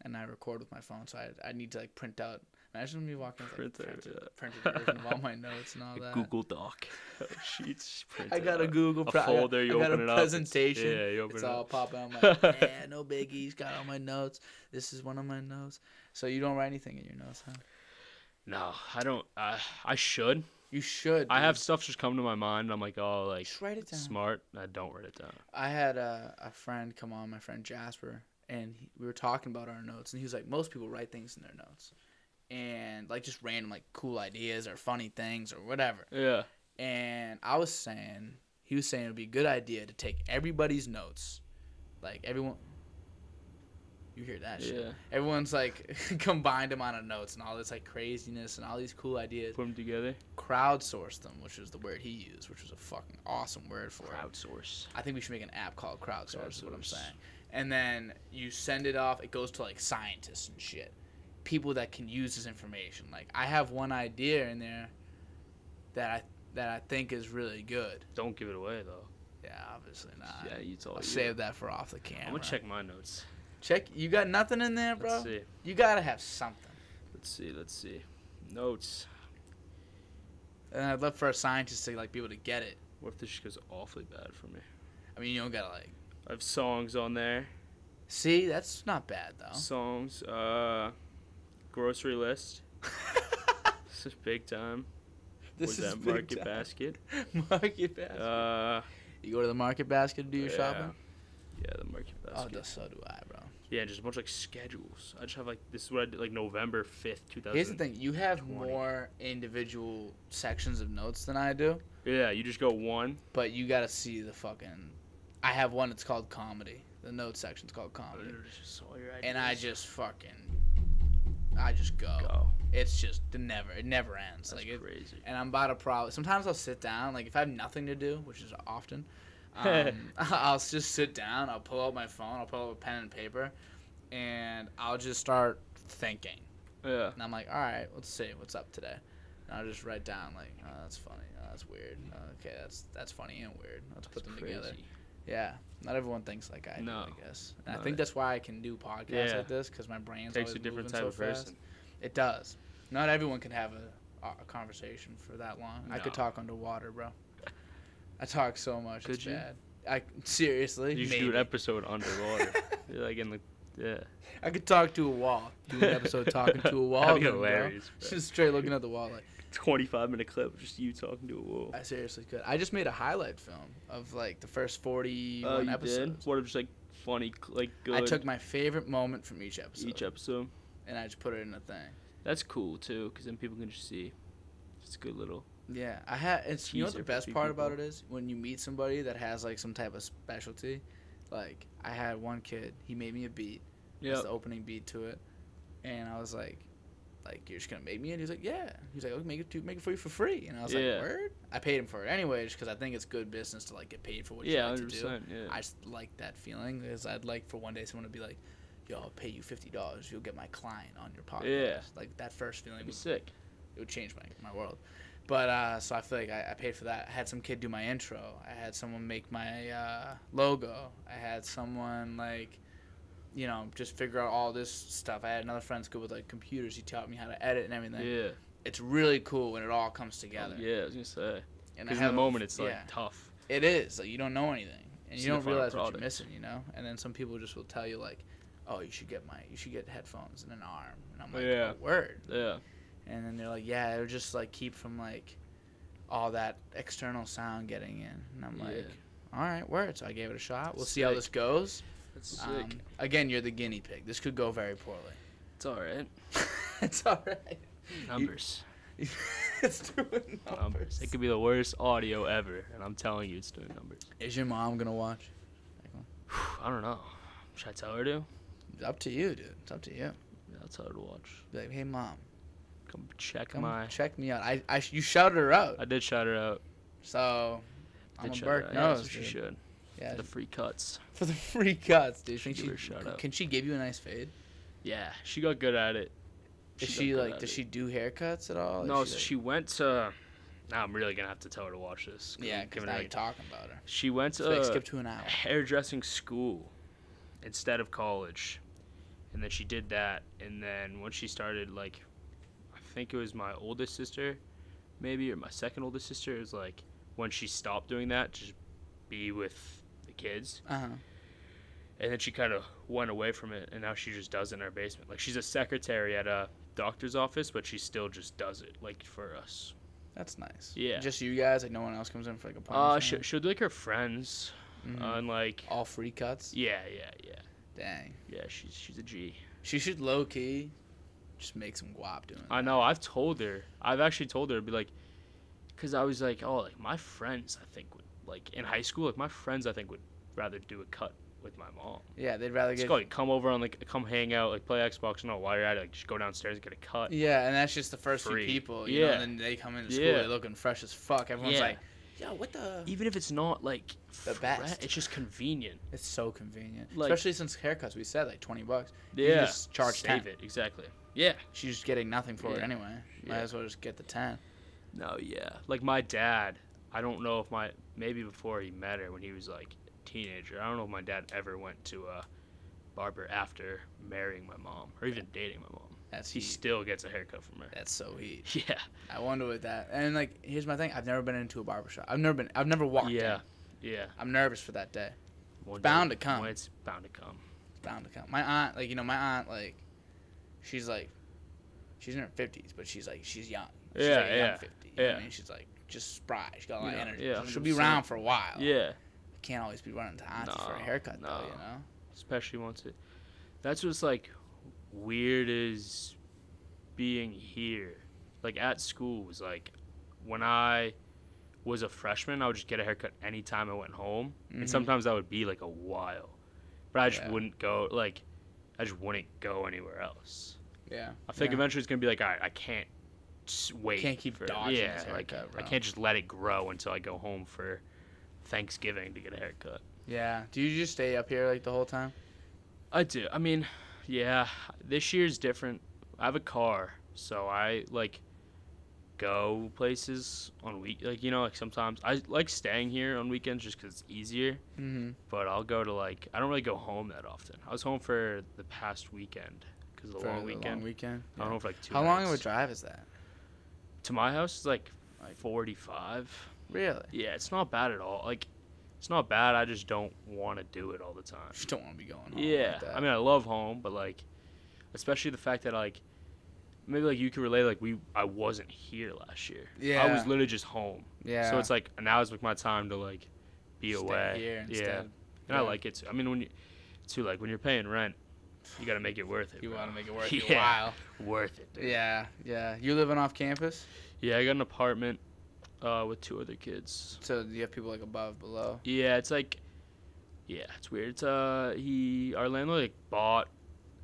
and I record with my phone, so I, I need to like print out. Imagine me walking with like, Print out, printed, yeah. printed version of all my notes and all *laughs* A that. *laughs* Google Doc. Sheets. print I it got a out. Google A pro- I got- folder. You I got open a it up. presentation. It's, yeah. You open It's it all up. popping. I'm *laughs* like, yeah, no biggies. Got all my notes. This is one of my notes. So you don't write anything in your notes, huh? No, I don't. I I should. You should. I dude. have stuff just come to my mind. and I'm like, oh, like Just write it down. smart. I don't write it down. I had a, a friend come on, my friend Jasper, and he, we were talking about our notes, and he was like, most people write things in their notes, and like just random like cool ideas or funny things or whatever. Yeah. And I was saying, he was saying it would be a good idea to take everybody's notes, like everyone. You hear that shit? Yeah. Everyone's like *laughs* combined them on a notes and all this like craziness and all these cool ideas. Put them together. Crowdsource them, which was the word he used, which was a fucking awesome word for it. Crowdsource. I think we should make an app called Crowdsource, is what I'm Crowdsource. saying. And then you send it off, it goes to like scientists and shit. People that can use this information. Like I have one idea in there that I that I think is really good. Don't give it away though. Yeah, obviously not. yeah, you told I'll you. save that for off the camera. I'm gonna check my notes. Check you got nothing in there, bro? Let's see. You gotta have something. Let's see. Let's see. Notes. And I'd love for a scientist to like be able to get it. What if this just goes awfully bad for me? I mean you don't gotta like I have songs on there. see, that's not bad though. Songs. Uh, grocery list. This is big time. *laughs* this With is that big market time. basket. *laughs* market basket. Uh, you go to the market basket to do your yeah. shopping? Yeah, the market Oh, basket. duh, so do I, bro. Yeah, just a bunch of like schedules. I just have like this is what I did like November fifth, two thousand. Here's the thing: you have 20. more individual sections of notes than I do, Yeah, you just go one. but you gotta see the fucking. I have one that's called comedy. The note section's called comedy, Oh, and I just fucking, I just go. go. It's just it never, it never ends. That's like it, crazy. and I'm about to probably. Sometimes I'll sit down, like if I have nothing to do, which is *laughs* often. Um, *laughs* I'll just sit down. I'll pull out my phone. I'll pull out a pen and paper, and I'll just start thinking. Yeah. And I'm like, all right, let's see what's up today. And I'll just write down like, oh, that's funny, oh, that's weird, oh, okay, that's that's funny and weird. Let's put them together. Yeah, not everyone thinks like I No. do, I guess. And I No, think that- that's why I can do podcasts Yeah. like this because my brain's Takes a always moving different type so of person. fast. It does. Not everyone can have a, a conversation for that long. I could No. talk underwater, bro. I talk so much. Could it's you? bad. I seriously. You should do an episode *laughs* underwater. You're, like in the *laughs* yeah. I could talk to a wall. Do an episode talking to a wall. *laughs* That'd be then, bro. hilarious, bro. *laughs* Just straight looking at the wall like. Twenty-five minute clip, just you talking to a wall. I seriously could. I just made a highlight film of like the first Oh, 41 you did. episodes. What if just like funny, cl- like good. I took my favorite moment from each episode each episode. and I just put it in a thing. That's cool too, because then people can just see. It's a good little. Yeah, I had. It's you know what Teaser the for best two part about it people. is when you meet somebody that has like some type of specialty. Like I had one kid, he made me a beat. Yeah. That's the opening beat to it, and I was like, like you're just gonna make me, and he's like, yeah. He's like, okay, make it, do- make it for you for free, and I was Yeah. like, word. I paid him for it anyways because I think it's good business to like get paid for what you Yeah, like hundred to do. percent. Yeah. I just like that feeling because I'd like for one day someone to be like, "Yo, I'll pay you fifty dollars. You'll get my client on your podcast." Yeah. Like that first feeling That'd be was sick. it would change my, my world. But uh, so I feel like I, I paid for that. I had some kid do my intro. I had someone make my uh, logo. I had someone like, you know, just figure out all this stuff. I had another friend's good with like computers. He taught me how to edit and everything. Yeah. It's really cool when it all comes together. Yeah, I was gonna say. And I Because in the have- moment, it's like yeah. tough. It is. Like you don't know anything, and See you the don't final realize what product. you're missing. You know, and then some people just will tell you like, "Oh, you should get my, you should get headphones and an arm," and I'm like, Yeah. "Oh, "Word." Yeah. and then they're like, yeah, it'll just like keep from like all that external sound getting in. And I'm Yeah. like, all right, word. So I gave it a shot. We'll see how Sick. this goes. That's Um, again, you're the guinea pig. This could go very *laughs* poorly. it's all right. it's all right. *laughs* Numbers. it's doing numbers. numbers. Um, It could be the worst audio ever, and I'm telling you, it's doing numbers. Is your mom gonna watch? I don't know. Should I tell her to? It's up to you, dude. It's up to you. Yeah, I'll tell her to watch. Be like, hey, mom, Come check come my. check me out. I, I, sh- you shouted her out. I did shout her out. So, Did I'm a shout her Burke out. Yeah, that's knows, what she dude. should. Yeah, *laughs* The free cuts. for the free cuts, dude. Think Should give her a shout c- out. Can she give you a nice fade? Yeah, she got good at it. Is got she good like? at Does it. she do haircuts at all? Is No, she, so like- she went to. Now I'm really gonna have to tell her to watch this. 'cause Yeah, I'm because giving now her, you're like- talking about her. She went So like, to skip to an a hour. hairdressing school instead of college, and then she did that. And then once she started, like, I think it was my oldest sister, maybe or my second oldest sister, it was like when she stopped doing that, just be with the kids. Uh huh. And then she kind of went away from it, and now she just does it in our basement. Like she's a secretary at a doctor's office, but she still just does it, like for us. That's nice. Yeah. Just you guys. Like no one else comes in for like a Uh, appointment. she, she'll do like her friends, Mhm. uh, and like, all free cuts. yeah, yeah, yeah, Dang. yeah. She's she's a G. She should low key, just make some guap doing. I know. I've told her. I've actually told her. Be like, because I was like, oh, like my friends, I think would like in high school, like my friends, I think would rather do a cut with my mom. that. Yeah, they'd rather Just get. go, like, come over on like come hang out, like play Xbox and all. While you're at it, like just go downstairs and get a cut. Yeah, and that's just the first Free. few people. You yeah. Know, Yeah. and then they come into school, Yeah. they're looking fresh as fuck. Everyone's Yeah. like, yo, what the? Even if it's not like The fre- best. it's just convenient. It's so convenient, Like- especially since haircuts. We said like twenty bucks. Yeah, You can just charge save 10. it exactly. Yeah, She's just getting nothing for it Yeah. anyway. Might Yeah. as well just get the ten. no, yeah. Like my dad, I don't know if my maybe before he met her when he was like a teenager, I don't know if my dad ever went to a barber after marrying my mom or even dating my mom. That's He heat. still gets a haircut *laughs* from her. That's so heat. Yeah, I wonder with that. And like, here's my thing. I've never been into a barbershop. I've never been. I've never walked. in. yeah, yeah. I'm nervous for that day. One bound to come. well, It's bound to come. bound to come. My aunt, like you know, my aunt, like she's like, she's in her fifties, but she's like she's young. She's Yeah, like a young yeah, 50, you know what yeah. I mean, she's like just spry. She's got a lot Yeah, of energy. yeah, She'll be 100%. around for a while. Yeah, Can't always be running to auntie for a No, haircut no. though, you know. especially once it. That's what's like weird is being here. Like at school was like when I was a freshman, I would just get a haircut anytime I went home, Mhm. and sometimes that would be like a while, but I just Yeah. wouldn't go. Like I just wouldn't go anywhere else. Yeah. I think yeah. eventually it's gonna be like, all right, I can't s- wait. Can't keep for, dodging Yeah, this like haircut, I bro. can't just let it grow until I go home for Thanksgiving to get a haircut. Yeah. Do you just stay up here like the whole time? I do. I mean, yeah, this year's different. I have a car, so I like go places on week. Like you know, like sometimes I like staying here on weekends just 'cause it's easier. Mm-hmm. But I'll go to like I don't really go home that often. I was home for the past weekend because the long weekend. Long weekend. I don't yeah. know for like two. How long of a nights. drive is that? to my house? It's like Like- forty-five. Really? Yeah, it's not bad at all. Like, it's not bad. I just don't want to do it all the time. Just don't want to be going home. Yeah, Like that. I mean, I love home, but like, especially the fact that like, maybe like you could relate. Like we, I wasn't here last year. I was Yeah. literally just home. yeah. So it's like now is like my time to like be Stay away. here yeah, instead. and I Yeah. like it. Too. I mean, when you, too like when you're paying rent, you gotta make it worth it. You bro. want to make it *laughs* worth your Yeah, while. Worth it. dude. Yeah. Yeah. You living off campus? Yeah, I got an apartment, uh, with two other kids. So do you have people like above, below? Yeah, it's like, yeah, it's weird. It's uh, he our landlord like bought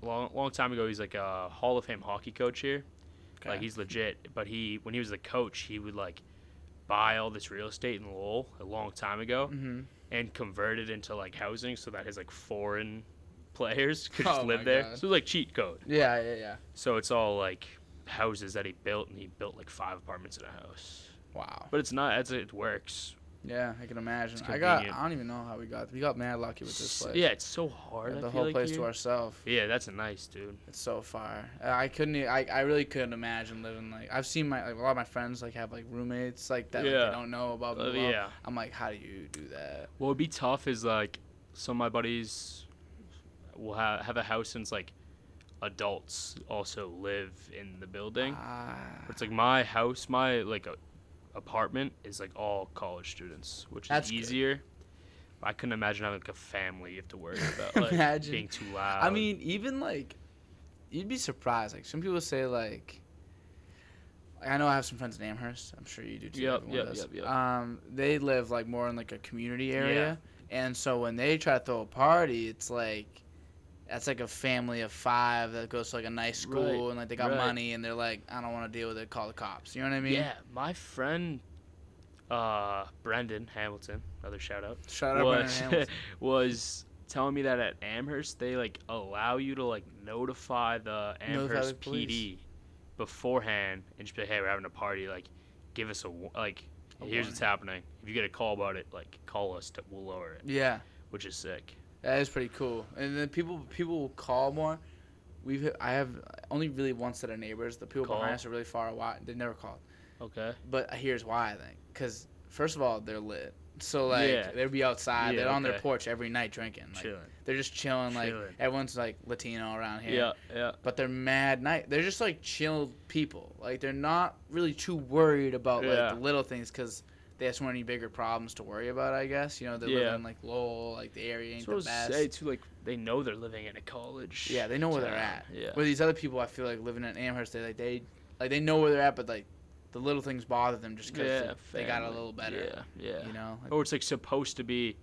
long long time ago. He's like a Hall of Fame hockey coach here. Like he's legit. But he when he was the coach, he would like buy all this real estate in Lowell a long time ago Mm-hmm. and convert it into like housing so that his like foreign *laughs* players could just Oh live my there. God. So like cheat code. Yeah, yeah, yeah. So it's all like houses that he built and he built like five apartments in a house. Wow. But it's not it's it works. Yeah, I can imagine. It's I got. convenient. I don't even know how we got. We got mad lucky with this S- place. Yeah, it's so We hard. had I the feel whole like place to here. ourselves. Yeah, that's a nice dude. It's so far. Uh, I couldn't. e- I, I really couldn't imagine living like. I've seen my like a lot of my friends like have like roommates like that. Like, Yeah. they don't know about. Uh, Below. yeah. I'm like, how do you do that? What would be tough is like some of my buddies will ha- have a house since like adults also live in the building. Ah. It's like my house, my like a, apartment is like all college students, which That's is good. easier. I couldn't imagine having like a family you have to worry *laughs* about like Imagine. being too loud. I mean, even like, you'd be surprised. Like some people say, like, I know I have some friends in Amherst. I'm sure you do too. Yep, everyone yep, does. yep, yep. Um, they live like more in like a community area, and so when they try to throw a party, it's like. That's like a family of five that goes to like a nice school Right, and like they got right. money and they're like, I don't want to deal with it. Call the cops. You know what I mean? yeah, my friend uh Brendan Hamilton, another shout out. Shut up. Brendan was Hamilton. *laughs* was telling me that at Amherst they like allow you to like notify the Notify the Amherst police. PD beforehand and just be like, hey, we're having a party. Like, give us a wa- like. A here's what's happening. If you get a call about it, like call us. To, we'll lower it, yeah. which is sick. That is pretty cool. And then people people will call more. We've I have only really one set of neighbors. The people Call. behind us are really far away. They never called. Okay. But here's why I think. Because first of all, they're lit. So like Yeah. they'd be outside. Yeah, they're on their okay. porch every night drinking. Like, Chilling. They're just chilling. Like Chilling. everyone's like Latino around here. Yeah. Yeah. But they're mad night. They're just like chill people. Like they're not really too worried about Yeah. like the little things because. They have so many bigger problems to worry about, I guess. You know, they Yeah. live in like Lowell, like the area ain't So I the was best. say too, like they know they're living in a college. Yeah, they know where they're town. at. Yeah. Where these other people, I feel like living in Amherst, they like they like they know where they're at, but like the little things bother them just because yeah. they got a family. little better. Yeah. Yeah. You know, Like, or it's like supposed to be.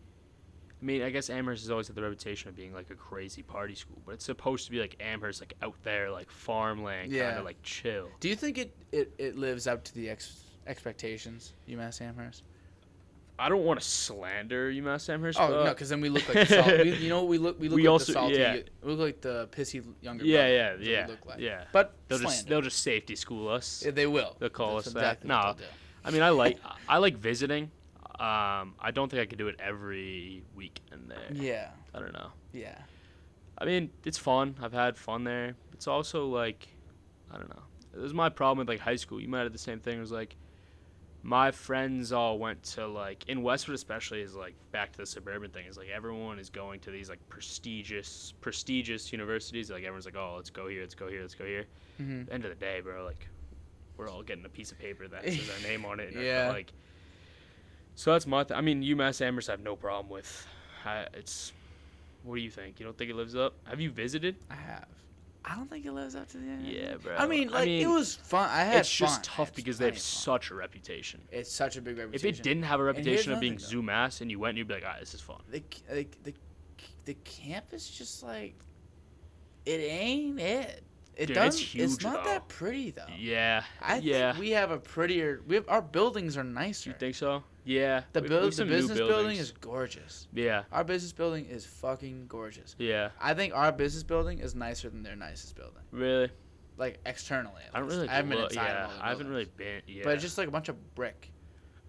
I mean, I guess Amherst has always had the reputation of being like a crazy party school, but it's supposed to be like Amherst, like out there, like farmland, kind Yeah. of like chill. do you think it it, it lives up to the ex- expectations? UMass Amherst. I don't want to slander UMass Amherst. Oh but no, because then we look like the salt. we, you know, we look we look Uh, We like also- the salty. yeah. We look like the pissy younger. yeah, brother, yeah, is what we yeah, look like. yeah. But They'll slander. just they'll just safety school us. Yeah, they will. they'll call That's us that. Nah. they'll do. I mean, *laughs* I like I like visiting. Um, I don't think I could do it every week in there. Yeah. I don't know. Yeah. I mean, it's fun. I've had fun there. It's also like, I don't know. It was my problem with like high school. You might have the same thing. It was like, my friends all went to like in Westwood especially is like back to the suburban thing. Is like everyone is going to these like prestigious prestigious universities. Like everyone's like, oh, let's go here, let's go here, let's go here. hmm End of the day, bro. Like, we're all getting a piece of paper that says our name on it. *laughs* And Yeah. yeah. Like, so that's my. Th- I mean, UMass Amherst, I have no problem with. I, it's. What do you think? You don't think it lives up? Have you visited? I have. I don't think it lives up to the. Yeah, bro. I mean, like it was fun. I had It's just fun. I tough had because they have plenty of fun. such a reputation. It's such a big If reputation. it didn't have a here's reputation of another being thing, Zoom ass and you went and you'd be like, ah, this is fun. the the the, the camp is just like it ain't it. It Dude, it's doesn't. It's, huge, not that though. pretty though. Yeah. I yeah. think we have a prettier. We have our buildings are nicer. you think so? Yeah. the we- we buil- have the some new business building buildings. is gorgeous. Yeah. Our business building is fucking gorgeous. Yeah. I think our business building is nicer than their nicest building, Really? like externally. at I don't least. really. I haven't been look- inside. of yeah, all the I haven't really buildings. been. Yeah. But it's just like a bunch of brick.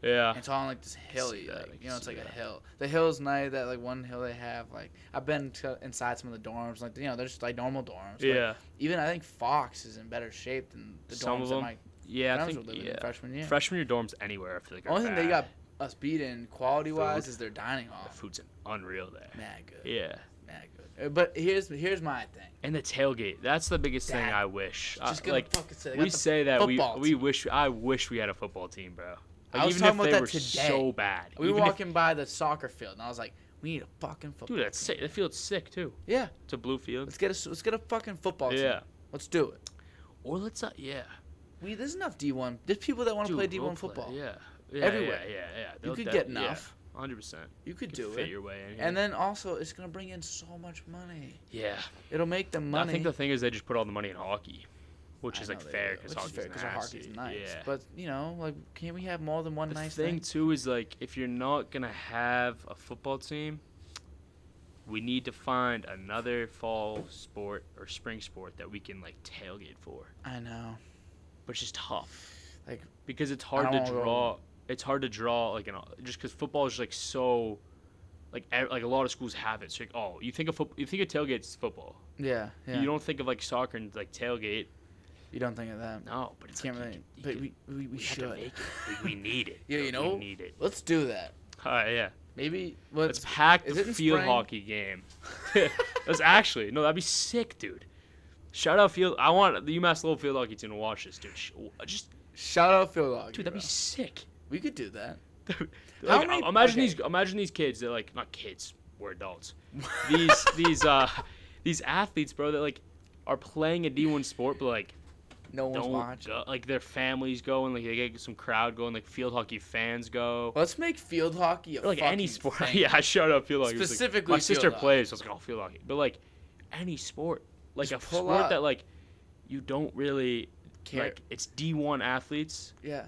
Yeah. And it's all on like this hilly, see that, Ah. I like, can you know, it's see like a that. hill. The hill's nice. That like one hill they have. Like I've been to, inside some of the dorms. Like you know, they're just like normal dorms. Like, Yeah. even I think Fox is in better shape than the Some dorms of that them, my Yeah. I friends were think. living in Yeah. freshman year. Freshman year dorms anywhere, I feel like. The are Only thing they got bad. us beat in quality wise Food. is their dining hall. The food's unreal there. Mad good, Yeah. mad good. Uh, But here's here's my thing. And the tailgate. That's the biggest thing That- I wish. I- Just gonna like fucking say, they we got the- say that we football we wish I wish we had a football team, bro. I Like, was even talking if about they that were today. so bad. we were even if- walking by the soccer field and I was like, we need a fucking football. dude, that's sick. That field's sick too. Yeah, It's a blue field. let's get a s- let's get a fucking football team. Yeah. let's do it. Or let's not. Yeah. We there's enough D1. There's people that want to Dude, play we'll D1 football. Yeah. yeah. Everywhere. Yeah, yeah, yeah. You They'll could de- get yeah, enough. 100%. You could Could do fit it. your way in here. And then also, it's gonna bring in so much money. yeah. It'll make them money. I think the thing is they just put all the money in hockey, which I is know like they fair do, which because is hockey's, fair, 'cause our nasty. hockey's nice. Yeah. But you know, like, can't we have more than one the nice thing, thing? too is like if you're not gonna have a football team, we need to find another fall sport or spring sport that we can like tailgate for, I know. which is tough. Like- because it's hard to don't wanna go- draw. It's hard to draw like an just because football is like so, like e- like a lot of schools have it. So like oh, you think of football, you think of tailgates football. Yeah, yeah. You don't think of like soccer and like tailgate. think of that. No, but it's Can't really. like, you can- you but can- we we, we, have to should. make it. We, we need it. Yeah, you bro. know. We need it. *laughs* Let's do that. All right, yeah. Maybe Let's let's. pack is the it in field spring? *laughs* *laughs* hockey game. That's actually no, that'd be sick, dude. Shout out field. I want the UMass Lowell field hockey team to watch this, dude. Sh- Just Shout out field hockey. dude, that'd be bro. sick. we could do that. Dude, How like, many- uh, imagine okay. these imagine these kids they're like not kids we're adults *laughs* *laughs* these these uh these athletes bro that like are playing a d1 sport but like no one's don't watching. go, like their families go and like they get some crowd going like field hockey fans go Let's make field hockey a Or, like any fucking sport *laughs* thing. yeah i showed up field hockey It was, like, Specifically my field sister hockey. plays so I was like oh field hockey but like any sport like Just a pull sport up. that like you don't really Care- like it's d1 athletes yeah.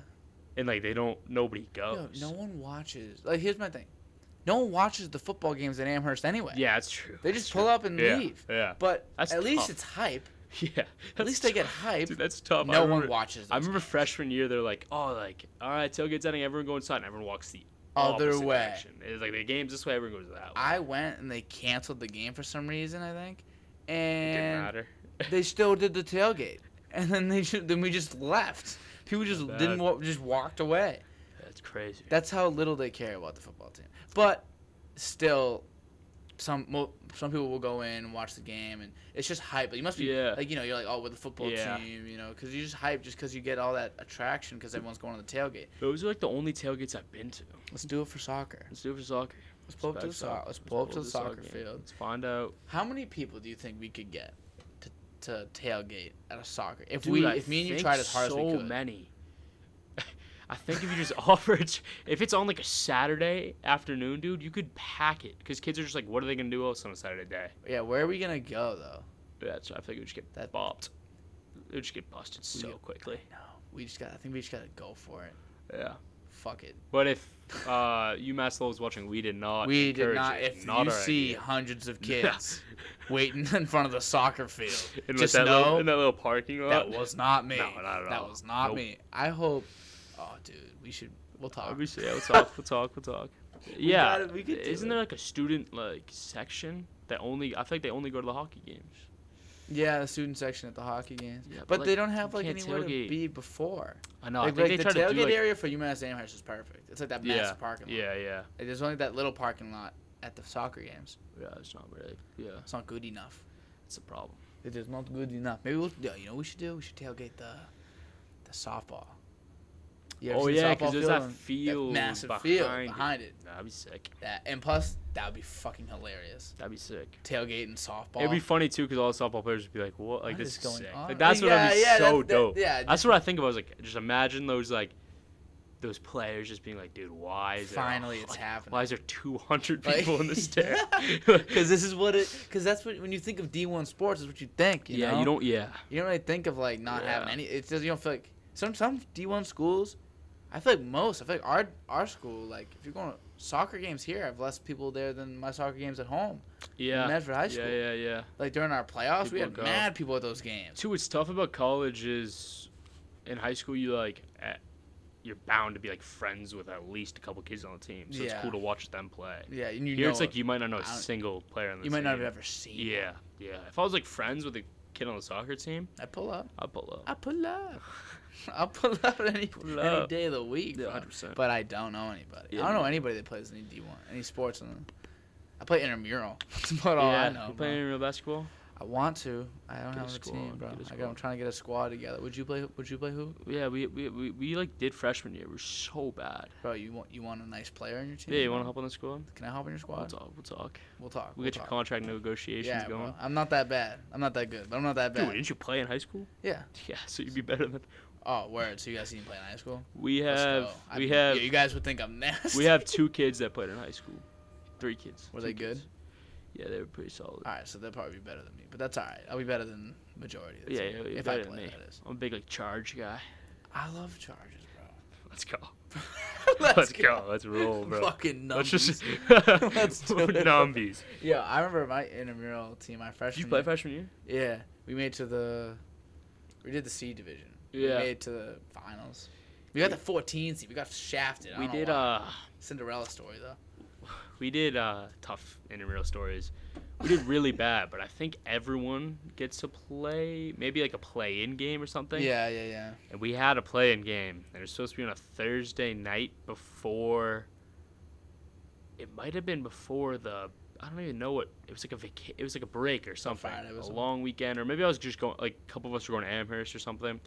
and like they don't nobody Yo, goes no one watches. Like, here's my thing. No one watches the football games at Amherst anyway. yeah it's true They That's just pull true. up and Yeah, least. yeah *laughs* But That's at least tough. it's hype. Yeah. At least they get hyped. hype. Dude, that's tough. I no remember, one watches. I those remember games. freshman year, they're like, oh, like, all right, tailgate's ending, everyone go inside, and everyone walks the Other opposite way. direction. It's like the game's this way, everyone goes that way. I went and they canceled the game for some reason. I think, It didn't and matter. they still did the tailgate. And then they ju- then we just left. People just Bad. didn't wa- just walked away. That's crazy. That's how little they care about the football team. But still, some mo- some people will go in and watch the game, and it's just hype. You must be Yeah. like you know you're like oh with the football Yeah. team, you know, because you're just hype just because you get all that attraction because everyone's going to the tailgate. Those are like the only tailgates I've been to. Let's do it for soccer. Let's do it for soccer. Let's pull up to the Back so- let's pull up to the soccer game. field. Let's find out. How many people do you think we could get to, to tailgate at a soccer? If Dude, we I if me and you think tried as hard so as we could. many. *laughs* I think if you just *laughs* offer it, if it's on like a Saturday afternoon, dude, you could pack it because kids are just like, what are they gonna do else on a Saturday day? Yeah, where are we gonna go though? That's I think we just get That- bopped. It would just get busted so get- quickly. No, we just got. I think we just gotta go for it. Yeah. Fuck it. But if uh, *laughs* UMass Lowell is watching, we did not. we did encourage not. it. If Not you our see idea. hundreds *laughs* of Yeah. kids waiting in front of the soccer field, *laughs* in just that know little, in that little parking lot, that was not me. No, not at that all. was not Nope. me. I hope. Oh, dude, we should. We'll talk. Obviously, yeah, we'll talk. We'll talk. We'll talk. yeah, got it, *laughs* we could do isn't it. there like a student like section that only? I think they only go to the hockey games. Yeah, the student section at the hockey games. Yeah, but but, like, they don't have you like can't anywhere tailgate. to be before. Oh, I know. like I think like, they the try to tailgate do like, area for UMass Amherst is perfect. It's like that massive yeah, parking lot. yeah, yeah, Like, there's only that little parking lot at the soccer games. yeah. It's not really. Yeah, It's not good enough. it's a problem. It is not good enough. Maybe we'll. Yeah, you know, what we should do. We should tailgate the, the softball. You ever oh seen yeah, softball because there's field that on- field, massive behind field it. behind it. That'd be sick. That and plus that would be fucking hilarious. That'd be sick. Tailgate and softball. It'd be funny too, because all the softball players would be like, "What? Like What this is is going sick. on? Like, that's what would be Yeah, yeah, so that- that- dope. yeah, that's what I think about. Is like, just imagine those like, those players just being like, "Dude, why is there a Finally, it's hun- happening." Why is there 200 Like- people *laughs* in the stand? *laughs* Because this is what it. Because that's what when you think of D one sports is what you think. You yeah, know? you don't. Yeah, You don't really think of like not having Yeah. any. It's just you don't feel like some some D one schools. I feel like most. I feel like our our school like if you're going to soccer games here, I have less people there than my soccer games at home. yeah, Medford High School. yeah, yeah, yeah. Like during our playoffs, People we had go. mad people at those games. Too, what's tough about college is, in high school, you like, eh, you're bound to be like friends with at least a couple kids on the team, so Yeah. it's cool to watch them play. Yeah, and you Here, know it's like you might not know I a don't- single player on the you team. might not have ever seen. it. Yeah, yeah. If I was like friends with a kid on the soccer team, I pull up. I'd pull up. I pull up. *laughs* I'll pull up any, Pull any up. day of the week. Yeah, bro. 100%. But I don't know anybody. I Yeah, don't know me- anybody that plays any D1, any sports. On the, I play intramural. *laughs* That's about all I know. you bro. playing any real basketball? I want to. I don't Get a have a, squad, team, bro. get a I got, I'm squad. trying to get a squad together. Would you play? Would you play who? Yeah, we, we, we, we like did freshman year. We're so bad. Bro, you want you want a nice player on your team? Yeah, you want bro? to hop on the squad? Can I hop on your We'll squad? talk. We'll talk. We'll talk. We'll get your talk. contract negotiations Yeah, bro. going. I'm not that bad. I'm not that good, but I'm not that bad. Dude, didn't you play in high school? Yeah. *laughs* Yeah, so you'd be better than. Oh, word. So you guys didn't play in high school? We Let's have go. I- we have Yeah, you guys would think I'm *laughs* nasty. we have two kids that played in high school. Three kids. Were two they good? kids. Yeah, they were pretty solid. All right, so they'll probably be better than me, but that's all right. I'll be better than majority. Of the Yeah, team, yeah, you're if I better than play, me. that is. I'm a big like charge guy. *laughs* I love charges, Let's go. *laughs* bro. *laughs* Let's, go. Let's roll, bro. Fucking Let's numbers. just *laughs* *laughs* Let's do it. numbies. Yeah, I remember my intramural team, my Did freshman. you play year- freshman year? Yeah, we made to the. We did the C division. Yeah. We made to the finals. We got the 14 seed. We got shafted. I We don't know did why. uh Cinderella story though. we did uh tough intramural stories. We did *laughs* really bad, but I think everyone gets to play maybe like a play in game or something. Yeah, yeah, yeah. *laughs* And we had a play in game and it was supposed to be on a Thursday night before it might have been before the I don't even know what it was like a vaca- it was like a break or something, Friday or a something. long weekend, or maybe I was just going like a couple of us were going to Amherst or something,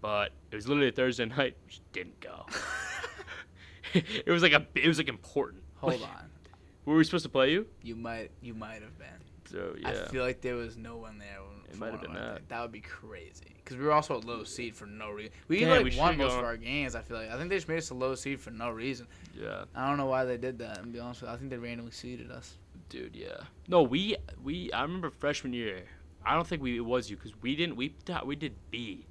but it was literally a Thursday *laughs* night. We just didn't go. *laughs* it was like a it was like important. *laughs* Hold Like, on. Were we supposed to play you? You might you might have been. So yeah, I feel like there was no one there. When, It for might have one of been our that. things. That would be crazy. Because we were also a low seed for no reason. We Damn, like we won should've most gone. of our games. I feel like I think they just made us a low seed for no reason. yeah. I don't know why they did that. And be honest with you, I think they randomly seeded us. Dude, yeah. No, we we I remember freshman year. I don't think we it was you because we didn't we di- we did B.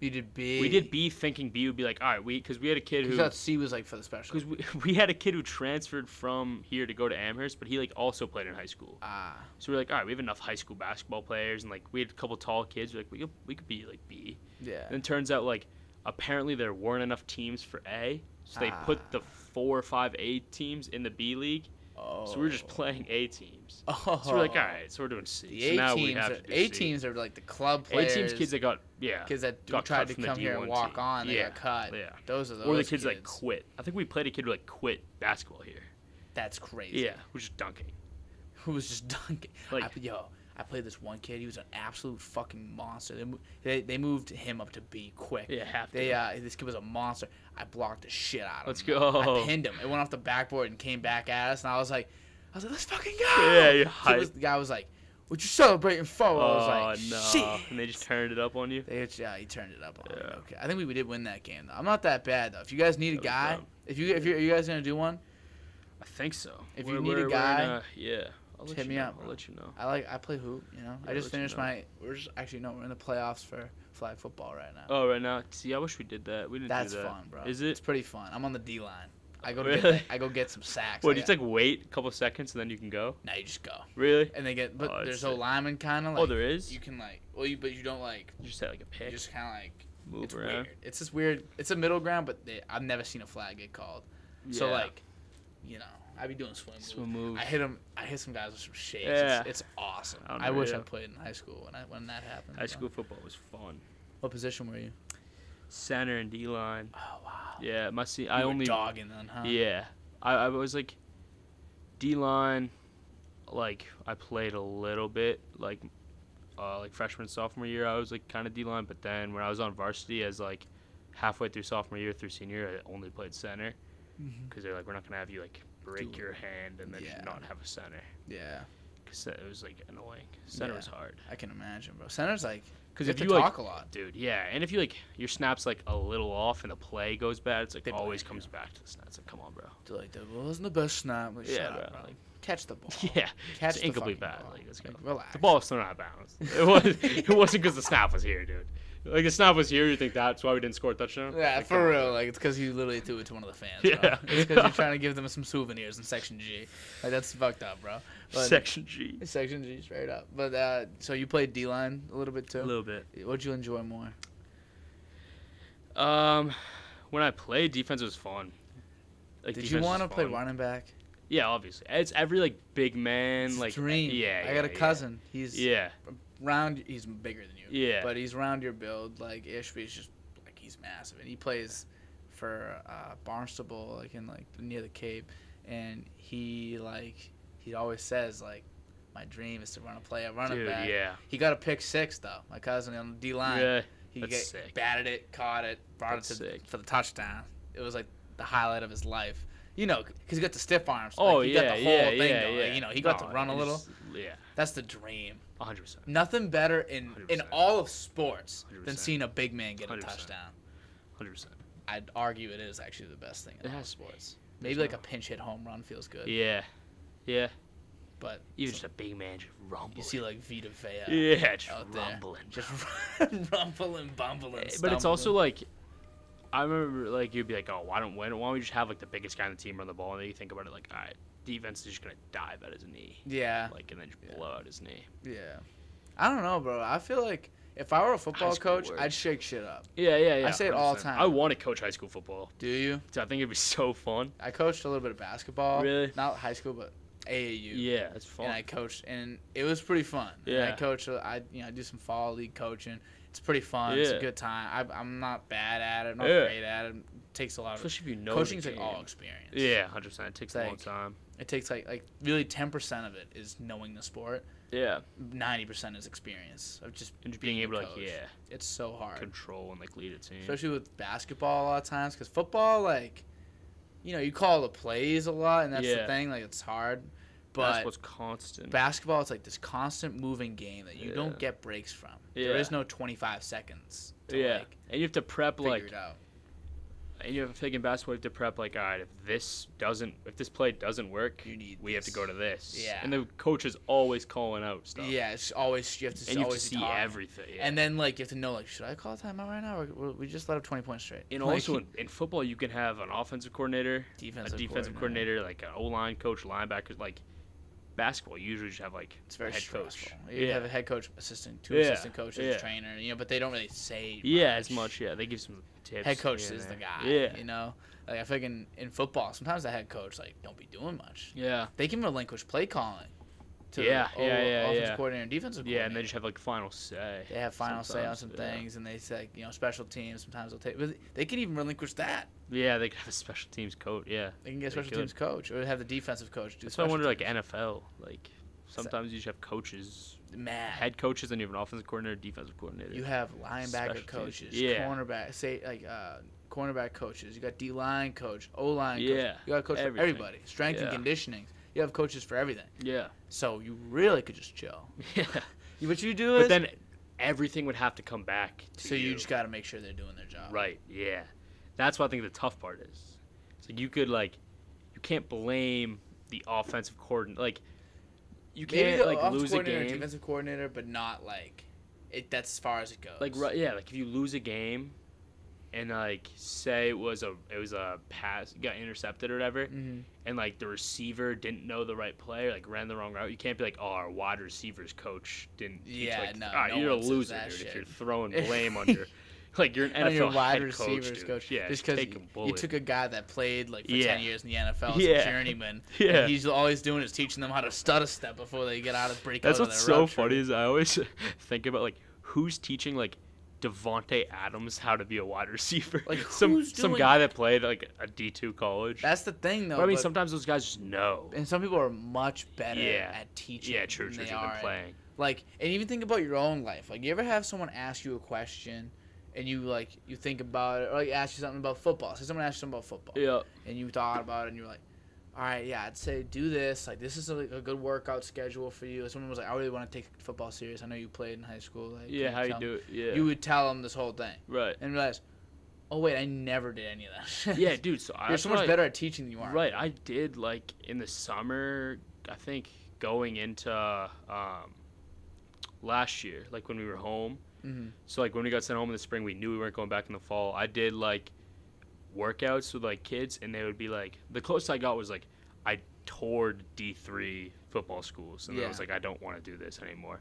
You did B. We did B thinking B would be like all right we because we had a kid Because who thought C was like for the special. because we, *laughs* we had a kid who transferred from here to go to Amherst but he like also played in high school Ah, so we are like all right we have enough high school basketball players and like we had a couple tall kids we're like we could we could be like B yeah. then turns out like apparently there weren't enough teams for A so they put Ah. the four or five A teams in the B league Oh. so we were just playing A teams. Oh. So we're like, all right, so we're doing C. The so A now we teams. have Are, to do A C. teams are like the club A players. teams kids that got yeah. kids that got tried cut to from the come here and D1 walk team. on. They yeah. got cut. Yeah. Those are those. Or the kids, that kids. quit. I think we played a kid who like quit basketball here. That's crazy. Yeah, which is dunking. who was just *laughs* dunking. Like- I, yo, I played this one kid. He was an absolute fucking monster. They mo- they, they moved him up to B quick. Yeah, have to. They uh, this kid was a monster. I blocked the shit out of Let's him. go. I pinned him. It went off the backboard and came back at us, and I was like, I was like, let's fucking go. Yeah, you're Kid was- hyped. The guy was like, what you celebrating for? Oh, uh, I was no! like, And shit. they just turned it up on you. They, yeah, he turned it up. on me. Yeah. Okay, I think we, we did win that game though. I'm not that bad though. If you guys need a That was guy, dumb. if you if you are you guys gonna do one, I think so. If you need a in guy, yeah, I'll let hit you me know. up, I'll bro. let you know. I like I play hoop. You know, Yeah, I just let you finished know. my. We're just actually no, we're in the playoffs for flag football right now. Oh, right now, see, I wish we did that. We didn't That's do that. fun, bro. Is It's it? pretty fun. I'm on the D line. I go to get Really? the- I go get some sacks. What? I You got- just like wait a couple seconds and then you can go. Now you just go, Really? and they get. But Oh, there's that's no sick. lineman kind of. Like, oh, there is. You You can like. Well, you but you don't like. just had like a You pick. just kind of like. move it's around. weird. It's just weird. It's a middle ground, but they, I've never seen a flag get called. So Yeah. like, you know, I be doing swim, Swim moves. moves. I hit them. I hit some guys with some shakes. Yeah. It's, it's awesome. I Unreal. wish I played in high school when I when that happened. High bro. school football was fun. What position were you? Center and D line. Oh wow. Yeah, my se- You I were only dogging then, huh? yeah. I, I was like D line. Like I played a little bit, like uh, like freshman sophomore year. I was like kind of D line, but then when I was on varsity, as like halfway through sophomore year through senior, year, I only played center Mhm. because they're like we're not gonna have you like break Do- your hand and then Yeah. not have a center Yeah, because it was like annoying. Center Yeah. was hard I can imagine, bro. Center's like because you if have you to like talk a lot. Dude, yeah, and if you like your snaps like a little off and the play goes bad, it's like They always blame comes back to the snaps. Like, come on, bro. They're like, that wasn't the best snap. Like, yeah, shut up, bro. Like, Catch the ball. *laughs* yeah, Catch it's the incomplete fucking bad. ball. Like, let's go. relax. the ball's still *laughs* not out of bounds. It was. it wasn't because the snap was here, dude. Like the snap was here. You think that's why we didn't score a touchdown? Yeah, Like, come for on, real. bro. Like it's because you literally threw it to one of the fans. Yeah. bro. it's *laughs* because you're trying to give them some souvenirs in Section G. Like that's fucked up, bro. But, Section G. Section G, straight up. But uh, so you played D line a little bit too. A little bit. What'd you enjoy more? Um, when I played defense, it was fun. Like, Did you defense was want to play fun. running back? Yeah, obviously. It's every like big man, It's a like dream. yeah. I got a yeah, yeah. cousin. He's Yeah, round. He's bigger than you. Yeah. But he's round your build, like ish. But he's just like he's massive, and he plays for uh, Barnstable, like in like near the Cape, and he like he always says like, my dream is to run a play a running dude. back. Yeah, He got a pick six though. My cousin on the D line. yeah. He That's get, sick. batted it, caught it, brought That's it to, sick. for the touchdown. It was like the highlight of his life. You know, because he got the stiff arms. Oh like, he yeah, got the whole yeah, thing yeah, going. yeah. Oh, Like, you know, he got No, to run a it's- little. Yeah, That's the dream. 100. percent Nothing better in in 100%. all of sports than 100%. seeing a big man get a 100%. touchdown. 100. percent I'd argue it is actually the best thing in It all of has to be. sports. Maybe There's like no- a pinch hit home run feels good, Yeah, yeah. but Even just a big man just rumbling. you see like Vita Vea yeah, just out there rumbling. just *laughs* rumbling, bumbling. Eh, but it's stumbling. also like, I remember like you'd be like, oh, why don't why don't we just have like the biggest guy on the team run the ball? And then you think about it like, all right, defense is just gonna dive at his knee, yeah, like, and then just Yeah. blow out his knee. yeah. I don't know, bro. I feel like if I were a football school coach, works. I'd shake shit up. Yeah, yeah, yeah. say it all the 100%. time. I want to coach high school football. Do you? So I think it'd be so fun. I coached a little bit of basketball. Really? Not high school, but AAU. Yeah, it's fun. and I coached, and it was pretty fun. And I Yeah. coached. uh, I you know I do some fall league coaching, It's pretty fun. It's a Yeah. good time. I, I'm not bad at it. I'm not Yeah. great at it. It takes a lot of Especially if you know the coaching's like game. all experience. Yeah, hundred percent. It takes a long Like- time. It takes like like really 10% of it is knowing the sport. Yeah, 90% is experience of just and just being, able a to like coach. yeah it's so hard. control and like lead a team. especially with basketball a lot of times because football like you know you call the plays a lot and that's Yeah. the thing like it's hard that's but what's constant. basketball it's like this constant moving game that you Yeah. don't get breaks from Yeah. there is no 25 seconds to yeah, like and you have to prep figure like it out and you have taken basketball, you have to prep like, all right, if this doesn't, if this play doesn't work, You need we have to this. go to this. Yeah. And the coach is always calling out stuff. yeah it's always you have to it's And you have to always see talk. everything. Yeah. and then like you have to know like should I call a timeout right now or or we just let up 20 points straight and *laughs* Like, also in, in football, you can have an offensive coordinator, defensive, a defensive coordinator, like an O line coach, linebackers. Like basketball, you usually just have like it's very a head stressful. coach. You yeah. have a head coach, assistant, two Yeah. assistant coaches, Yeah. trainer, you know, but they don't really say yeah, as much. Yeah, they give some tips. head coach here and is the there. guy. Yeah. You know, like I think in, in football, sometimes the head coach like don't be doing much. Yeah. They can relinquish play calling. Yeah, the o- yeah, yeah, Offensive yeah. coordinator and defensive Yeah, and coordinator. they just have like final say. they have final say on some sometimes, yeah. things, and they say you know special teams. Sometimes they'll take. But they can even relinquish that. Yeah, they could have a special teams coach. Yeah. They can get a They special could. teams coach or have the defensive coach do. That's why I special wonder, like teams. NFL, like sometimes you just have coaches, mad. head coaches, and you have an offensive coordinator, defensive coordinator. You have Special linebacker teams. coaches, Yeah. cornerback, say like uh, cornerback coaches. You got D line coach, O line Yeah, coach. You got a coach everything. for everybody. Strength and Yeah. conditioning. You have coaches for everything. yeah, So you really could just chill. *laughs* yeah. You- What you do is But then everything would have to come back. To so you just got to make sure they're doing their job. right. Yeah, that's what I think the tough part is. So you could like, you can't blame the offensive coordinator. Like, you Maybe can't the like offensive lose a coordinator, game. defensive coordinator, but not like it. That's as far as it goes. like right, yeah like if you lose a game and like say it was a it was a pass got intercepted or whatever Mhm. and like the receiver didn't know the right player like ran the wrong route you can't be like oh our wide receivers coach didn't teach," Yeah, like, no, "Ah, no you're a one says loser that dude if shit." you're *laughs* throwing blame on your like you're an NFL And your wide head receivers coach, coach, dude. yeah just because because you took a guy that played like for Yeah. ten years in the NFL as Yeah. a *laughs* journeyman, Yeah. and he's all he's doing is teaching them how to stutter step before they get out of break. that's out of what's their so route tree. funny is I always *laughs* think about like who's teaching like Devonte Adams how to be a wide receiver Like, *laughs* some who's some doing- guy that played like a D two college That's the thing though. But I mean, but- sometimes those guys just know. and some people are much better Yeah. at teaching. Yeah, true, than true, they true. are eh, Than at playing. like and even think about your own life like you ever have someone ask you a question and you like you think about it or like ask you something about football say someone asked you something about football Yeah, and you thought about it and you were like all right yeah i'd say do this like this is a, a good workout schedule for you someone was like i really want to take football serious i know you played in high school like yeah. can How you tell me?" do it? Yeah, you would tell them this whole thing *laughs* right. and realize oh wait i never did any of that *laughs* shit." Yeah, dude. So I you're so that's much what I- better at teaching than you are Right, I did like in the summer. I think going into um, last year, like when we were home. *laughs* Mhm. So like when we got sent home in the spring, we knew we weren't going back in the fall. I did like workouts with like kids, and they would be like the closest I got was like I toured D three football schools, and I was Yeah. like I don't want to do this anymore.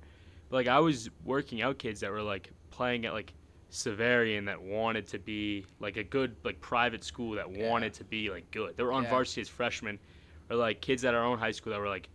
But like I was working out kids that were like playing at like Severian that wanted to be like a good like private school that Yeah. wanted to be like good. They were on Yeah. varsity as freshmen, or like kids at our own high school that were like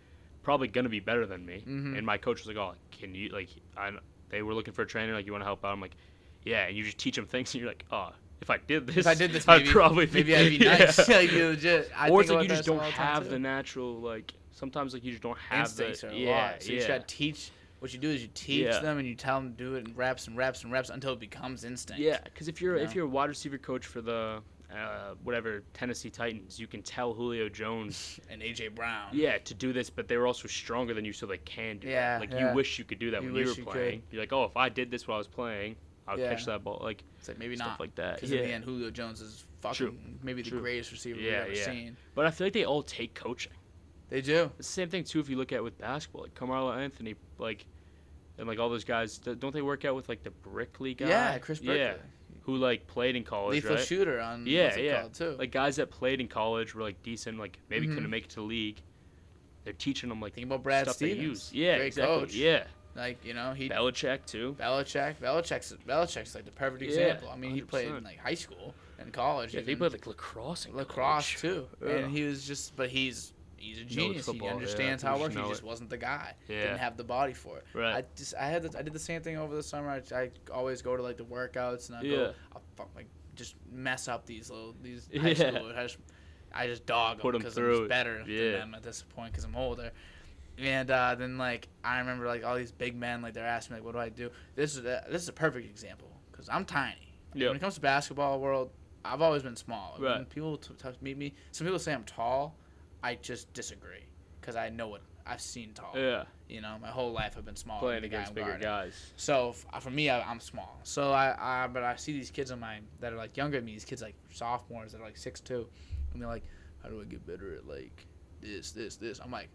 probably gonna be better than me. Mhm. And my coach was like, "Oh, can you like?" I they were looking for a trainer. Like, you want to help out? I'm like, "Yeah." And you just teach them things, *laughs* and you're like, "Oh, if I did this, if i did this I'd maybe, probably be, maybe i'd be *laughs* Yeah. nice *laughs* like you legit I think or it's like about you that just some don't all the time, have too. the natural like. Sometimes like you just don't have instincts the are a yeah lot. So you yeah just gotta teach. What you do is you teach Yeah. them and you tell them to do it in reps and reps and reps until it becomes instinct. yeah. Because if you're you if know? you're a wide receiver coach for the uh, whatever Tennessee Titans, you can tell Julio Jones And AJ Brown. yeah to do this but they were also stronger than you so they can do Yeah, that. like yeah. you wish you could do that You when you were wish you could. playing you're like oh if i did this while i was playing i would Yeah. catch that ball like It's like maybe stuff not. like that Because Uh, yeah in the end, Julio Jones is fucking maybe the True. greatest receiver Yeah, we've ever yeah. seen. but i feel like they all take coaching They do. it's the same thing too if you look at with basketball like Carmelo anthony like and like all those guys th- don't they work out with like the brickley guy Yeah, Chris Berkeley. yeah who like played in college Lethal right? shooter on Yeah, what's it yeah. called, too. like guys that played in college were like decent like maybe Mhm. couldn't make it to the league they're teaching them like Think about Brad stuff they Stevens. use yeah Great exactly coach. yeah Like, you know, he Belichick too Belichick. Belichick's Belichick's like the perfect Yeah, example. I mean, he played in 100%. like high school and college. Yeah, they even. played like lacrosse. in lacrosse college. too, Yeah. and he was just. But he's he's a knows genius. football, he yeah, understands he how it just works. He know just it. wasn't the guy. Yeah. Didn't have the body for it. Right. I just I had the, I did the same thing over the summer. I, I always go to like the workouts and I Yeah. go I'll fuck like just mess up these little *laughs* these high Yeah. school. I just I just dog Put them 'em because I'm through just it. better Yeah. than them at this point because I'm older. And uh, then like I remember like all these big men like they're asking me like what do I do? This is a, this is a perfect example because I'm tiny. Yeah. When it comes to basketball world, I've always been small. When Right. people t- t- meet me, some people say I'm tall. I just disagree because I know it. I've seen tall. yeah. You know, my whole life I've been small. Playing against bigger guys. guys. So f- uh, for me, I, I'm small. So I, I, but I see these kids on my that are like younger than me. These kids like sophomores that are like six two, and they're like, "How do I get better at like this, this, this?" I'm like,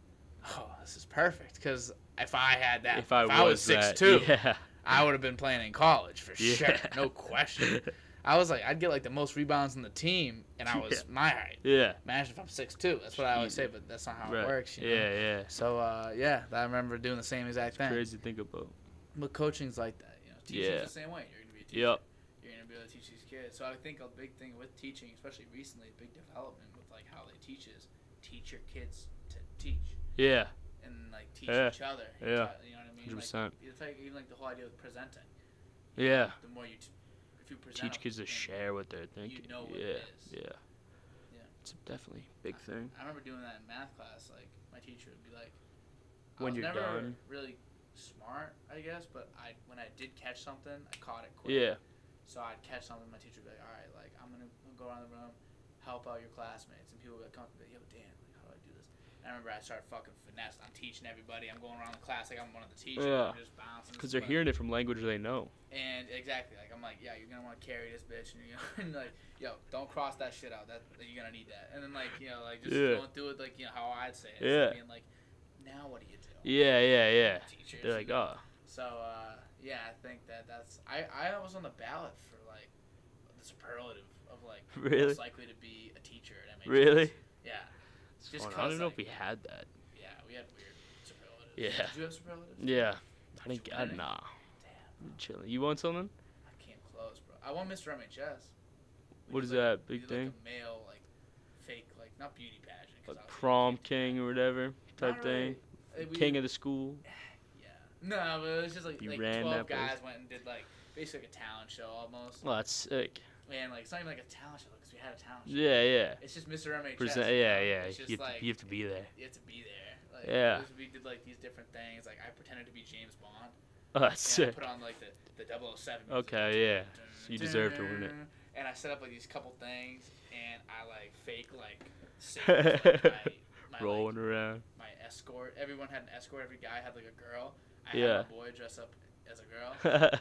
"Oh, this is perfect." Because if I had that, If I, was, six that, *laughs* two, yeah. I would have been playing in college for Yeah. sure, no question. I was like, I'd get like the most rebounds on the team, and *laughs* I was my height. yeah. Imagine if I'm six two. That's what I always say, but that's not how Right. it works. You know? *laughs* Yeah, yeah. It's So uh, yeah, I remember doing the same exact thing. crazy to think about. But coaching's like that, you know. Teaching's Yeah. the same way. You're gonna be a teacher. Yep. You're gonna be able to teach these kids. So I think a big thing with teaching, especially recently, a big development with like how they teach is teach your kids to teach Yeah. and like teach Yeah. each other. Yeah. You know what I mean? 100%. Like, it's like even like the whole idea with presenting. Yeah. The more you, t- if you present, a Teach kids to thing- share what they're thinking. know what yeah. it is. Yeah. Yeah. It's definitely a big thing. I remember doing that in math class. Like my teacher would be like, I When was you're never done. really smart, I guess, but I when I did catch something, I caught it quick. Yeah. So I'd catch something. My teacher would be like, "All right, like I'm gonna go around the room, help out your classmates." And people would come up and be like, "Yo, Dan, like how do I do this?" And I remember I started fucking finesse. I'm teaching everybody. I'm going around the class like I'm one of the teachers. Yeah. I'm just bouncing. Because they're but- hearing it from language they know. And exactly, like I'm like, "Yeah, you're gonna want to carry this bitch," and you're gonna, *laughs* and like, "Yo, don't cross that shit out. That you're gonna need that." And then like you know, like just Yeah. going through it like you know how I'd say it. instead of Yeah. Being like, "Now what do you do?" Yeah, yeah, yeah. Teachers. They're like, oh, *laughs* So uh, yeah, I think that that's I I was on the ballot for like the superlative of like Really? most likely to be a teacher at MHS. really? Yeah, It's Just fun. I don't 'cause, know like- if we had that. yeah, we had weird superlatives. Yeah. Did you have superlatives? Yeah. I Did think, you I, win it? nah. Damn, I'm chilling. You want something? I came close, bro. I won Mr. MHS. We What did, is like, a- that, we big did, like, thing? a male like fake like not beauty pageant. 'cause I Like was a prom kid. king or whatever Not type really. thing? Uh, we- King of the school? Yeah. No, but it was just like, You like ran twelve that place? guys went and did like basically like a talent show almost, Well, Oh, that's sick. and like it's not even like a talent show because we had a talent show. Yeah, yeah. It's just Mr. MHS. Present, you yeah, know? yeah. It's just You have, like to, you have to be there. you have to be there. Like, Yeah. it was- We did like these different things. Like I pretended to be James Bond. Oh, that's And I sick. put on like the the 007. music. Okay, yeah. So you deserve to win it. And I set up like these couple things, and I like fake like *laughs* saved, like, my, my, Rolling like, around. *laughs* *laughs* my escort. Everyone had an escort. Every guy had like a girl. I Yeah. had a boy dress up as a *laughs*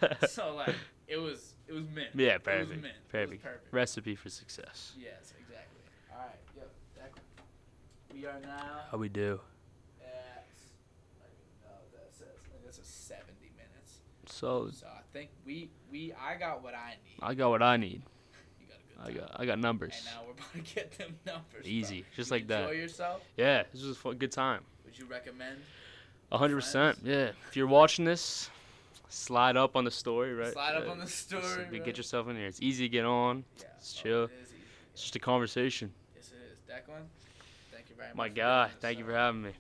girl. so like it was it was mint. yeah, It was perfect. mint. It was Perfect. perfect. Recipe for success. Yes, exactly. All right. Yep. That, we are now. How we do? at I don't even know what that says. I think that's a seventy minutes. Solid. So I think we we I got what I need. I got what I need. You got a good I time. got I got numbers. And now we're about to get them *laughs* numbers. bro. Easy, just You like that. Enjoy yourself. Yeah, this was a fun, good time. Would you recommend? A hundred percent. Yeah. If you're watching this, slide up on the story, right? Slide up Yeah. on the story. Just, uh, bro. Get yourself in here. It's easy to get on. Yeah, it's oh, chill. It is easy. It's just a conversation. Yes, it is. Declan, thank you very much. My for doing guy, this, thank you uh, for having me.